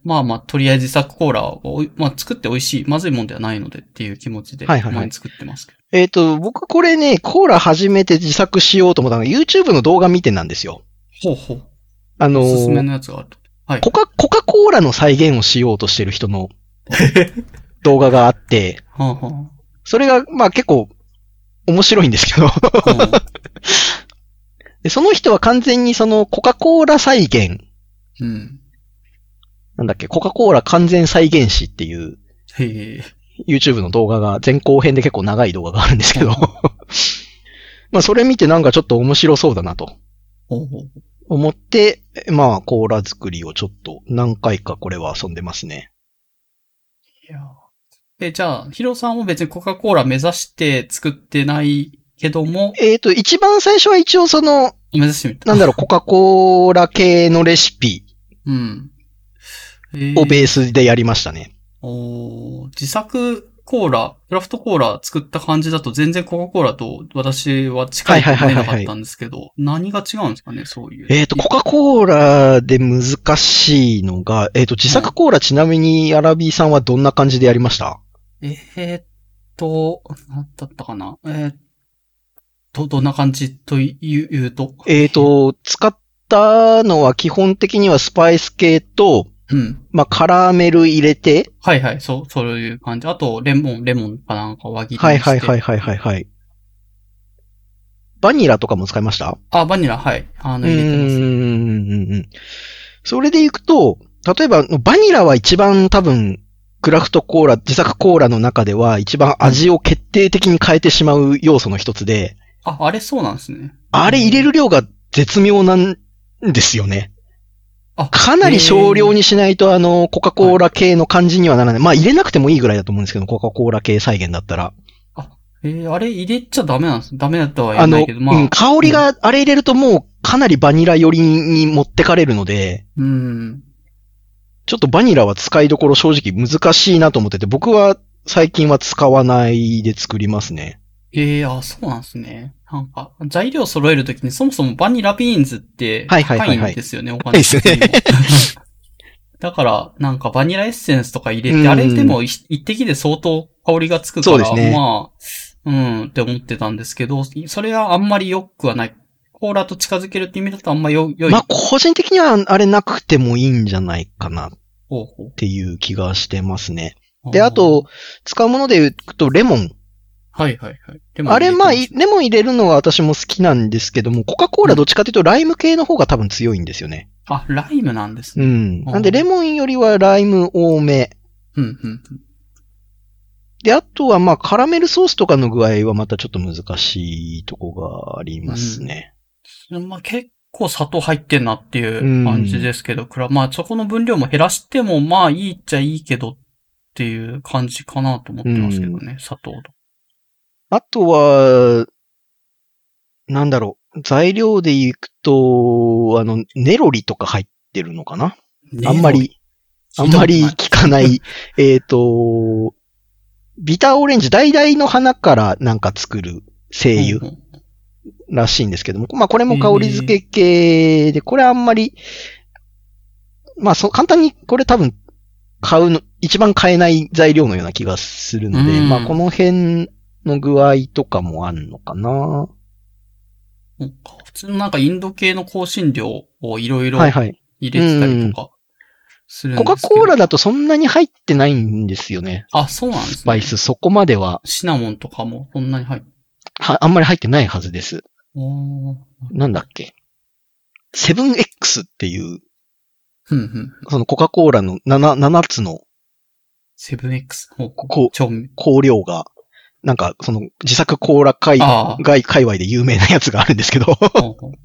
Speaker 2: まあまあ、とりあえず自作コーラを、まあ、作って美味しい、まずいもんではないのでっていう気持ちで、
Speaker 1: はいはいはい
Speaker 2: 前に作ってますけど。
Speaker 1: えっ、と、僕これね、コーラ始めて自作しようと思ったのが YouTube の動画見てなんですよ。
Speaker 2: ほうほう。
Speaker 1: あのー
Speaker 2: おすすめのやつがあると。はい。
Speaker 1: コカ、コカ・コーラの再現をしようとしてる人 の動画があって、
Speaker 2: はあは
Speaker 1: それが、まあ結構面白いんですけど、
Speaker 2: あうん
Speaker 1: でその人は完全にそのコカ・コーラ再現、
Speaker 2: うん。
Speaker 1: なんだっけ、コカ・コーラ完全再現史っていう
Speaker 2: へえ。
Speaker 1: YouTube の動画が、前後編で結構長い動画があるんですけど、 まあそれ見てなんかちょっと面白そうだなと
Speaker 2: ほうほう。
Speaker 1: 思って、まあコーラ作りをちょっと何回かこれは遊んでますね。
Speaker 2: いやえ、じゃあ、ヒロさんも別にコカ・コーラ目指して作ってないけども、
Speaker 1: えっ、と、一番最初は一応その、
Speaker 2: 目指してみた。
Speaker 1: なんだろう、 コカ・コーラ系のレシピ
Speaker 2: うん。えー
Speaker 1: をベースでやりましたね。
Speaker 2: おー自作コーラ、クラフトコーラ作った感じだと全然コカ・コーラと私は近いと思えなかったんですけど、何が違うんですかね、そういう。
Speaker 1: えっ、と、コカ・コーラで難しいのが、えっ、と、自作コーラちなみにアラビーさんはどんな感じでやりました
Speaker 2: えー、っと、何だったかな。えー、っと、どんな感じという言うと。
Speaker 1: えっ、と、使ったのは基本的にはスパイス系と、
Speaker 2: うん。
Speaker 1: まあ、カラメル入れて、
Speaker 2: はいはい、そう、そういう感じ。あと、レモン、レモンかなんか輪切りにして。
Speaker 1: はいはいはいはいはいはい。バニラとかも使いました
Speaker 2: あ、バニラ、はい。あの、入れてます。
Speaker 1: うーんうんうんうんそれでいくと、例えば、バニラは一番多分、クラフトコーラ、自作コーラの中では一番味を決定的に変えてしまう要素の一つで、
Speaker 2: あ、あれそうなんですね。
Speaker 1: あれ入れる量が絶妙なんですよね。
Speaker 2: あ、
Speaker 1: かなり少量
Speaker 2: に。
Speaker 1: にしないと、あの、コカ・コーラ系の感じにはならない。まあ入れなくてもいいぐらいだと思うんですけど、コカ・コーラ系再現だったら。
Speaker 2: えー、あれ入れちゃダメなんですダメだったはや
Speaker 1: あ
Speaker 2: んな
Speaker 1: の、
Speaker 2: いけど、まあ、
Speaker 1: うん、香りが、あれ入れるともうかなりバニラ寄りに持ってかれるので、
Speaker 2: うん。
Speaker 1: ちょっとバニラは使いどころ正直難しいなと思ってて、僕は最近は使わないで作りますね。
Speaker 2: ええあ、そうなんですね。なんか、材料揃えるときにそもそもバニラビーンズって
Speaker 1: はいはい
Speaker 2: 高
Speaker 1: はいはい
Speaker 2: いんですよね、お金的にも
Speaker 1: 高いで
Speaker 2: だから、なんかバニラエッセンスとか入れ
Speaker 1: うん
Speaker 2: て、あれでも一一滴で相当香りがつくから、
Speaker 1: そうですね
Speaker 2: まあ、うん、って思ってたんですけど、それはあんまり良くはない。コーラと近づけるって意味だとあんまよ良い
Speaker 1: まあ、個人的にはあれなくてもいいんじゃないかなっ
Speaker 2: 方法。
Speaker 1: ていう気がしてますね。で、あ、と、使うもので言うとレモン。
Speaker 2: はいはいはい。でも
Speaker 1: あれ、まあ、
Speaker 2: 入
Speaker 1: い
Speaker 2: れて
Speaker 1: レモン入れるのは私も好きなんですけども、コカ・コーラどっちかというとライム系の方が多分強いんですよね。
Speaker 2: ますあ、ライムなんです
Speaker 1: う
Speaker 2: ね。
Speaker 1: ん。なんでレモンよりはライム多め。
Speaker 2: うん、うん、
Speaker 1: で、あとはまあ、カラメルソースとかの具合はまたちょっと難しいとこがありますね。
Speaker 2: うん。まあ結構砂糖入ってんなって
Speaker 1: う
Speaker 2: い
Speaker 1: ん
Speaker 2: う感じですけど、くらまあそこの分量も減らしても、まあいいっちゃいいけどっていう感じかなと思ってますけどね、砂糖と。
Speaker 1: あとは、なんだろう、材料でいくと、あの、ネロリとか入ってるのかなあんまり、あんまり
Speaker 2: 聞いた
Speaker 1: 聞か ない。えっと、ビターオレンジ、大々の花からなんか作る精油
Speaker 2: ことない。うんうん
Speaker 1: らしいんですけども、まあこれも香り付け系で、これあんまり、まあそう、簡単にこれ多分買うの、一番買えない材料のような気がするので、
Speaker 2: うん
Speaker 1: まあこの辺の具合とかもあるのかな。
Speaker 2: なんか普通のなんかインド系の香辛料をいろいろ
Speaker 1: はい
Speaker 2: 入
Speaker 1: はい。
Speaker 2: れてたりとかするんです
Speaker 1: コ
Speaker 2: けど。
Speaker 1: カ・コーラだとそんなに入ってないんですよね。
Speaker 2: あ、そうなんですね。
Speaker 1: スパイス、そこまでは
Speaker 2: シナモンとかもそんなに入って。
Speaker 1: は、あんまり入ってないはずです。
Speaker 2: おー
Speaker 1: なんだっけ。セブン X っていう、
Speaker 2: ふんふん。
Speaker 1: そのコカ・コーラの 7, 7つの
Speaker 2: セブン X。ほう
Speaker 1: こう
Speaker 2: 調味。
Speaker 1: 香料が、なんか、その、自作コーラ界
Speaker 2: ああ。
Speaker 1: 外界隈で有名なやつがあるんですけ ど、
Speaker 2: ほうほうあ、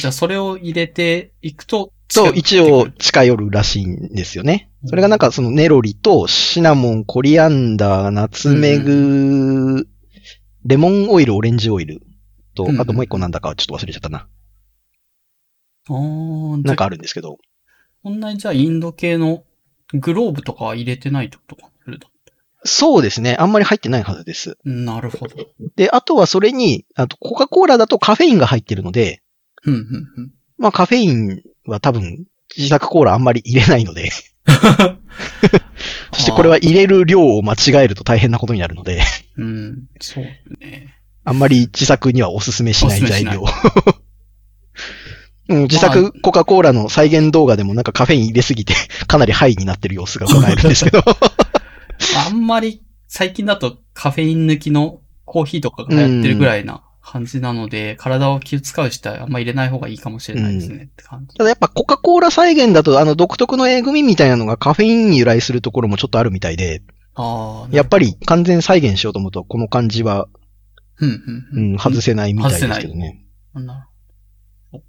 Speaker 2: じゃあそれを入れていくと、
Speaker 1: そう、一応
Speaker 2: 近く
Speaker 1: 近寄るらしいんですよね。
Speaker 2: うん
Speaker 1: それがなんか、そのネロリとシナモン、コリアンダー、ナツメグ、レモンオイル、オレンジオイルと
Speaker 2: うんう、ん
Speaker 1: あともう一個なんだかはちょっと忘れちゃったな。
Speaker 2: あー
Speaker 1: なんかあ
Speaker 2: る。
Speaker 1: るんですけど。
Speaker 2: こんなにじゃあインド系のグローブとかは入れてないってことか。それだ
Speaker 1: そうですね。あんまり入ってないはずです。
Speaker 2: なるほど。
Speaker 1: で、あとはそれに、あと、コカ・コーラだとカフェインが入ってるので、
Speaker 2: ふんふんふん。
Speaker 1: まあカフェインは多分、自作コーラあんまり入れないので、そしてこれは入れる量を間違えると大変なことになるので、
Speaker 2: うん、そうね。
Speaker 1: あんまり自作にはおすすめしない
Speaker 2: おす
Speaker 1: 材
Speaker 2: すめしない
Speaker 1: 料。うん、自作コカ・コーラの再現動画でもなんかカフェイン入れすぎて かなりハイになってる様子が伺えるんですけど。
Speaker 2: あんまり最近だとカフェイン抜きのコーヒーとかが流行ってるぐらいな感じなので、体を気を使う人はあんま入れない方がいいかもしれないですねって感 じ。
Speaker 1: ただやっぱコカ・コーラ再現だとあの独特のえぐみみたいなのがカフェインに由来するところもちょっとあるみたいで、
Speaker 2: ああ、
Speaker 1: やっぱり完全再現しようと思うとこの感じは、
Speaker 2: ふんふんふ。
Speaker 1: うんん、外せないみたいですけどね。
Speaker 2: なるほど。そっか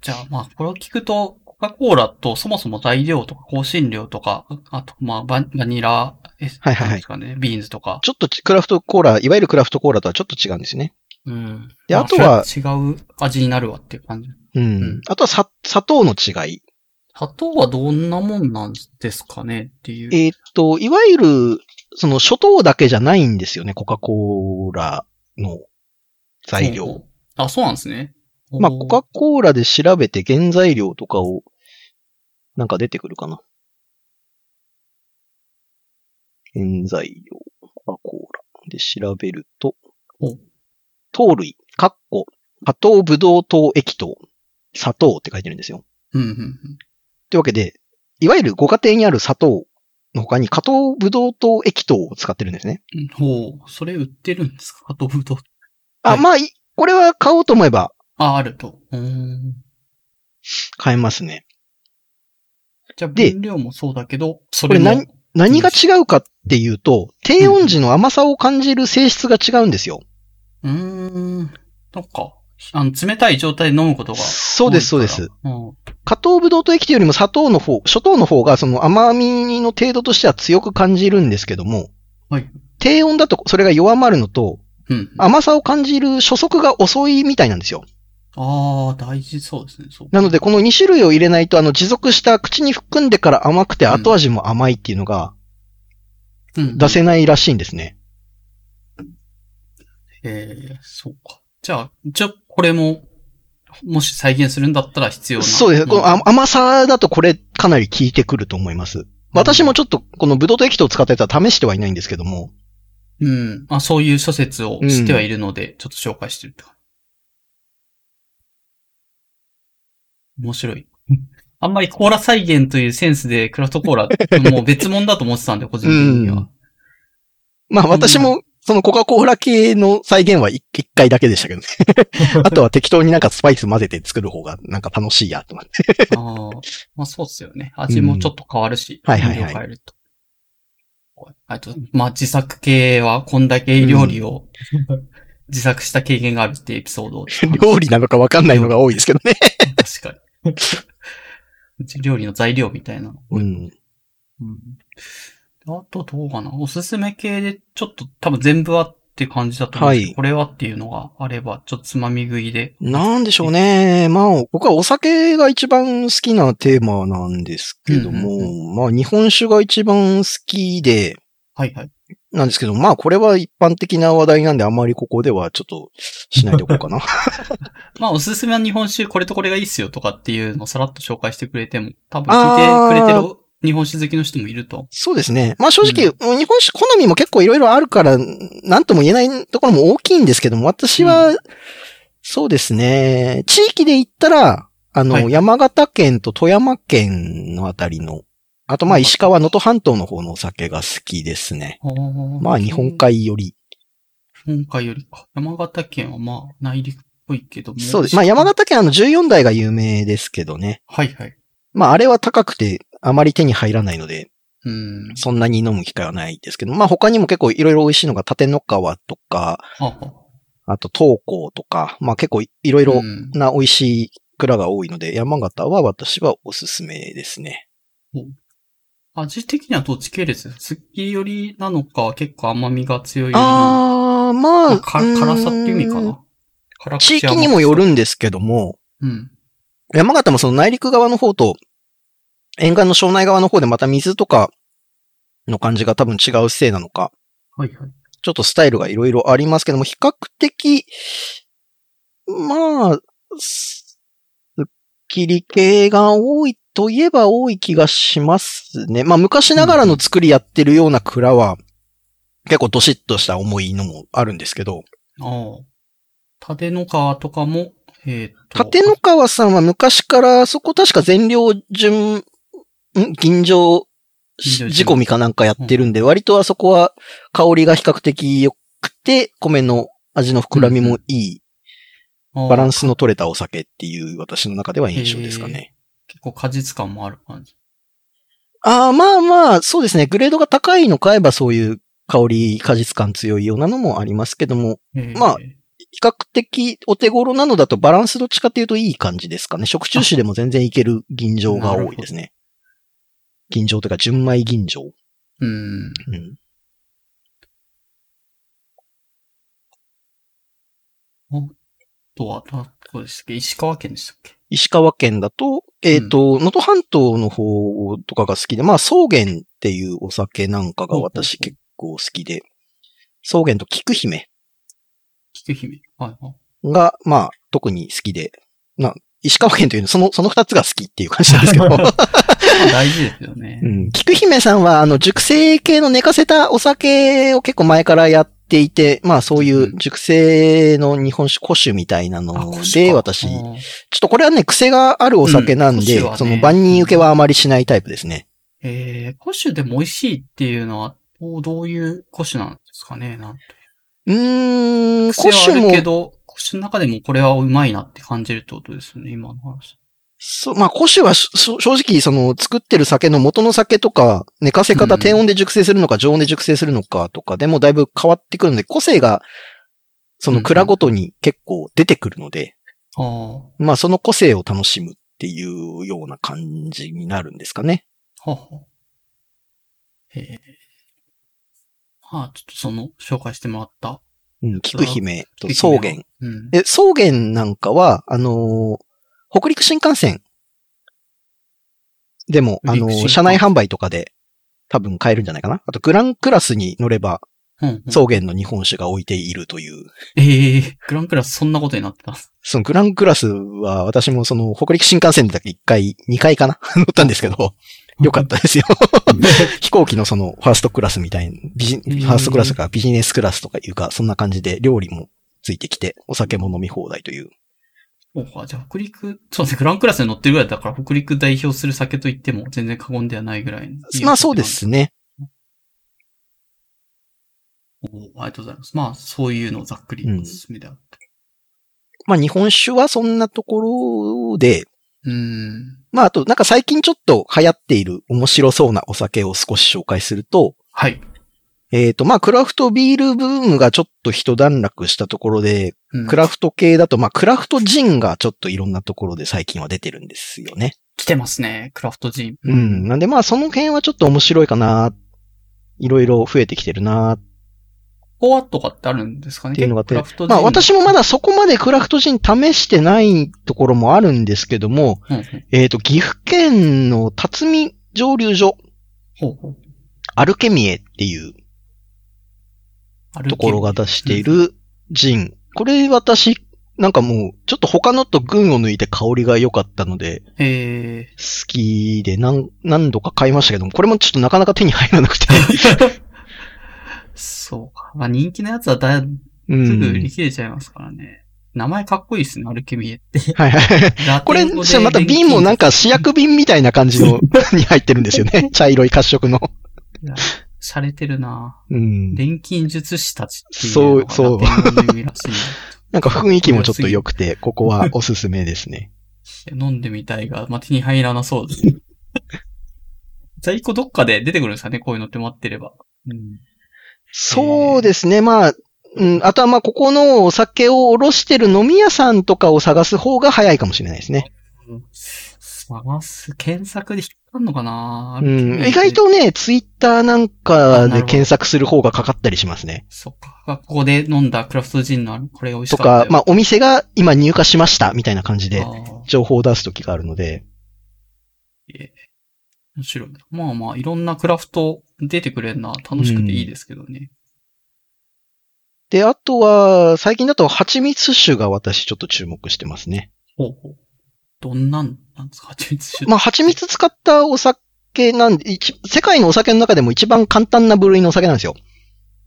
Speaker 2: じゃあまあ、これを聞くと、コカ・コーラとそもそも材料とか香辛料とか、あとまあババニラ、え
Speaker 1: はいはいはい
Speaker 2: なんですかね、ビーンズとか。
Speaker 1: ちょっとクラフトコーラ、いわゆるクラフトコーラとはちょっと違うんですね。
Speaker 2: うん。
Speaker 1: で
Speaker 2: ま
Speaker 1: あとは
Speaker 2: それ違う味になるわっていう感じ。
Speaker 1: うん。
Speaker 2: うん
Speaker 1: あとはさ砂糖の違い。
Speaker 2: 砂糖はどんなもんなんですかねっていう。
Speaker 1: えーっと、いわゆる、その、諸島だけじゃないんですよね、コカ・コーラの材料。
Speaker 2: そう。あ、そうなんですね。
Speaker 1: まあ、
Speaker 2: おー
Speaker 1: コカ・コーラで調べて原材料とかを、なんか出てくるかな。原材料、コカ・コーラで調べると
Speaker 2: お、
Speaker 1: 糖類、カッコ、加糖ブドウ糖液糖、砂糖って書いてるんですよ。
Speaker 2: うん、うん、うん。
Speaker 1: というわけで、いわゆるご家庭にある砂糖の他に加糖ブドウ糖液糖を使ってるんですね。
Speaker 2: うんほう、それ売ってるんですかドブド。
Speaker 1: あ、
Speaker 2: はい
Speaker 1: まあ、いこれは買おうと思えば
Speaker 2: あ、あると。うーん
Speaker 1: 買えますね。
Speaker 2: じゃあ、
Speaker 1: で
Speaker 2: 分量もそうだけど、それも。
Speaker 1: これ何何が違うかっていうと、低温時の甘さを感じる性質が違うんですよ。
Speaker 2: うーん。そっか。あの、冷たい状態で飲むことが。
Speaker 1: そうです、そうです。。
Speaker 2: うん。
Speaker 1: 加糖ブドウ糖液糖よりも砂糖の方、諸糖の方がその甘みの程度としては強く感じるんですけども、
Speaker 2: はい
Speaker 1: 低温だとそれが弱まるのと、
Speaker 2: うん。あ
Speaker 1: 甘さを感じる初速が遅いみたいなんですよ。
Speaker 2: あー、大事そうですね。そう。
Speaker 1: なので、この2種類を入れないと、あの、持続した口に含んでから甘くて後味も甘いっていうのが
Speaker 2: うん
Speaker 1: 出せないらしいんですね。
Speaker 2: えー、そうか。じゃあ、じゃあ、これも、もし再現するんだったら必要な。
Speaker 1: そうです。
Speaker 2: ん
Speaker 1: この甘甘さだとこれかなり効いてくると思います。私もちょっとこのブドウと液糖を使ったやつは試してはいないんですけども、
Speaker 2: うん。まあ、そういう諸説を知ってはいるので、ちょっと紹介してると。面白 い。あんまりコーラ再現というセンスで、クラフトコーラ、もう別物だと思ってたんで、個人的に
Speaker 1: う
Speaker 2: は
Speaker 1: ん。まあ私もそのコカ・コーラ系の再現は 1, 回だけでしたけ どね。あとは適当になんかスパイス混ぜて作る方がなんか楽しいやと思って。
Speaker 2: ああ、まあそうっすよね。味もちょっと変わるし、
Speaker 1: うんはいはいはい
Speaker 2: 分量変えると。あと、まあ自作系はこんだけ料理 を、自作した経験があるってエピソードを。
Speaker 1: 料理なのかわかんないのが多いですけどね。
Speaker 2: 確かに。うち料理の材料みたいなの。
Speaker 1: うん。
Speaker 2: うんあとどうかなおすすめ系でちょっと多分全部はって感じだと思うんです
Speaker 1: は
Speaker 2: けど、
Speaker 1: い
Speaker 2: これはっていうのがあれば、ちょっとつまみ食いで。
Speaker 1: なんでしょうね。まあ、僕はお酒が一番好きなテーマなんですけども、
Speaker 2: うんう
Speaker 1: まあ、日本酒が一番好きで、
Speaker 2: はいはい。
Speaker 1: なんですけど、まあ、これは一般的な話題なんで、あまりここではちょっとしないでおこうかな。
Speaker 2: まあおすすめは日本酒、これとこれがいいっすよとかっていうのをさらっと紹介してくれても、多分聞いてくれてる日本酒好きの人もいると。
Speaker 1: そうですね。まあ、正直、もう日本酒好みも結構いろいろあるから、なんとも言えないところも大きいんですけども、私は、そうですね。地域で言ったら、あの、
Speaker 2: はい
Speaker 1: 山形県と富山県のあたりの、あとまあ石川、能登半島の方のお酒が好きですね。まあ日本。海より。
Speaker 2: 日本海よりか。山形県はまあ内陸っぽいけども。
Speaker 1: そうです。まあ山。形県あの14台が有名ですけどね。
Speaker 2: はいはい。
Speaker 1: まああれは高くてあまり手に入らないので、
Speaker 2: うん。
Speaker 1: そんなに飲む機会はないですけど、まあ他にも結構いろいろ美味しいのが立野川とか、
Speaker 2: ああ。
Speaker 1: あと東港とか、まあ結構いろいろ
Speaker 2: うん
Speaker 1: な美味しい蔵が多いので、山形は私はおすすめですね。
Speaker 2: 味的にはどっち系列すっきり寄りなのか、結構甘みが強いよりなのか
Speaker 1: あー、ま
Speaker 2: ま
Speaker 1: あ、
Speaker 2: あか辛さっていう意味か
Speaker 1: うん
Speaker 2: な。辛口
Speaker 1: 地域にもよるんですけども、
Speaker 2: 甘口。うん。
Speaker 1: 山形もその内陸側の方と、沿岸の庄内側の方でまた水とかの感じが多分違うせいなのか、
Speaker 2: はいはい。
Speaker 1: ちょっとスタイルがいろいろありますけども、比較的、まあ、すすっきり系が多いといえば多い気がしますね。まあ昔ながらの作りやってるような蔵は、結構ドシッとした重いのもあるんですけど、
Speaker 2: ああ。立野川とかも、えー、っと。
Speaker 1: 立野川さんは昔から、そこ確か全量順、ん吟醸
Speaker 2: 吟醸
Speaker 1: 仕込みかなんかやってるんで、割とあそこは香りが比較的良くて、米の味の膨らみもいい、
Speaker 2: 川
Speaker 1: バランスの取れたお酒っていう私の中では印象ですかね。
Speaker 2: 結構果実感もある感じ。
Speaker 1: ああ、まあまあ、そうですね。グレードが高いの買えばそういう香り、果実感強いようなのもありますけども、
Speaker 2: えー
Speaker 1: まあ比較的お手頃なのだとバランスどっちかっていうといい感じですかね。食中酒でも全然いける吟醸が多いですね。吟醸というか、純米吟醸。
Speaker 2: うん。
Speaker 1: うん。
Speaker 2: とは、どこでしたっけ石川県でしたっけ
Speaker 1: 石川県だと、えっ、と、能、登半島の方とかが好きで、まあ草原っていうお酒なんかが私結構好きで、草原と菊姫
Speaker 2: 菊姫。 はいはい。
Speaker 1: が、まあ特に好きで、な石川県というのその、その二つが好きっていう感じなんですけ ど、
Speaker 2: 大事ですよね
Speaker 1: う。ん、菊姫さんは、あの、熟成系の寝かせたお酒を結構前からやっていて、まあそういう熟成の日本酒古酒みたいなの
Speaker 2: こ
Speaker 1: で、私、ちょっとこれはね、癖があるお酒なんで、
Speaker 2: うん古酒はね
Speaker 1: その万人受けはあまりしないタイプですね。
Speaker 2: えー、古酒でも美味しいっていうのは、どうどういう古酒なんですかねなんて。
Speaker 1: うーん、
Speaker 2: 癖
Speaker 1: 古
Speaker 2: はあ
Speaker 1: 酒
Speaker 2: る
Speaker 1: も
Speaker 2: け、ど、古酒の中でもこれはうまいなって感じるってことですよね、今の話。
Speaker 1: そう、まあ古酒はし正直その作ってる酒の元の酒とか、寝かせ
Speaker 2: う
Speaker 1: 方、
Speaker 2: ん
Speaker 1: 低温で熟成するのか、常温で熟成するのかとかでもだいぶ変わってくるので、個性が、その蔵ごとに結構出てくるので、
Speaker 2: ああ。
Speaker 1: まあその個性を楽しむっていうような感じになるんですかね。
Speaker 2: はあはあ。へえ。まあ、ちょっとその、紹介してもらった。
Speaker 1: うん、菊姫と草原。
Speaker 2: うん。
Speaker 1: で、草原なんかは、あのー北陸新幹線でも、あ
Speaker 2: 北陸
Speaker 1: のー
Speaker 2: 新幹線
Speaker 1: 車内販売とかで多分買えるんじゃないかな。あとグランクラスに乗れば
Speaker 2: うんうん、
Speaker 1: 草原の日本酒が置いているという。
Speaker 2: ええグランクラスそんなことになってた。
Speaker 1: そのグランクラスは私もその北陸新幹線でだけ1回、2回かな 乗ったんですけど、よかった ですよ。飛行機のそのファーストクラスみたいな、ビジフ
Speaker 2: うん
Speaker 1: ァーストクラスかビジネスクラスとかいうか、そんな感じで料理もついてきて、お酒も飲み放題という。
Speaker 2: そうか、じゃあ北陸、そうですね、グランクラスで乗ってるぐらいだから、北陸代表する酒と言っても全然過言ではないぐらいの。
Speaker 1: まあそうで。すね。
Speaker 2: おーありがとうございます。まあ、そういうのをざっくりおすすめであった。
Speaker 1: まあ日本酒はそんなところで、
Speaker 2: うーん。
Speaker 1: まああとなんか最近ちょっと流行っている面白そうなお酒を少し紹介すると、
Speaker 2: はい。
Speaker 1: えっ、とまあクラフトビールブームがちょっと一段落したところで、
Speaker 2: うん、
Speaker 1: クラフト系だと、まあ、クラフトジンがちょっといろんなところで最近は出てるんですよね。
Speaker 2: 来てますね、クラフトジン。
Speaker 1: うん。なんで、まあ、その辺はちょっと面白いかな。いろいろ増えてきてるな。
Speaker 2: フォアとかってあるんですかね
Speaker 1: っていうのがあって
Speaker 2: クラフトジン。
Speaker 1: まあ、私もま
Speaker 2: だ。
Speaker 1: だそこまでクラフトジン試してないところもあるんですけども、
Speaker 2: うんうん、
Speaker 1: えっ、と、岐阜県の辰巳蒸留所、
Speaker 2: ほうほう。
Speaker 1: アルケミエっていう
Speaker 2: ある
Speaker 1: ところが出しているジン。これ私、なんかもう、ちょっと他のと群を抜いて香りが良かったので、
Speaker 2: へえ。
Speaker 1: 好きで何、何度か買いましたけども、これもちょっとなかなか手に入らな くて。
Speaker 2: そうか。まあ人気のやつはだい
Speaker 1: うん
Speaker 2: すぐ売り切れちゃいますからね。名前かっこいいですね、アルケミエって。
Speaker 1: はいはい。
Speaker 2: ラテン語で
Speaker 1: これ、また瓶もなんか試薬瓶みたいな感じのに入ってるんですよ ね。茶色い褐色の。
Speaker 2: いや洒落てるな
Speaker 1: うん。
Speaker 2: 錬金術師たちっていうのが
Speaker 1: そうそう
Speaker 2: ラテン語の意味らしいな
Speaker 1: なんか雰囲気もちょっと良くて、ここはおすすめですね。
Speaker 2: いや飲んでみたいが、まあ、 手に入らなそうです。在庫どっかで出てくるんですかね、こういうのって待ってれば。うん。
Speaker 1: そうですね。まあ、うん、あとはまあ、ここのお酒をおろしてる飲み屋さんとかを探す方が早いかもしれないですね。
Speaker 2: 探す、検索で引っかかんのかな
Speaker 1: うん。意外。とね、ツイッターなんかで検索する方がかかったりしますね。
Speaker 2: そっか。ここで飲んだクラフトジンのあれこれ美味し
Speaker 1: と
Speaker 2: かったよ。
Speaker 1: か、まあ、お店が今入荷しました、みたいな感じで
Speaker 2: あ、ー
Speaker 1: 情報を出す時があるので、
Speaker 2: 面白いな。まあまあ、いろんなクラフト出てくれるな。楽しくていいですけどね。
Speaker 1: で、あとは、最近だと蜂蜜酒が私ちょっと注目してますね。
Speaker 2: ほうほう。どんなん、なんですか蜂蜜酒。
Speaker 1: まあ、蜂蜜使ったお酒なんで、一世界のお酒の中でも一番簡単な部類のお酒なんですよ。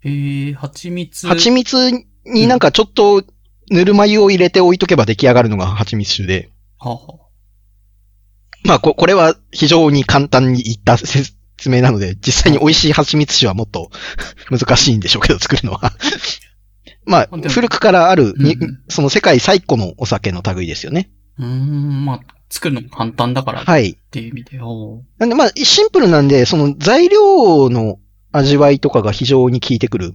Speaker 2: えー、蜂蜜。
Speaker 1: 蜂蜜になんかちょっとぬるま湯を入れて置いとけば出来上がるのが蜂蜜酒で、
Speaker 2: はあは
Speaker 1: まあこ、これは非常に簡単に言った説明なので、実際に美味しい蜂蜜酒はもっと 難しいんでしょうけど、作るのは。 ま
Speaker 2: で
Speaker 1: あ、
Speaker 2: も
Speaker 1: 古くからあるに、
Speaker 2: うんうん
Speaker 1: その世界最古のお酒の類ですよね。
Speaker 2: あ。うーん、まあ、作るのも簡単だからっ
Speaker 1: はい。
Speaker 2: ていう意味で。おー
Speaker 1: なんで、まあ、シンプルなんで、その材料の味わいとかが非常に効いてくる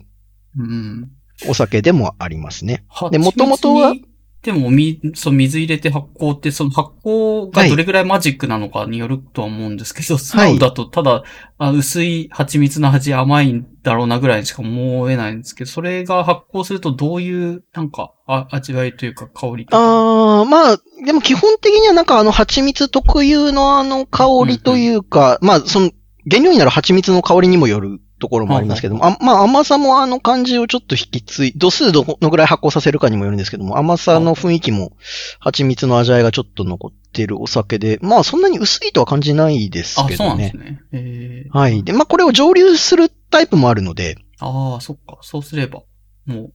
Speaker 2: うん。
Speaker 1: お酒でもありますね。
Speaker 2: 蜂
Speaker 1: で
Speaker 2: 蜜に
Speaker 1: 元々は
Speaker 2: でも、み、そう、水入れて発酵って、その発酵がどれぐらいマジックなのかによるとは思うんですけど、素直だと、ただ、あ薄い蜂蜜の味甘いんだろうなぐらいにしか思えないんですけど、それが発酵するとどういう、なんか、あ味わいというか香りとか。
Speaker 1: ああ、まあ、でも基本的にはなんかあの蜂蜜特有のあの香りというか、まあその原料になる蜂蜜の香りにもよるところもありますけども、あまあ甘さもあの感じをちょっと引き継い、度数どのぐらい発酵させるかにもよるんですけども、甘さの雰囲気も蜂蜜の味わいがちょっと残ってるお酒で、まあそんなに薄いとは感じないです
Speaker 2: あ、
Speaker 1: け
Speaker 2: そうな
Speaker 1: ど
Speaker 2: んで
Speaker 1: ね
Speaker 2: す。ね。えー、
Speaker 1: はい。で、まあこれを蒸留するタイプもあるので、
Speaker 2: ああ、そっか。そうすれば、も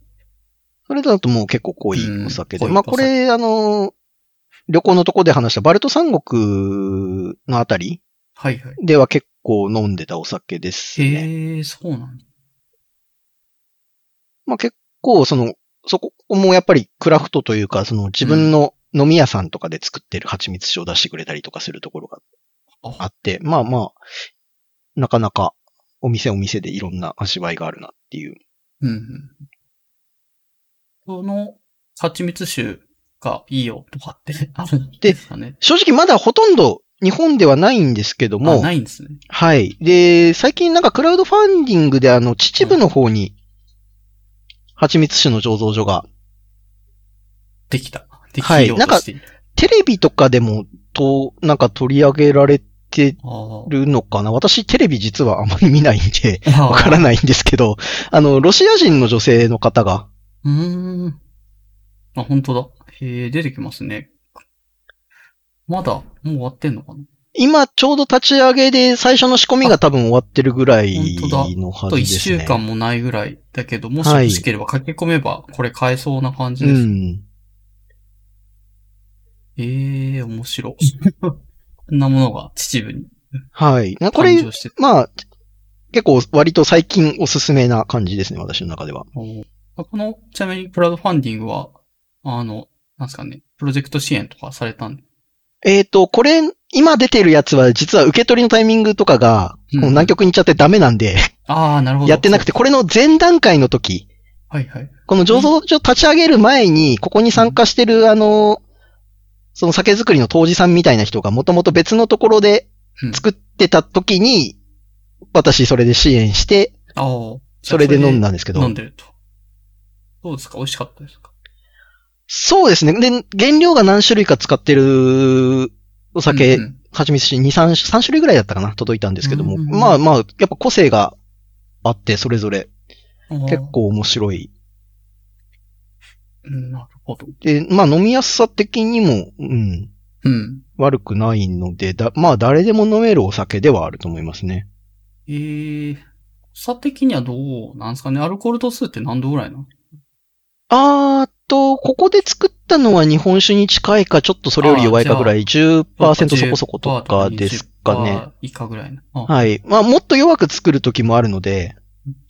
Speaker 1: それだともう結構濃いお酒で。
Speaker 2: うん
Speaker 1: まあ
Speaker 2: 濃いお
Speaker 1: こ
Speaker 2: 酒
Speaker 1: れ、あの、旅行のとこで話したバルト三国のあたり
Speaker 2: う、はいはい。
Speaker 1: では結構飲んでたお酒ですね。
Speaker 2: へえ、そうなんだ。
Speaker 1: まあ結構その、そこもやっぱりクラフトというか、その自分の飲み屋さんとかで作ってる蜂蜜酒を出してくれたりとかするところがあ
Speaker 2: あ
Speaker 1: って、まあまあ、なかなかお店お店でいろんな味わいがあるなっていう。
Speaker 2: うんうん。その、蜂蜜酒がいいよとかって あるんですかね。
Speaker 1: 正直まだほとんど日本ではないんですけど
Speaker 2: あ
Speaker 1: も、
Speaker 2: ないんですね。
Speaker 1: はい。で、最近なんかクラウドファンディングであの、秩父の方に、蜂蜜酒の醸造所が、
Speaker 2: できた。で
Speaker 1: は
Speaker 2: き
Speaker 1: い
Speaker 2: ようとしている。
Speaker 1: テレビとかでも、と、なんか取り上げられて
Speaker 2: あ
Speaker 1: るのかな私、テレビ実はあまり見ないんで、
Speaker 2: あ。
Speaker 1: わからないんですけど、あの、ロシア人の女性の方が、
Speaker 2: うーん。あ、本当だ。へえ、出てきますね。まだ、もう終わってんのかな
Speaker 1: 今ちょうど立ち上げで最初の仕込みが多分終わってるぐらい
Speaker 2: あ本当
Speaker 1: の
Speaker 2: あ
Speaker 1: はず
Speaker 2: と
Speaker 1: で
Speaker 2: 一
Speaker 1: すね。
Speaker 2: 週間もないぐらいだけど、もし
Speaker 1: はい
Speaker 2: 欲しければ駆け込めば、これ買えそうな感じ
Speaker 1: う
Speaker 2: です。
Speaker 1: ん。
Speaker 2: ええ、面白い。こんなものが秩父に
Speaker 1: はい。なこ
Speaker 2: 誕
Speaker 1: れ、
Speaker 2: 生してた。
Speaker 1: まあ、結構割と最近おすすめな感じですね、私の中では。
Speaker 2: あこの、ちなみにクラウドファンディングは、あの、なんですかね、プロジェクト支援とかされたんで。
Speaker 1: えっ、と、これ、今出てるやつは、実は受け取りのタイミングとかが、
Speaker 2: うん
Speaker 1: こう南極に行っちゃってダメなんで、
Speaker 2: ああ、なるほど。
Speaker 1: やってなくて、これの前段階の時、
Speaker 2: そう。はいはい。
Speaker 1: この醸造所立ち上げる前に、ここに参加してる、あの、その酒造りの当時さんみたいな人が、もともと別のところで
Speaker 2: うん
Speaker 1: 作ってた時に、私それで支援して、
Speaker 2: ああ。
Speaker 1: それで飲ん
Speaker 2: だ
Speaker 1: だんですけ
Speaker 2: け
Speaker 1: ど
Speaker 2: 飲ん。でると。どうですか美味しかったですか
Speaker 1: そうですね。で、原料が何種類か使ってるお酒
Speaker 2: うんうん
Speaker 1: 蜂蜜酒2、3、3種類ぐらいだったかな届いたんですけども。
Speaker 2: うんうんうん
Speaker 1: まあまあ、やっぱ個性があって、それぞれ
Speaker 2: ああ
Speaker 1: 結構面白い。
Speaker 2: うんなるほど。
Speaker 1: で、まあ飲みやすさ的にも、うん、
Speaker 2: うん。
Speaker 1: 悪くないので、だまあ誰でも飲めるお酒ではあると思いますね。
Speaker 2: ええ差的にはどうなんですかねアルコール度数って何度ぐらいなの
Speaker 1: あーっと、ここで作ったのは日本酒に近いか、ちょっとそれより弱いかぐらい、10%そこそことかですか。ね。
Speaker 2: 20%以下ぐらいな。ああ
Speaker 1: はい。まあもっと弱く作る時もあるので、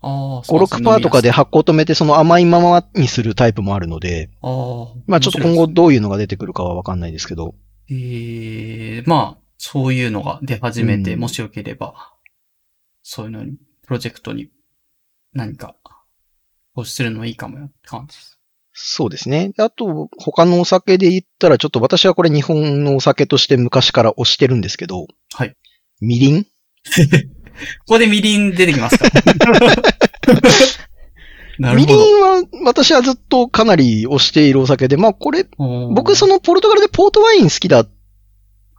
Speaker 2: ああ、そう
Speaker 1: 5、
Speaker 2: ですね
Speaker 1: 6%とかで。発酵止めてその甘いままにするタイプもあるので、
Speaker 2: ああ。
Speaker 1: まあちょっと今
Speaker 2: 面白いです
Speaker 1: 後
Speaker 2: ね
Speaker 1: どういうのが出てくるかはわかんないですけど。
Speaker 2: ええまあ、そういうのが出始めて、
Speaker 1: うん
Speaker 2: もしよければ、そういうのに、プロジェクトに何か、投資するのもいいかもよって感じです。
Speaker 1: そうですね。であと、他のお酒で言ったら、ちょっと私はこれ日本のお酒として昔から推してるんですけど、
Speaker 2: はい。
Speaker 1: みりん
Speaker 2: ここでみりん出てきます かなる
Speaker 1: みり
Speaker 2: ほ
Speaker 1: ん
Speaker 2: ど。
Speaker 1: は私はずっとかなり推しているお酒で、まあこれ、僕そ
Speaker 2: の、
Speaker 1: のポルトガルでポートワイン好きだって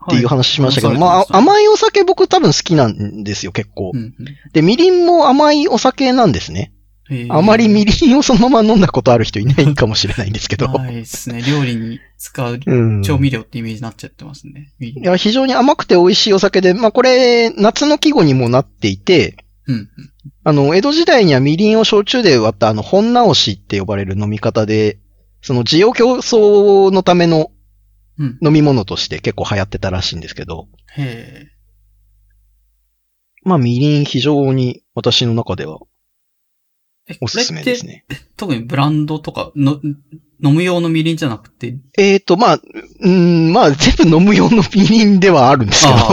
Speaker 2: はい
Speaker 1: いう話しましたけど、
Speaker 2: はい
Speaker 1: ま
Speaker 2: そうです
Speaker 1: あ甘いお酒僕多分好きなんですよ、結構
Speaker 2: う。んうん
Speaker 1: で、みりんも甘いお酒なんですね。
Speaker 2: えー
Speaker 1: あまりみりんをそのまま飲んだことある人いないかもしれないんですけど。
Speaker 2: ないですね。料理に使う
Speaker 1: うん。
Speaker 2: 調味料ってイメージになっちゃってますね。みりん
Speaker 1: いや、非常に甘くて美味しいお酒で、まあこれ、夏の季語にもなっていて、
Speaker 2: うんうん。
Speaker 1: あの、江戸時代にはみりんを焼酎で割ったあの、本直しって呼ばれる飲み方で、その需要競争のための
Speaker 2: うん
Speaker 1: 飲み物として結構流行ってたらしいんですけど、
Speaker 2: へえ。
Speaker 1: まあみりん非常に私の中では
Speaker 2: え
Speaker 1: おすすめです。ね。
Speaker 2: 特にブランドとかの、飲む用のみりんじゃなくて、
Speaker 1: えっ、と、まあ、うーん、まあ全部飲む用のみりんではあるんですけど、
Speaker 2: ああ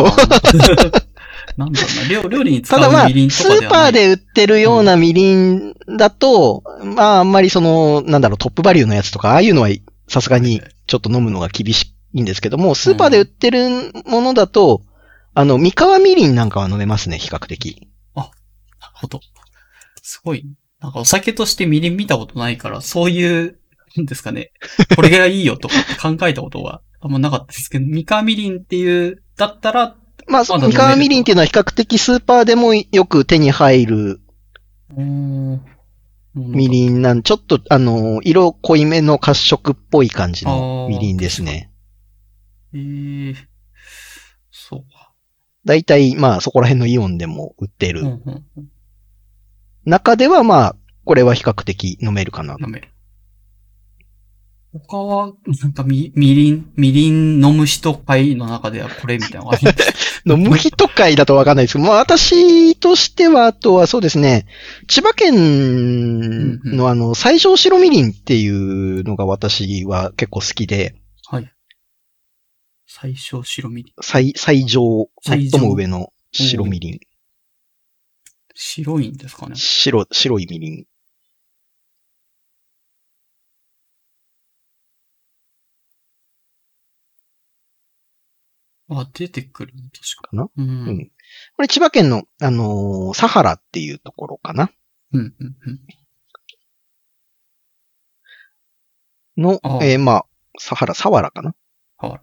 Speaker 2: なんだろうな、料料理に使
Speaker 1: ただま
Speaker 2: う
Speaker 1: あ、
Speaker 2: みりんと
Speaker 1: ス
Speaker 2: かで
Speaker 1: ー
Speaker 2: は
Speaker 1: パ
Speaker 2: な
Speaker 1: ー
Speaker 2: い。
Speaker 1: で売ってるようなみりんだと、まああんまりその、なんだろう、トップバリューのやつとか、ああいうのはさすがにちょっと飲むのが厳しいんですけども、スーパーで売ってるものだと、あの、三河みりんなんかは飲めますね、比較的。
Speaker 2: なるほど。すごい。なんかお酒としてみりん見たことないから、そういう、なんです かね。これがいいよとかって考えたことがあんまなかったですけど、三河みりんっていう、だったら、
Speaker 1: まあ、
Speaker 2: だ飲め
Speaker 1: 三
Speaker 2: る
Speaker 1: 河みりんっていうのは比較的スーパーでもよく手に入るみ
Speaker 2: みん。
Speaker 1: りんなん、ちょっと、あの、色濃いめの褐色っぽい感じの
Speaker 2: あー
Speaker 1: みりんですね。
Speaker 2: えー、そうか。
Speaker 1: だいたい、まあ、そこら辺のイオンでも売って
Speaker 2: うんう
Speaker 1: る。
Speaker 2: んうん。
Speaker 1: 中では、まあ、これは比較的飲めるかな。
Speaker 2: 飲める。他は、なんかみ、みりん、みりん飲む人会の中ではこれみたいなのがありました。
Speaker 1: の、無比都会だとわかんないですけど、まあ私としては、あとはそうですね、千葉県
Speaker 2: うんう
Speaker 1: のあの、最小白みりんっていうのが私は結構好きで、
Speaker 2: はい。最小白みりん。
Speaker 1: 最、最上、
Speaker 2: 最上
Speaker 1: 最も上の白みりん。
Speaker 2: 白いんですかね。
Speaker 1: 白、白いみりん。
Speaker 2: あ、出てくるの確か。
Speaker 1: かな
Speaker 2: う。
Speaker 1: うんんこれ千葉県の、あのーサハラっていうところかな
Speaker 2: うん、うん、うん。
Speaker 1: の、
Speaker 2: ああ
Speaker 1: えーまあ、サハラ、サワラかな
Speaker 2: 変わら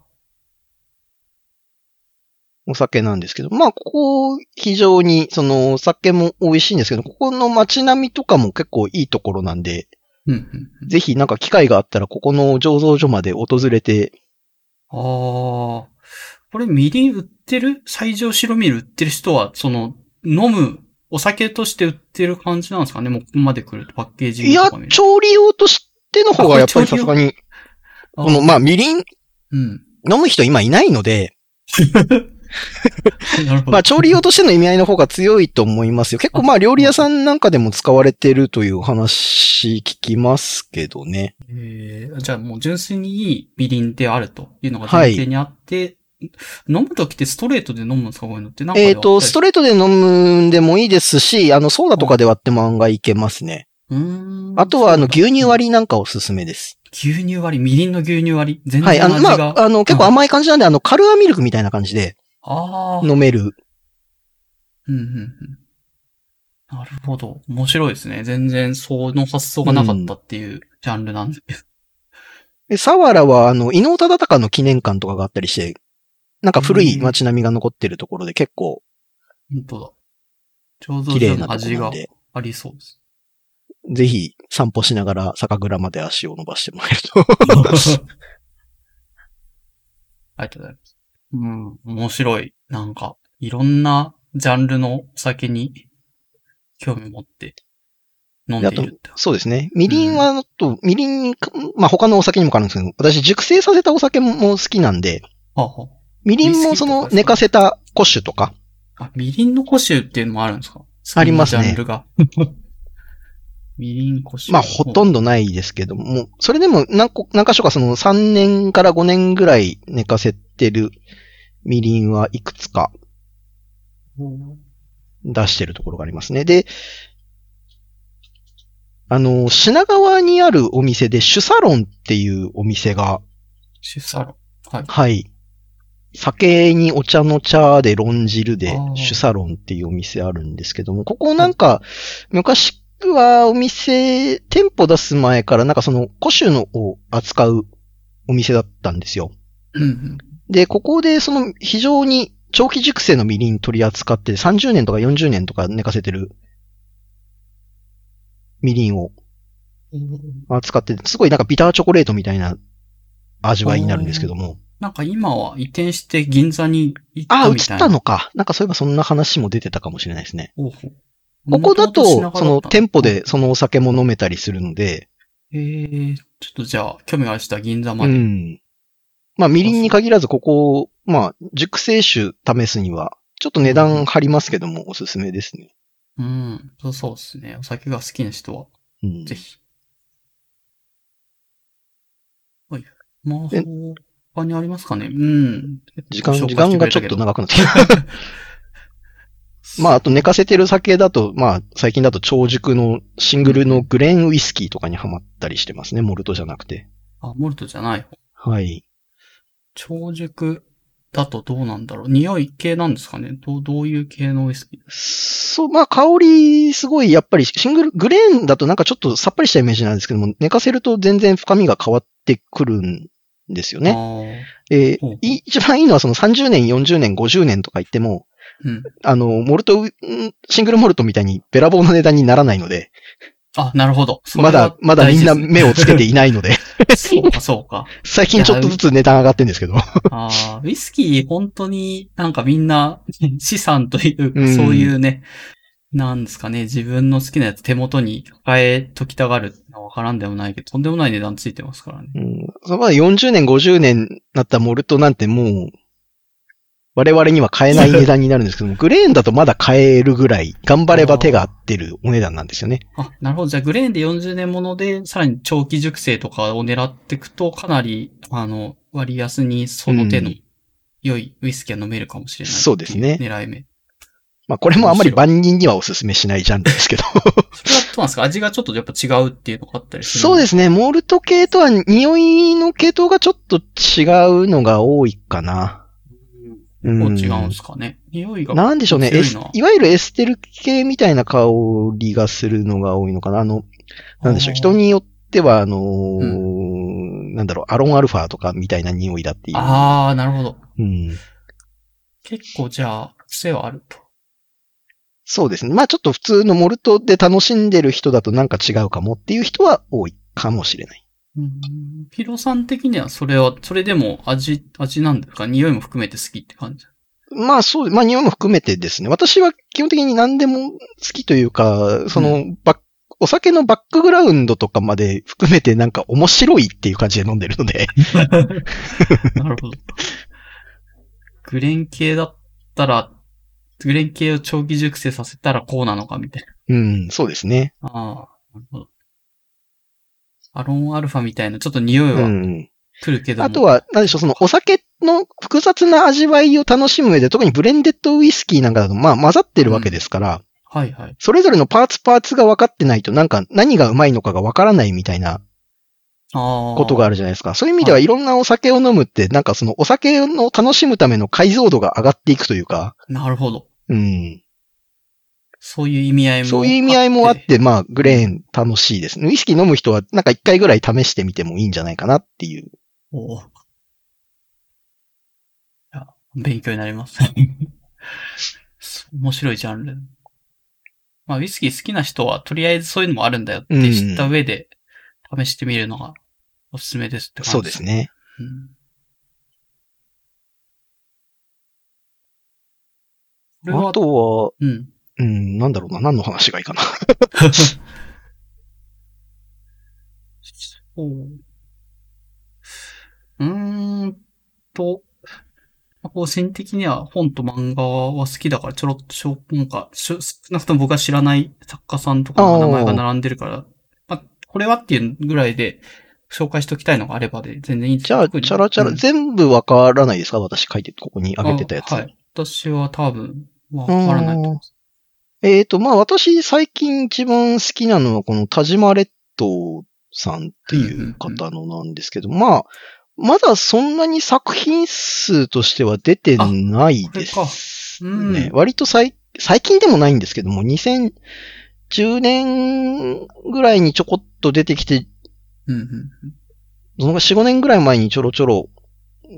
Speaker 1: お酒なんですけど、まあ、ここ、非常に、その、お酒も美味しいんですけど、ここの街並みとかも結構いいところなんで、
Speaker 2: うん、うん。うん
Speaker 1: ぜひなんか機会があったら、ここの醸造所まで訪れて、
Speaker 2: ああ、これみりん売ってる最上白みりん売ってる人は、その、飲む、お酒として売ってる感じなんですかねもうここまで来るとパッケージン
Speaker 1: い
Speaker 2: グ
Speaker 1: や
Speaker 2: とか見、ると。
Speaker 1: 調理用としての方がやっぱり
Speaker 2: あこ
Speaker 1: さ
Speaker 2: れ
Speaker 1: す
Speaker 2: 調
Speaker 1: がに、
Speaker 2: あ
Speaker 1: この、まあ、みりん、
Speaker 2: うん。
Speaker 1: 飲む人今いないので、
Speaker 2: なるほど。
Speaker 1: まあ、調理用としての意味合いの方が強いと思いますよ。結構まあ、料理屋さんなんかでも使われてるという話聞きますけどね。
Speaker 2: えーじゃあもう純粋にいいみりんであるというのが前提にあって、飲むときってストレートで飲むんですかこういうのってなんか
Speaker 1: えっ、と、スト
Speaker 2: レ
Speaker 1: レートで飲むんでもいいですし、あの、ソーダとかで割っても案外いけますね。
Speaker 2: ート
Speaker 1: あとは、あの、牛乳
Speaker 2: り。
Speaker 1: 割りなんかおすすめです。
Speaker 2: 牛乳割り、みりんの牛乳割り。全
Speaker 1: はい。
Speaker 2: 然
Speaker 1: あの、
Speaker 2: 味
Speaker 1: ま
Speaker 2: が。
Speaker 1: あ、あの、結構甘い感じなんで、あの、カルアミルクみたいな感じで
Speaker 2: あー
Speaker 1: 飲める
Speaker 2: うんうんうん。なるほど。面白いですね。全然その発想がなかったっていうジャンルなんですけ ど。
Speaker 1: で、サワラは、あの、伊能忠敬の記念館とかがあったりして、なんか古い街並みが残ってるところで結構
Speaker 2: 本当だ。醸造
Speaker 1: 綺麗
Speaker 2: 所
Speaker 1: なと
Speaker 2: の
Speaker 1: こ
Speaker 2: 味
Speaker 1: ろな
Speaker 2: が
Speaker 1: んで、
Speaker 2: ありそう です。
Speaker 1: ぜひ散歩しながら酒蔵まで足を伸ばしてもらえると。
Speaker 2: ありがとうございます。うん、面白い。なんか、いろんなジャンルのお酒に興味持って飲んでいるって。
Speaker 1: そうですね。みりんは、あと、みりん、まあ、他のお酒にも絡むんですけど、私熟成させたお酒も好きなんで、
Speaker 2: あは
Speaker 1: みりんもそ
Speaker 2: ウイスキーとかです
Speaker 1: の
Speaker 2: か
Speaker 1: 寝かせた古酒とか、
Speaker 2: あ、みりんの古酒っていうのもあるんですか
Speaker 1: ありますね
Speaker 2: そのジャンルが。 みりん古酒。
Speaker 1: まあ、ほとんどないですけども、それでも何個、何箇所かその3年から5年ぐらい寝かせてるみりんはいくつか
Speaker 2: ど。
Speaker 1: 出してるところがありますね。で、あの、品川にあるお店で、シュサロンっていうお店が、
Speaker 2: 主サロン。はい。
Speaker 1: はい。酒にお茶の茶で論汁で
Speaker 2: あー、
Speaker 1: シュサロンっていうお店あるんですけども、ここなんか、昔はお店、店舗出す前からなんかその古酒のを扱うお店だったんですよ。
Speaker 2: うんうん。
Speaker 1: で、ここでその非常に長期熟成のみりん取り扱って30年とか40年とか寝かせてるみりんを扱って、すごいなんかビターチョコレートみたいな味わいになるんですけども。
Speaker 2: なんか今は移転して銀座に行っ
Speaker 1: ああ、
Speaker 2: た
Speaker 1: 映っ
Speaker 2: みたいな。
Speaker 1: たのか。なんかそういえばそんな話も出てたかもしれないですね。
Speaker 2: ほうほう
Speaker 1: ここだ
Speaker 2: 元々品
Speaker 1: と、
Speaker 2: 川
Speaker 1: その
Speaker 2: だった
Speaker 1: 店舗。でそのお酒も飲めたりするので、
Speaker 2: えー、ちょっとじゃあ、興味がある人は銀座ま
Speaker 1: う
Speaker 2: で。
Speaker 1: ん。まあ、みりんに限らずここ、まあ、熟成酒試すには、ちょっと値段張りますけども、おすすめですね。
Speaker 2: うん。そうそうですね。お酒が好きな人は、
Speaker 1: うん
Speaker 2: ぜひ。はい。まあ
Speaker 1: え、
Speaker 2: 他にありますかねうん。
Speaker 1: 時間、
Speaker 2: 紹介
Speaker 1: 時
Speaker 2: して
Speaker 1: 間
Speaker 2: く
Speaker 1: が
Speaker 2: れ
Speaker 1: ち
Speaker 2: た
Speaker 1: ょっ
Speaker 2: け
Speaker 1: と
Speaker 2: ど
Speaker 1: 長くなってきた。 まあ、あと寝かせてる酒だと、まあ、最近だと長熟のシングルのグレーンウイスキーとかにハマったりしてますね。モルトじゃなくて。
Speaker 2: あ、モルトじゃない方。
Speaker 1: はい。
Speaker 2: 長熟だとどうなんだろう。匂い系なんですかねどう、どういう系のウイスキー
Speaker 1: そう、まあ香り、すごい、やっぱりシングル、グレーンだとなんかちょっとさっぱりしたイメージなんですけども、寝かせると全然深みが変わってくるんですよね。
Speaker 2: ね。
Speaker 1: えー
Speaker 2: ほうほう
Speaker 1: い一番いいのはその30年、40年、50年とか言っても、
Speaker 2: あーうん。
Speaker 1: あの、モルト、んシングルモルトみたいにべらぼうの値段にならないので、
Speaker 2: あ、なるほど。それ
Speaker 1: ま
Speaker 2: は
Speaker 1: だ、まだみんな
Speaker 2: 大事
Speaker 1: 目をつけて いないので、
Speaker 2: ですねそうか、そうか。
Speaker 1: 最近ちょっとずつ値段上がってるんですけど。
Speaker 2: ああ、ウイスキー、本当になんかみんな資産という
Speaker 1: う
Speaker 2: か、
Speaker 1: ん
Speaker 2: そういうね、なんですかね、自分の好きなやつ手元に抱えときたがるのはわからんでもないけど、とんでもない値段ついてますからね。
Speaker 1: うん、そのまで40年、50年なったモルトなんてもう、我々には買えない値段になるんですけど も、グレーンだとまだ買えるぐらい、頑張れば手が合ってるお値段なんですよね。
Speaker 2: あ、なるほど。じゃあ、グレーンで40年もので、さらに長期熟成とかを狙っていくと、かなり、あの、割安にその手の
Speaker 1: うん
Speaker 2: 良いウイスキーが飲めるかもしれない、
Speaker 1: そうですね
Speaker 2: 狙い目。
Speaker 1: まあこれもあんまり万人にはお勧めしないジャンルですけど。
Speaker 2: それはどうなんですか味がちょっとやっぱ違うっていうのがあったりする。
Speaker 1: そうですすね、モルト系とは匂いの系統がちょっと違うのが多いかな。う。
Speaker 2: こうん違うんですかね。匂いが。
Speaker 1: なんでしょうね。
Speaker 2: 強
Speaker 1: エ
Speaker 2: い
Speaker 1: ス
Speaker 2: ない
Speaker 1: わゆるエステル系みたいな香りがするのが多いのかな。あの、なんでしょう。人によっては、あのー
Speaker 2: う
Speaker 1: なんだろう、アロンアルファとかみたいな匂いだっていう。
Speaker 2: ああ、なるほど。
Speaker 1: うん。
Speaker 2: 結構じゃあ、癖はあると。
Speaker 1: そうですね。まあちょっと普通のモルトで楽しんでる人だとなんか違うかもっていう人は多いかもしれない。
Speaker 2: うん。ヒロさん的にはそれは、それでも味、味なんですか匂いも含めて好きって感じ。
Speaker 1: まあそう、まあ匂いも含めてですね。私は基本的に何でも好きというか、その、
Speaker 2: う
Speaker 1: バッお酒のバックグラウンドとかまで含めてなんか面白いっていう感じで飲んでるの で。
Speaker 2: なるほど。グレン系だったら、グレン系を長期熟成させたらこうなのかみたい
Speaker 1: うん、そうですね。
Speaker 2: な。ああ、なるほど。アロンアルファみたいな、ちょっと匂いうは
Speaker 1: ん。
Speaker 2: 来るけども、
Speaker 1: あとは、なんでしょう、そのお酒の複雑な味わいを楽しむ上で、特にブレンデッドウイスキーなんかだと、まあ混ざってるわけですから、
Speaker 2: はいはい。
Speaker 1: それぞれのパーツパーツが分かってないと、なんか何がうまいのかが分からないみたいな
Speaker 2: ああ。
Speaker 1: ことがあるじゃないですか。そういう意味では
Speaker 2: はい
Speaker 1: いろんなお酒を飲むって、なんかそのお酒の楽しむための解像度が上がっていくというか、
Speaker 2: なるほど。
Speaker 1: うん。
Speaker 2: そういう意味合いも。
Speaker 1: そういう意味合いもあっ。て、まあ、グレーン楽しいですね。ウイスキー飲む人は、なんか一回ぐらい試してみてもいいんじゃないかなっていう。
Speaker 2: おお。いや、勉強にな ります。面白いジャンル。まあ、ウイスキー好きな人は、とりあえずそういうのもあるんだよって知った上で、試してみるのがおすすめですって感じ。
Speaker 1: そうです
Speaker 2: ね。
Speaker 1: ね。
Speaker 2: うん、これは
Speaker 1: あ、とは、
Speaker 2: うん。
Speaker 1: うん、なんだろうな、何の話がいいかな。
Speaker 2: そううーんと、個人的には本と漫画は好きだから、ちょろっとしょ、なんか、しょ少なくとも僕が知らない作家さんとかの名前が並んでるから、まあ、これはっていうぐらいで紹介しておきたいのがあればで、全然いいんです
Speaker 1: じゃあ、チ
Speaker 2: 特に
Speaker 1: ャラチャラ、
Speaker 2: うん
Speaker 1: 全部わからないですか私書いて、ここに上げてたやつ。
Speaker 2: あはい。私は多分、わからないと思います。
Speaker 1: えっ、と、まあ、私、最近一番好きなのは、この田島列島さんっていう方のなんですけど、まあ、まだそんなに作品数としては出てないです
Speaker 2: あこれかうん
Speaker 1: ね。割と最、最近でもないんですけども、2010年ぐらいにちょこっと出てきて、
Speaker 2: うんうん。
Speaker 1: その4、5年ぐらい前にちょろちょろ、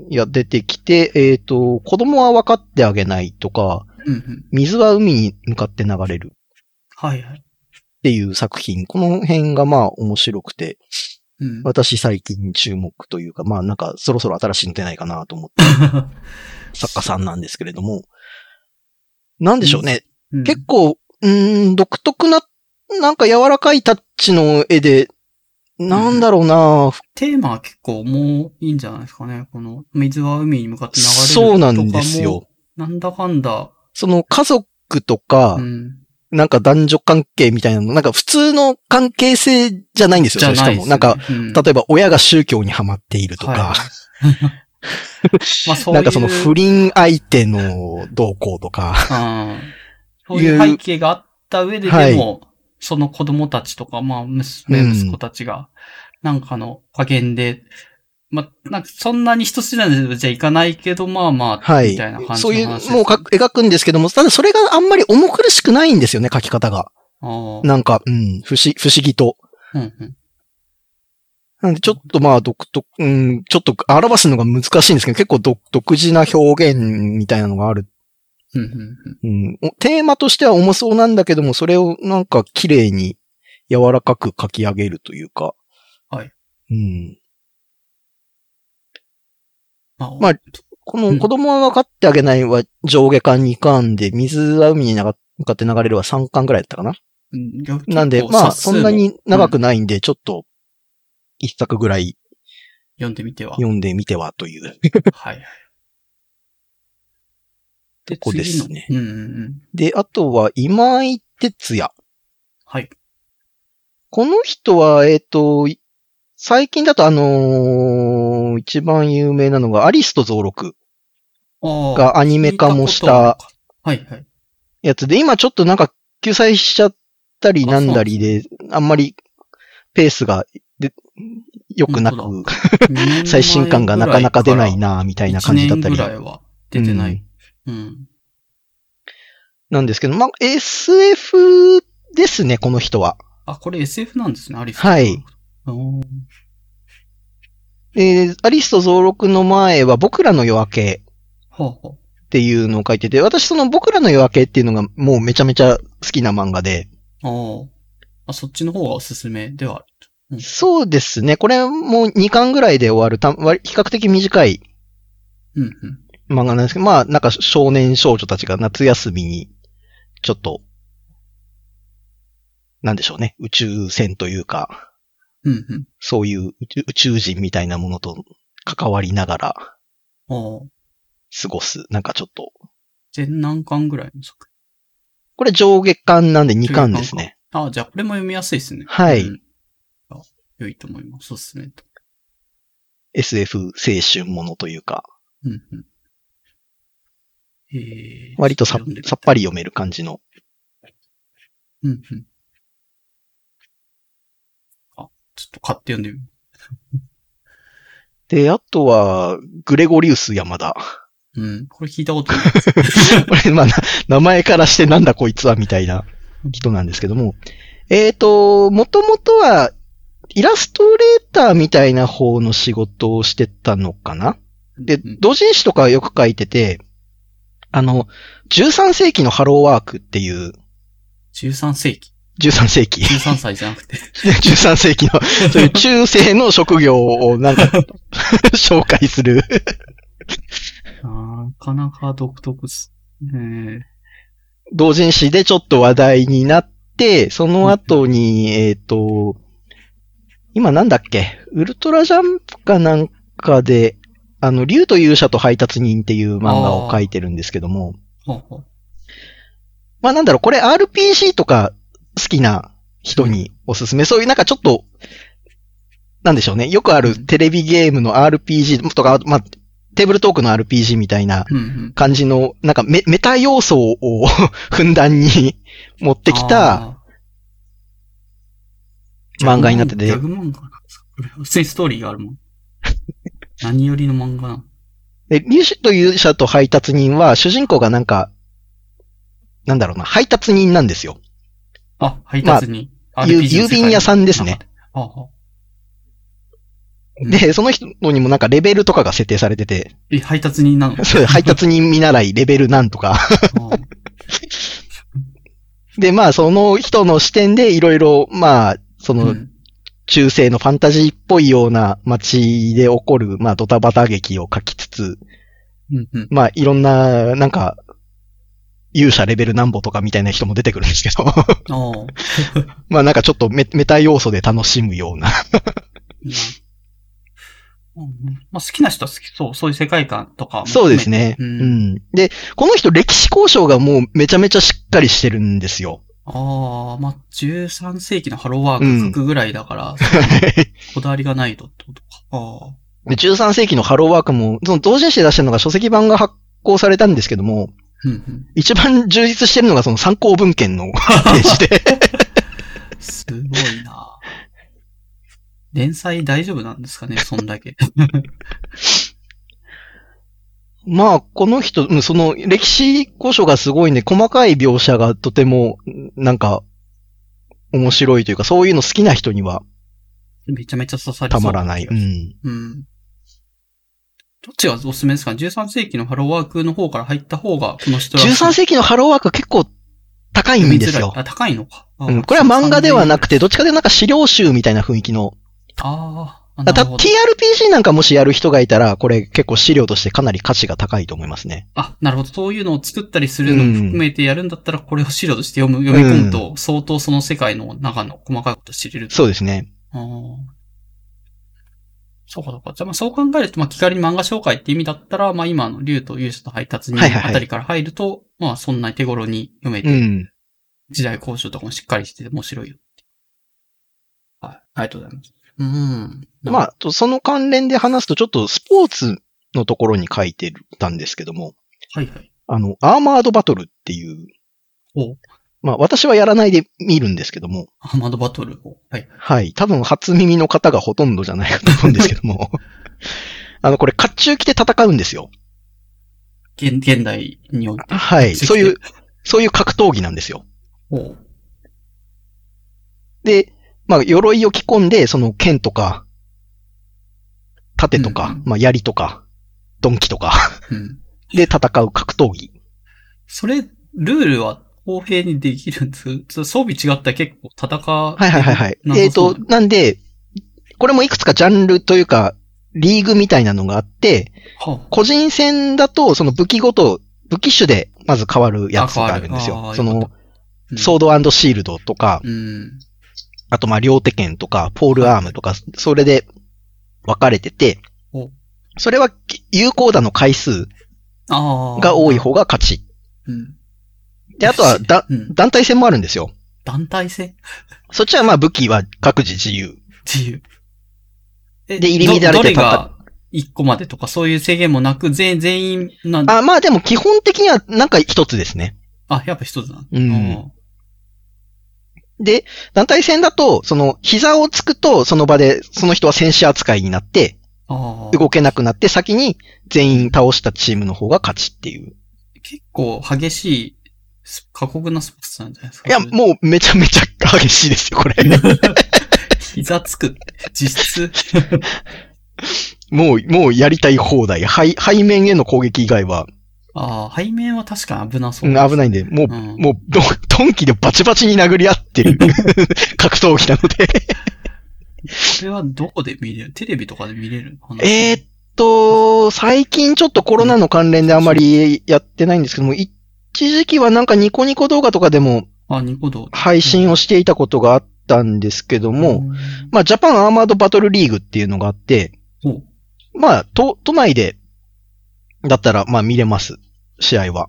Speaker 1: いや、出てきて、えっ、と、子供は分かってあげないとか、
Speaker 2: うんうん。
Speaker 1: 水は海に向かって流れる
Speaker 2: はいはい。
Speaker 1: っていう作品。この辺がまあ面白くて、
Speaker 2: うん。
Speaker 1: 私最近注目というか、まあなんかそろそろ新しいの出ないかなと思って、作家さんなんですけれども、なんでしょうね。
Speaker 2: うん
Speaker 1: 結構、うーん、独特な、なんか柔らかいタッチの絵で、なんだろうな、
Speaker 2: テーマは結構もういいんじゃないですかね。この水は海に向かって流れるとかも。
Speaker 1: そうなんですよ。
Speaker 2: なんだかんだ。
Speaker 1: その家族とか、
Speaker 2: うん。
Speaker 1: なんか男女関係みたいなの、なんか普通の関係性じゃないんですよ。
Speaker 2: じゃ
Speaker 1: そ
Speaker 2: な
Speaker 1: れ
Speaker 2: い
Speaker 1: し
Speaker 2: で
Speaker 1: か
Speaker 2: す、
Speaker 1: も、
Speaker 2: ね。
Speaker 1: なんか、
Speaker 2: うん、
Speaker 1: 例えば親が宗教にはまっているとか、
Speaker 2: はい まあそうい
Speaker 1: な
Speaker 2: う。
Speaker 1: んかその不倫相手の動向とか、
Speaker 2: うんそういう背景があった上で、
Speaker 1: はい
Speaker 2: でも、その子供たちとか、まあ娘、
Speaker 1: うん
Speaker 2: 息子たちが、なんかの加減で、ま、なんかそんなに一筋縄じゃいかないけど、まあまあ、
Speaker 1: はい
Speaker 2: みたいな感じ
Speaker 1: そう
Speaker 2: の
Speaker 1: いう、
Speaker 2: 話です、
Speaker 1: もうか描くんですけども、ただそれがあんまり重苦しくないんですよね、書き方が。
Speaker 2: ああ
Speaker 1: なんか、うん、不思不思議と。
Speaker 2: うんうん
Speaker 1: なんで、ちょっとまあ、独特、うん、ちょっと表すのが難しいんですけど、結構独独自な表現みたいなのがある。
Speaker 2: うんうん
Speaker 1: うん、おテーマとしては重そうなんだけども、それをなんか綺麗に柔らかく書き上げるというか。
Speaker 2: はい。
Speaker 1: うん。
Speaker 2: うん。
Speaker 1: ま
Speaker 2: ま
Speaker 1: あ
Speaker 2: あ、
Speaker 1: こ
Speaker 2: う
Speaker 1: の
Speaker 2: ん
Speaker 1: 子供は分かってあげないは上下巻2巻で、水は海に流向かって流れるは3巻ぐらいだったかな。
Speaker 2: 逆に
Speaker 1: なんで、
Speaker 2: こう
Speaker 1: まあ、
Speaker 2: 冊数
Speaker 1: そんなに長くないんで、ちょっと、一作ぐらい
Speaker 2: 読んでみては。
Speaker 1: 読んでみてはという
Speaker 2: はい。
Speaker 1: とこですね。
Speaker 2: 次のうんうんうん。
Speaker 1: で、あとは、今井哲也。
Speaker 2: はい。
Speaker 1: この人は、えっ、と、い最近だとあのー一番有名なのが、アリスと増録
Speaker 2: ああ。
Speaker 1: がアニメ化もした
Speaker 2: はいはい。
Speaker 1: やつで、今ちょっとなんか救済しちゃったりなんだりで、あんまりペースが、で、良くな
Speaker 2: 本
Speaker 1: く、最新刊がなかなか出ない
Speaker 2: み
Speaker 1: な、みたいな感じだったり
Speaker 2: ぐ。らいは出てな
Speaker 1: うん
Speaker 2: い。うん。
Speaker 1: なんですけど、まあ、SF ですね、この人は。
Speaker 2: あ、これ SF なんですね、アリス。
Speaker 1: はい。
Speaker 2: おー
Speaker 1: えーアリスト増録の前は僕らの夜明け
Speaker 2: ほうほ
Speaker 1: っていうのを書いてて、私その僕らの夜明けっていうのがもうめちゃめちゃ好きな漫画で、
Speaker 2: う。おーあ、そっちの方がおすすめではある。
Speaker 1: そうですね、これも2巻ぐらいで終わるた、割比較的短い
Speaker 2: うんうん。
Speaker 1: 漫画なんですけど、まあなんか少年少女たちが夏休みに、ちょっと、なんでしょうね、宇宙船というか、
Speaker 2: うんうん。
Speaker 1: そういう宇宙宇宙人みたいなものと関わりながら
Speaker 2: おー
Speaker 1: 過ごす、なんかちょっと、
Speaker 2: 全何巻ぐらいの作
Speaker 1: これ上下巻なんで2巻ですね。
Speaker 2: 品あ、じゃあこれも読みやすいですね。
Speaker 1: はい
Speaker 2: うんあ良いと思います。おすすめと。
Speaker 1: SF 青春ものというか、
Speaker 2: うんうん。えー、
Speaker 1: 割とさ
Speaker 2: ちょっ読んでみたい
Speaker 1: さっぱり読める感じの。
Speaker 2: うんうん。あ、ちょっと買って読んでみ
Speaker 1: で、あとは、グレゴリウス山田。
Speaker 2: る。うん。これ聞いたことないです。
Speaker 1: これ、まあ、な名前からしてなんだこいつはみたいな人なんですけども。えっ、と、もともとは、イラストレーターみたいな方の仕事をしてたのかな で、
Speaker 2: うん
Speaker 1: 同人誌とかよく書いてて、あの、13世紀のハローワークっていう、
Speaker 2: 13世紀。
Speaker 1: 13世紀。
Speaker 2: 13歳じゃなくて。
Speaker 1: 13世紀の、そういう中世の職業をなんか、 紹介する。
Speaker 2: なかなか独特っす。えー、
Speaker 1: 同人誌でちょっと話題になって、その後に、えっ、と、今なんだっけ、ウルトラジャンプかなんかで、あの、竜と勇者と配達人っていう漫画を書いてるんですけども、
Speaker 2: ほうほう。
Speaker 1: まあなんだろう、これ RPG とか好きな人におすすめ。そういうなんかちょっと、なんでしょうね。よくあるテレビゲームの RPG とか、まあ、テーブルトークの RPG みたいな
Speaker 2: うんうん。
Speaker 1: 感じの、なんかメメタ要素を ふんだんに 持ってきた
Speaker 2: あー、
Speaker 1: 漫画になってて
Speaker 2: ギャ、グ漫画なんですかこれ、普通にストーリーがある もん。何よりの漫画なの
Speaker 1: で入手と勇者と配達人は主人公がなんか、なんだろうな、配達人なんですよ。
Speaker 2: あ、配達に。
Speaker 1: あ
Speaker 2: RPG の世界
Speaker 1: ゆ郵便屋さんですね。
Speaker 2: ああ。うん
Speaker 1: で、その人にもなんかレベルとかが設定されてて、
Speaker 2: え、配達人なの
Speaker 1: そう配達人見習いレベルなんとか、
Speaker 2: あー
Speaker 1: で、まあ、その人の視点でいろいろ、まあ、そうの
Speaker 2: ん
Speaker 1: 中世のファンタジーっぽいような街で起こる、まあ、ドタバタ劇を書きつつ、
Speaker 2: うんうん。
Speaker 1: まあ、いろんな、なんか、勇者レベルなんぼとかみたいな人も出てくるんですけど、
Speaker 2: ああ。
Speaker 1: まあ、なんかちょっとメメタ要素で楽しむような。
Speaker 2: うんまあ、好きな人は好きそう。そういう世界観とか も
Speaker 1: そ
Speaker 2: 含
Speaker 1: う
Speaker 2: め
Speaker 1: で
Speaker 2: て。
Speaker 1: すね。う、
Speaker 2: うんん
Speaker 1: で、この人歴史交渉がもうめちゃめちゃしっかりしてるんですよ。
Speaker 2: ああ、まあ、13世紀のハローワーク書くぐらいだ から、こだわりがないとってことか。ああ。
Speaker 1: で13世紀のハローワークも、その同人誌で出してるのが書籍版が発行されたんですけども、
Speaker 2: うんうん。
Speaker 1: 一番充実してるのがその 参考文献のページで、
Speaker 2: すごいな連載大丈夫なんですかね、そんだけ。
Speaker 1: まあ、この人、うんその歴史故障がすごいね、細かい描写がとても、なんか、面白いというか、そういうの好きな人には
Speaker 2: めちゃめちゃ刺さり
Speaker 1: た
Speaker 2: そう。
Speaker 1: まらない。うん。
Speaker 2: うん。どっちがおすすめですかね ?13 世紀のハローワークの方から入った方が、この人らしい
Speaker 1: 13世紀のハローワークは結構高いんですよ。
Speaker 2: あ、高いのか。あ
Speaker 1: うん、これは漫画ではなくて、どっちかというとなんか資料集みたいな雰囲気の。
Speaker 2: あーあ、な
Speaker 1: だ
Speaker 2: る
Speaker 1: た
Speaker 2: ほど。
Speaker 1: TRPG なんかもしやる人がいたら、これ結構資料としてかなり価値が高いと思いますね。
Speaker 2: あ、なるほど。そういうのを作ったりするのも含めてやるんだったら、これを資料として読む、読み込むと、相当その世界の中の細かいこと知れる。
Speaker 1: そうですね。
Speaker 2: ああ。そうか、そうか。じゃあ、まあ、そう考えると、まあ、気軽に漫画紹介って意味だったら、まあ、今の竜と勇者と配達に
Speaker 1: はいはいは
Speaker 2: あ
Speaker 1: い
Speaker 2: たりから入ると、まあ、そんなに手頃に読めて、
Speaker 1: うん。
Speaker 2: 時代交渉とかもしっかりしてて面白いよって。はい。ありがとうございます。うん。
Speaker 1: まあ、とその関連で話すと、ちょっとスポーツのところに書いてたんですけども、
Speaker 2: はいはい。
Speaker 1: あの、アーマードバトルっていう、
Speaker 2: お
Speaker 1: まあ私はやらないで見るんですけども、
Speaker 2: アーマードバトルを。はい。
Speaker 1: はい。多分初耳の方がほとんどじゃないかと思うんですけども、 あの、これ甲冑着て戦うんですよ。
Speaker 2: 現、現代において。
Speaker 1: はい。
Speaker 2: そして
Speaker 1: そういう、そういう格闘技なんですよ。
Speaker 2: お
Speaker 1: で、まあ、鎧を着込んで、その剣とか、盾と
Speaker 2: う
Speaker 1: か
Speaker 2: ん、
Speaker 1: まあ、槍とか、鈍器と か
Speaker 2: うん。
Speaker 1: で戦う格闘技。
Speaker 2: それ、ルールは公平にできるんですちょっと装備違ったら結構戦う。
Speaker 1: はいはいはいはい
Speaker 2: な。る
Speaker 1: えっ、
Speaker 2: ほど
Speaker 1: と、なんで、これもいくつかジャンルというか、リーグみたいなのがあって、
Speaker 2: はあ
Speaker 1: 個人戦だと、その武器ごと、武器種でまず変わるやつがあるんです
Speaker 2: あ変わ
Speaker 1: よ。
Speaker 2: る
Speaker 1: そ
Speaker 2: あーよか
Speaker 1: の
Speaker 2: っ、うん
Speaker 1: ソードシールドとか、
Speaker 2: うん。
Speaker 1: あとまあ両手剣とか、ポールアームとか、それで分かれてて
Speaker 2: お、
Speaker 1: それは有効打の回数
Speaker 2: ああ。
Speaker 1: が多い方が勝ち。
Speaker 2: うん。
Speaker 1: で、あとはだ、
Speaker 2: うん。
Speaker 1: 団体戦もあるんですよ。
Speaker 2: 団体戦
Speaker 1: そっちはまあ武器は各自自由。
Speaker 2: 自由。え
Speaker 1: で入り乱れて
Speaker 2: どどれ
Speaker 1: 戦
Speaker 2: が一個までとか、そういう制限もなく、全、全員なん
Speaker 1: あ、まあでも基本的にはなんか一つですね。
Speaker 2: あ、やっぱ一つなんだ。
Speaker 1: うん
Speaker 2: あ
Speaker 1: で、団体戦だと、その膝をつくとその場でその人は戦士扱いになって、
Speaker 2: あ。
Speaker 1: 動けなくなって先に全員倒したチームの方が勝ちっていう。
Speaker 2: 結構激しい、す過酷なスポーツなんじゃないですか。
Speaker 1: いや、
Speaker 2: それ
Speaker 1: もうめちゃめちゃ激しいですよ、これ。
Speaker 2: 膝つく。実質。
Speaker 1: もう、もうやりたい放題。背、背面への攻撃以外は、
Speaker 2: ああ、背面は確かに危なそうう。
Speaker 1: ん危ないんで、もう、
Speaker 2: うん
Speaker 1: もう、ドン、ドンキでバチバチに殴り合って る格闘技なので。
Speaker 2: それはどこで見れるテレビとかで見れる話
Speaker 1: えーっと、最近ちょっとコロナの関連であまりやってないんですけども、一時期はなんかニコニコ動画とかでも
Speaker 2: あ、ニコ動。
Speaker 1: 配信をしていたことがあったんですけども、
Speaker 2: ん
Speaker 1: まあ、ジャパンアーマードバトルリーグっていうのがあって、
Speaker 2: お
Speaker 1: まあ、都、都内で、だったら、まあ見れます。試合は。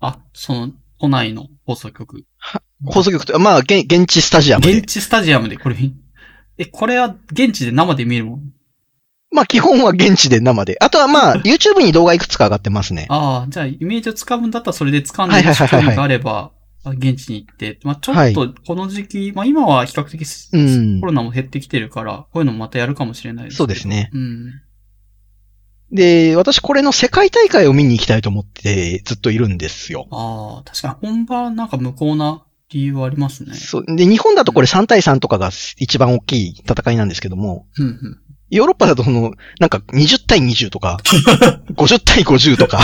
Speaker 2: あ、その、都内の放送局。
Speaker 1: 放送局と、まあ、現現地スタジアムで
Speaker 2: 現。地スタジアムでこれ見、え、これは現地で生で見るもん。
Speaker 1: まあ基本は現地で生で。あとは まあ YouTube に動画いくつか上がってますね。
Speaker 2: ああ、じゃあイメージをつかむんだったらそれで掴ん
Speaker 1: は
Speaker 2: で、
Speaker 1: いはいはいはい
Speaker 2: 興味があれば、あ現地に行って、まあちょっとこの時期、まあ今は比較的す、
Speaker 1: うん
Speaker 2: コロナも減ってきてるから、こういうのもまたやるかもしれないですけど
Speaker 1: そうです。ね。
Speaker 2: うん。
Speaker 1: で、私これの世界大会を見に行きたいと思ってずっといるんですよ。
Speaker 2: ああ、確かに本場はなんか無効な理由はありますね。
Speaker 1: そう。で、日本だとこれ3対3とかが一番大きい戦いなんですけども、
Speaker 2: うん うん。
Speaker 1: ヨーロッパだとその、なんか20対20と か、50対50と か、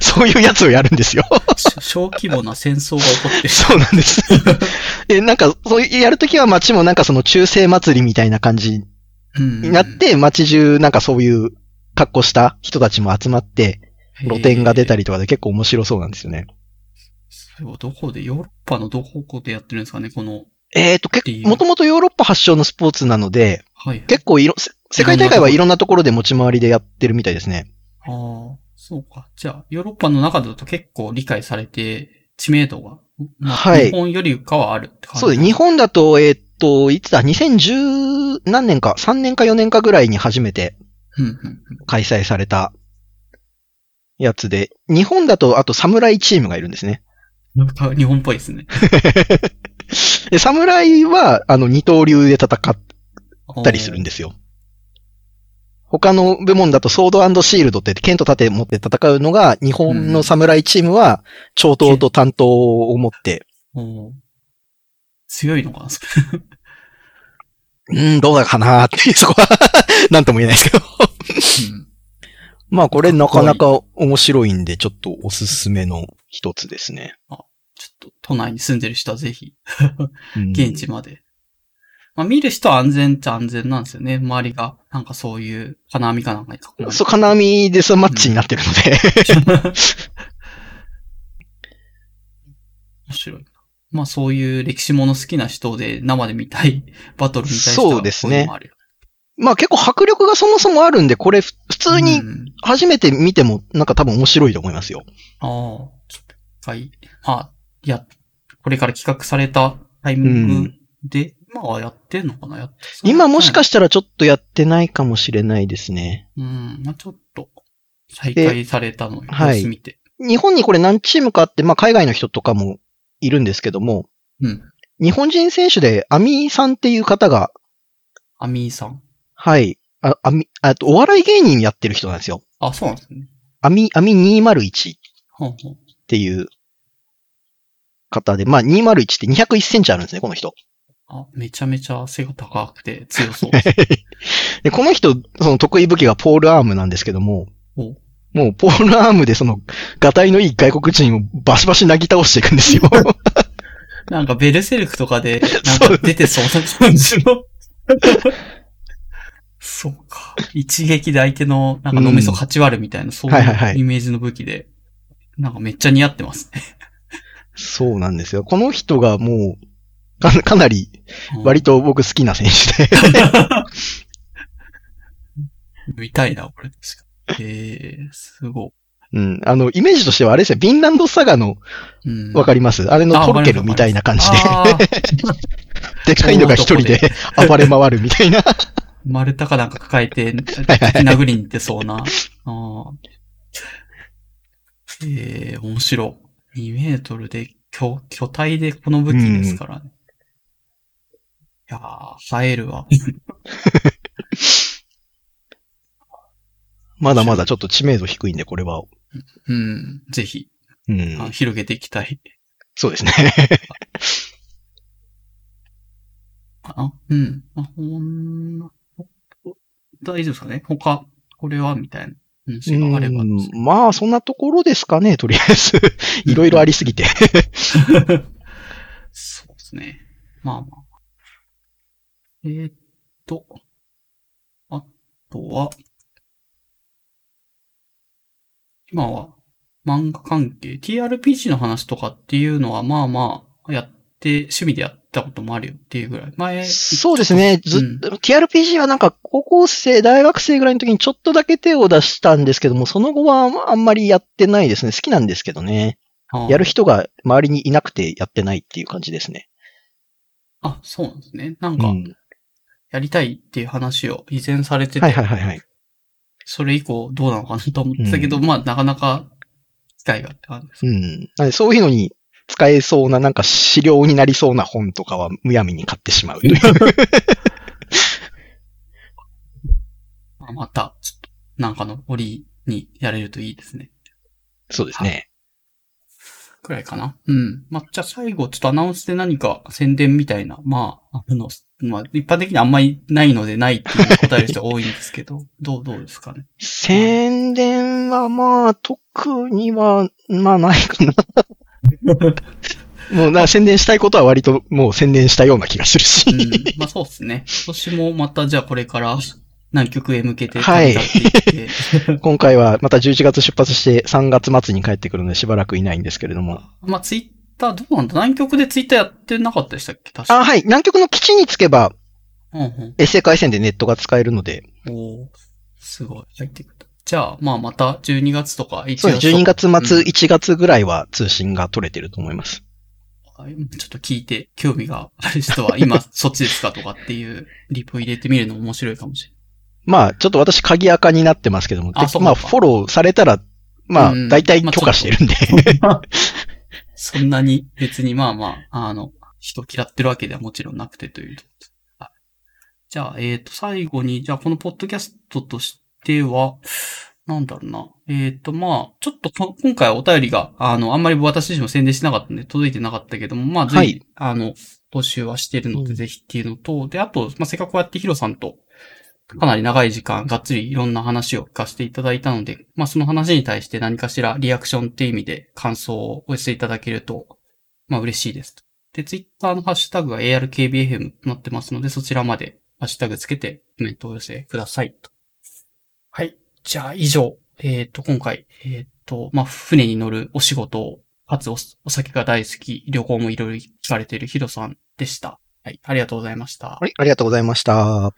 Speaker 1: そういうやつをやるんですよ。
Speaker 2: し小規模な戦争が起こってる。
Speaker 1: そうなんです。で、なんか、そういう、やるときは街もなんかその中世祭りみたいな感じ
Speaker 2: うん
Speaker 1: になって、街中なんかそういう格好した人たちも集まって、露店が出た
Speaker 2: り。
Speaker 1: りとかで結構面白そうなんですよね。
Speaker 2: それはどこで、ヨーロッパのどこでやってるんですかね、この。
Speaker 1: えっ、と、結
Speaker 2: いい
Speaker 1: 構、もともとヨーロッパ発祥のスポーツなので、
Speaker 2: はい。
Speaker 1: 結構いろ、せ世界大会はいろんなところで持ち回りでやってるみたいですね。
Speaker 2: ああ、そうか。じゃあ、ヨーロッパの中だと結構理解されて、知名度が、まあ
Speaker 1: はい
Speaker 2: 日本よりかはあるって感じ。
Speaker 1: そうです。日。本だと、えっ、と、いつだ、2010何年か、3年か4年かぐらいに初めて
Speaker 2: うんうん。
Speaker 1: 開催されたやつで、日本だと、あと侍チームがいるんですね。
Speaker 2: なんか日本っぽいですね。
Speaker 1: で、侍は、あの、二刀流で戦ったりするん
Speaker 2: で。
Speaker 1: ですよ。他の部門だと、ソードシールドって、剣と盾持って戦うのが、日本の侍チームは、長刀と短刀を持って、
Speaker 2: おー強いのかなそれ
Speaker 1: うん、どうだかなーって、そこは、 なんとも言えないですけど。まあ、これなかなか面白いんで、ちょっとおすすめの一つですね。
Speaker 2: ちょっと都内に住んでる人はぜひ、
Speaker 1: うん
Speaker 2: 現地まで。まあ見る人は安全っちゃ安全なんですよね。周りが、なんかそういう金網かなんかに囲まれて
Speaker 1: そう、金網でそのマッチになってるので、
Speaker 2: 面白いな。まあそういう歴史もの好きな人で生で見たい、 バトル見たい人は
Speaker 1: そうですね
Speaker 2: こいのもあるよ。
Speaker 1: まあ結構迫力がそもそもあるんで、これふ普通に
Speaker 2: うん
Speaker 1: 初めて見てもなんか多分面白いと思いますよ。
Speaker 2: ああ、ちょっと一回、まあ、いや、これから企画されたタイミングで、今はやってんのかなやって
Speaker 1: 今もしか
Speaker 2: し
Speaker 1: したらちょっとやってないかもしれないですね。
Speaker 2: うん、まあちょっと、再開されたのを
Speaker 1: はい
Speaker 2: 様子見て。
Speaker 1: 日本にこれ何チームかあって、まあ海外の人とかもいるんですけども、
Speaker 2: うん。
Speaker 1: 日本人選手でアミーさんっていう方が、
Speaker 2: アミーさん。
Speaker 1: はい、あ、アミ、あとお笑い芸人やってる人なんですよ。
Speaker 2: あ、そうなんですね。
Speaker 1: アミ、アミ201っ
Speaker 2: ほんほん。
Speaker 1: ていう方で、まあ201って201センチあるんですね、この人。
Speaker 2: あ、めちゃめちゃ背が高くて強そう。
Speaker 1: で、この人、その得意武器がポールアームなんですけども
Speaker 2: お、
Speaker 1: もうポールアームでその、がたいのいい外国人をバシバシなぎ倒していくんです よ。
Speaker 2: なんかベルセルクと かで、なんか出てそうな感じの。そうか。一撃で相手の、なんか脳みそ8割みたいな、そう
Speaker 1: はいはいはいいう
Speaker 2: イメージの武器で、なんかめっちゃ似合ってますね。
Speaker 1: そうなんですよ。この人がもう、かかなり、 割と僕好きな選手 で。
Speaker 2: うん。見たいな、これ。確かにえー、すご
Speaker 1: うん。あの、イメージとしてはあれですよ。ビンランドサガの、
Speaker 2: い。うん。
Speaker 1: わかりますあれの
Speaker 2: あ
Speaker 1: トルケルみたいな感じで、
Speaker 2: あー
Speaker 1: でかいのが一人で 暴れ回るみたいな。
Speaker 2: 丸太かなんか抱えて、殴りに行ってそうな。あーえー、面白い。2メートルで巨、巨体でこの武器ですからね。いやー、映えるわ。
Speaker 1: まだまだちょっと知名度低いんで、これは。
Speaker 2: うん、ぜひ、
Speaker 1: う
Speaker 2: あの
Speaker 1: ん。
Speaker 2: 広げていきたい。
Speaker 1: そう ですね。
Speaker 2: あ、うん。あ、ほんな、大丈夫ですかね他、これはみたいな話があれば。
Speaker 1: うんまあ、そんなところですかね、とりあえず。いろいろありすぎて。
Speaker 2: そうですね。まあまあ。えーっと、あとは、今は漫画関係、TRPG の話とかっていうのはまあまあやって、趣味でやったこともあるよっていうぐらい。前、
Speaker 1: そうですね。ずっ
Speaker 2: うん
Speaker 1: と、TRPG はなんか高校生、大学生ぐらいの時にちょっとだけ手を出したんですけども、その後はあんまりやってないですね。好きなんですけどね。
Speaker 2: あ
Speaker 1: やる人が周りにいなくてやってないっていう感じですね。
Speaker 2: あ、そうなんですね。なん
Speaker 1: う
Speaker 2: か、
Speaker 1: ん。
Speaker 2: やりたいっていう話を依然されてて、
Speaker 1: はいはいはいはい。
Speaker 2: それ以降どうなのかなと思ってたけど、まあなかなか機会があって感じです。
Speaker 1: うん。なんでそういうのに使えそうな、なんか資料になりそうな本とかはむやみに買ってしまうという。
Speaker 2: ま あまた、ちょっと、なんかの折にやれるといいですね。
Speaker 1: そうですね。
Speaker 2: くらいかな。うん。まあ、じゃあ最後、ちょっとアナウンスで何か宣伝みたいな、まあ、あの、まあ、一般的にあんまりないのでないっていう答える人が多いんですけど、どう、どうですかね。
Speaker 1: 宣伝はまあ、特には、まあないかな。もうな、宣伝したいことは割ともう宣伝したような気がする
Speaker 2: う
Speaker 1: し。
Speaker 2: ん。まあそうですね。今年もまた、じゃあこれから、南極へ向けて
Speaker 1: はい
Speaker 2: 旅立っていって、
Speaker 1: 今回はまた11月出発して3月末に帰ってくるのでしばらくいないんですけれども。
Speaker 2: まあツイッター、どうなんだ南極でツイッターやってなかったでしたっけ確か
Speaker 1: あ、はい。南極の基地につけば、
Speaker 2: うんうん。
Speaker 1: 衛星回線でネットが使えるので、
Speaker 2: おーすごい。入ってくる。じゃあ、まあまた12月とか1月
Speaker 1: そう
Speaker 2: とか。
Speaker 1: です。12月末、
Speaker 2: うん
Speaker 1: 1月ぐらいは通信が取れてると思います。
Speaker 2: はいちょっと聞いて、興味がある人は今そっちですかとかっていうリプ入れてみるのも面白いかもしれ
Speaker 1: まあ、ちょっと私鍵垢になってますけども、
Speaker 2: あ
Speaker 1: で
Speaker 2: そうか
Speaker 1: まあ、フォローされたら、まあ
Speaker 2: う、ん
Speaker 1: 大体許可してるんで。
Speaker 2: ない。そんなに別にまあまあ、あの、人嫌ってるわけではもちろんなくてというとこです。はいじゃあ、えっ、と、最後に、じゃあこのポッドキャストとしては、なんだろうな。えっ、と、まあ、ちょっとこ今回はお便りが、あの、あんまり私自身も宣伝してなかったんで届いてなかったけども、まあ、ぜひ、
Speaker 1: はい
Speaker 2: あの、募集はしてるの
Speaker 1: う
Speaker 2: で、
Speaker 1: ん
Speaker 2: ぜひっていうのと、で、あと、まあ、せっかくこうやってヒロさんと、かなり長い時間、がっつりいろんな話を聞かせていただいたので、まあ、その話に対して何かしらリアクションっていう意味で感想をお寄せいただけると、まあ、嬉しいですと。で、ツイッターのハッシュタグが ARKBFM となってますので、そちらまでハッシュタグつけてコメントをお寄せくださいと。はい。じゃあ、以上。えっ、と、今回、えっ、と、まあ、船に乗るお仕事を、かつおお酒が大好き、旅行もいろいろ聞かれているヒロさんでした。はい。ありがとうございました。
Speaker 1: はい、ありがとうございました。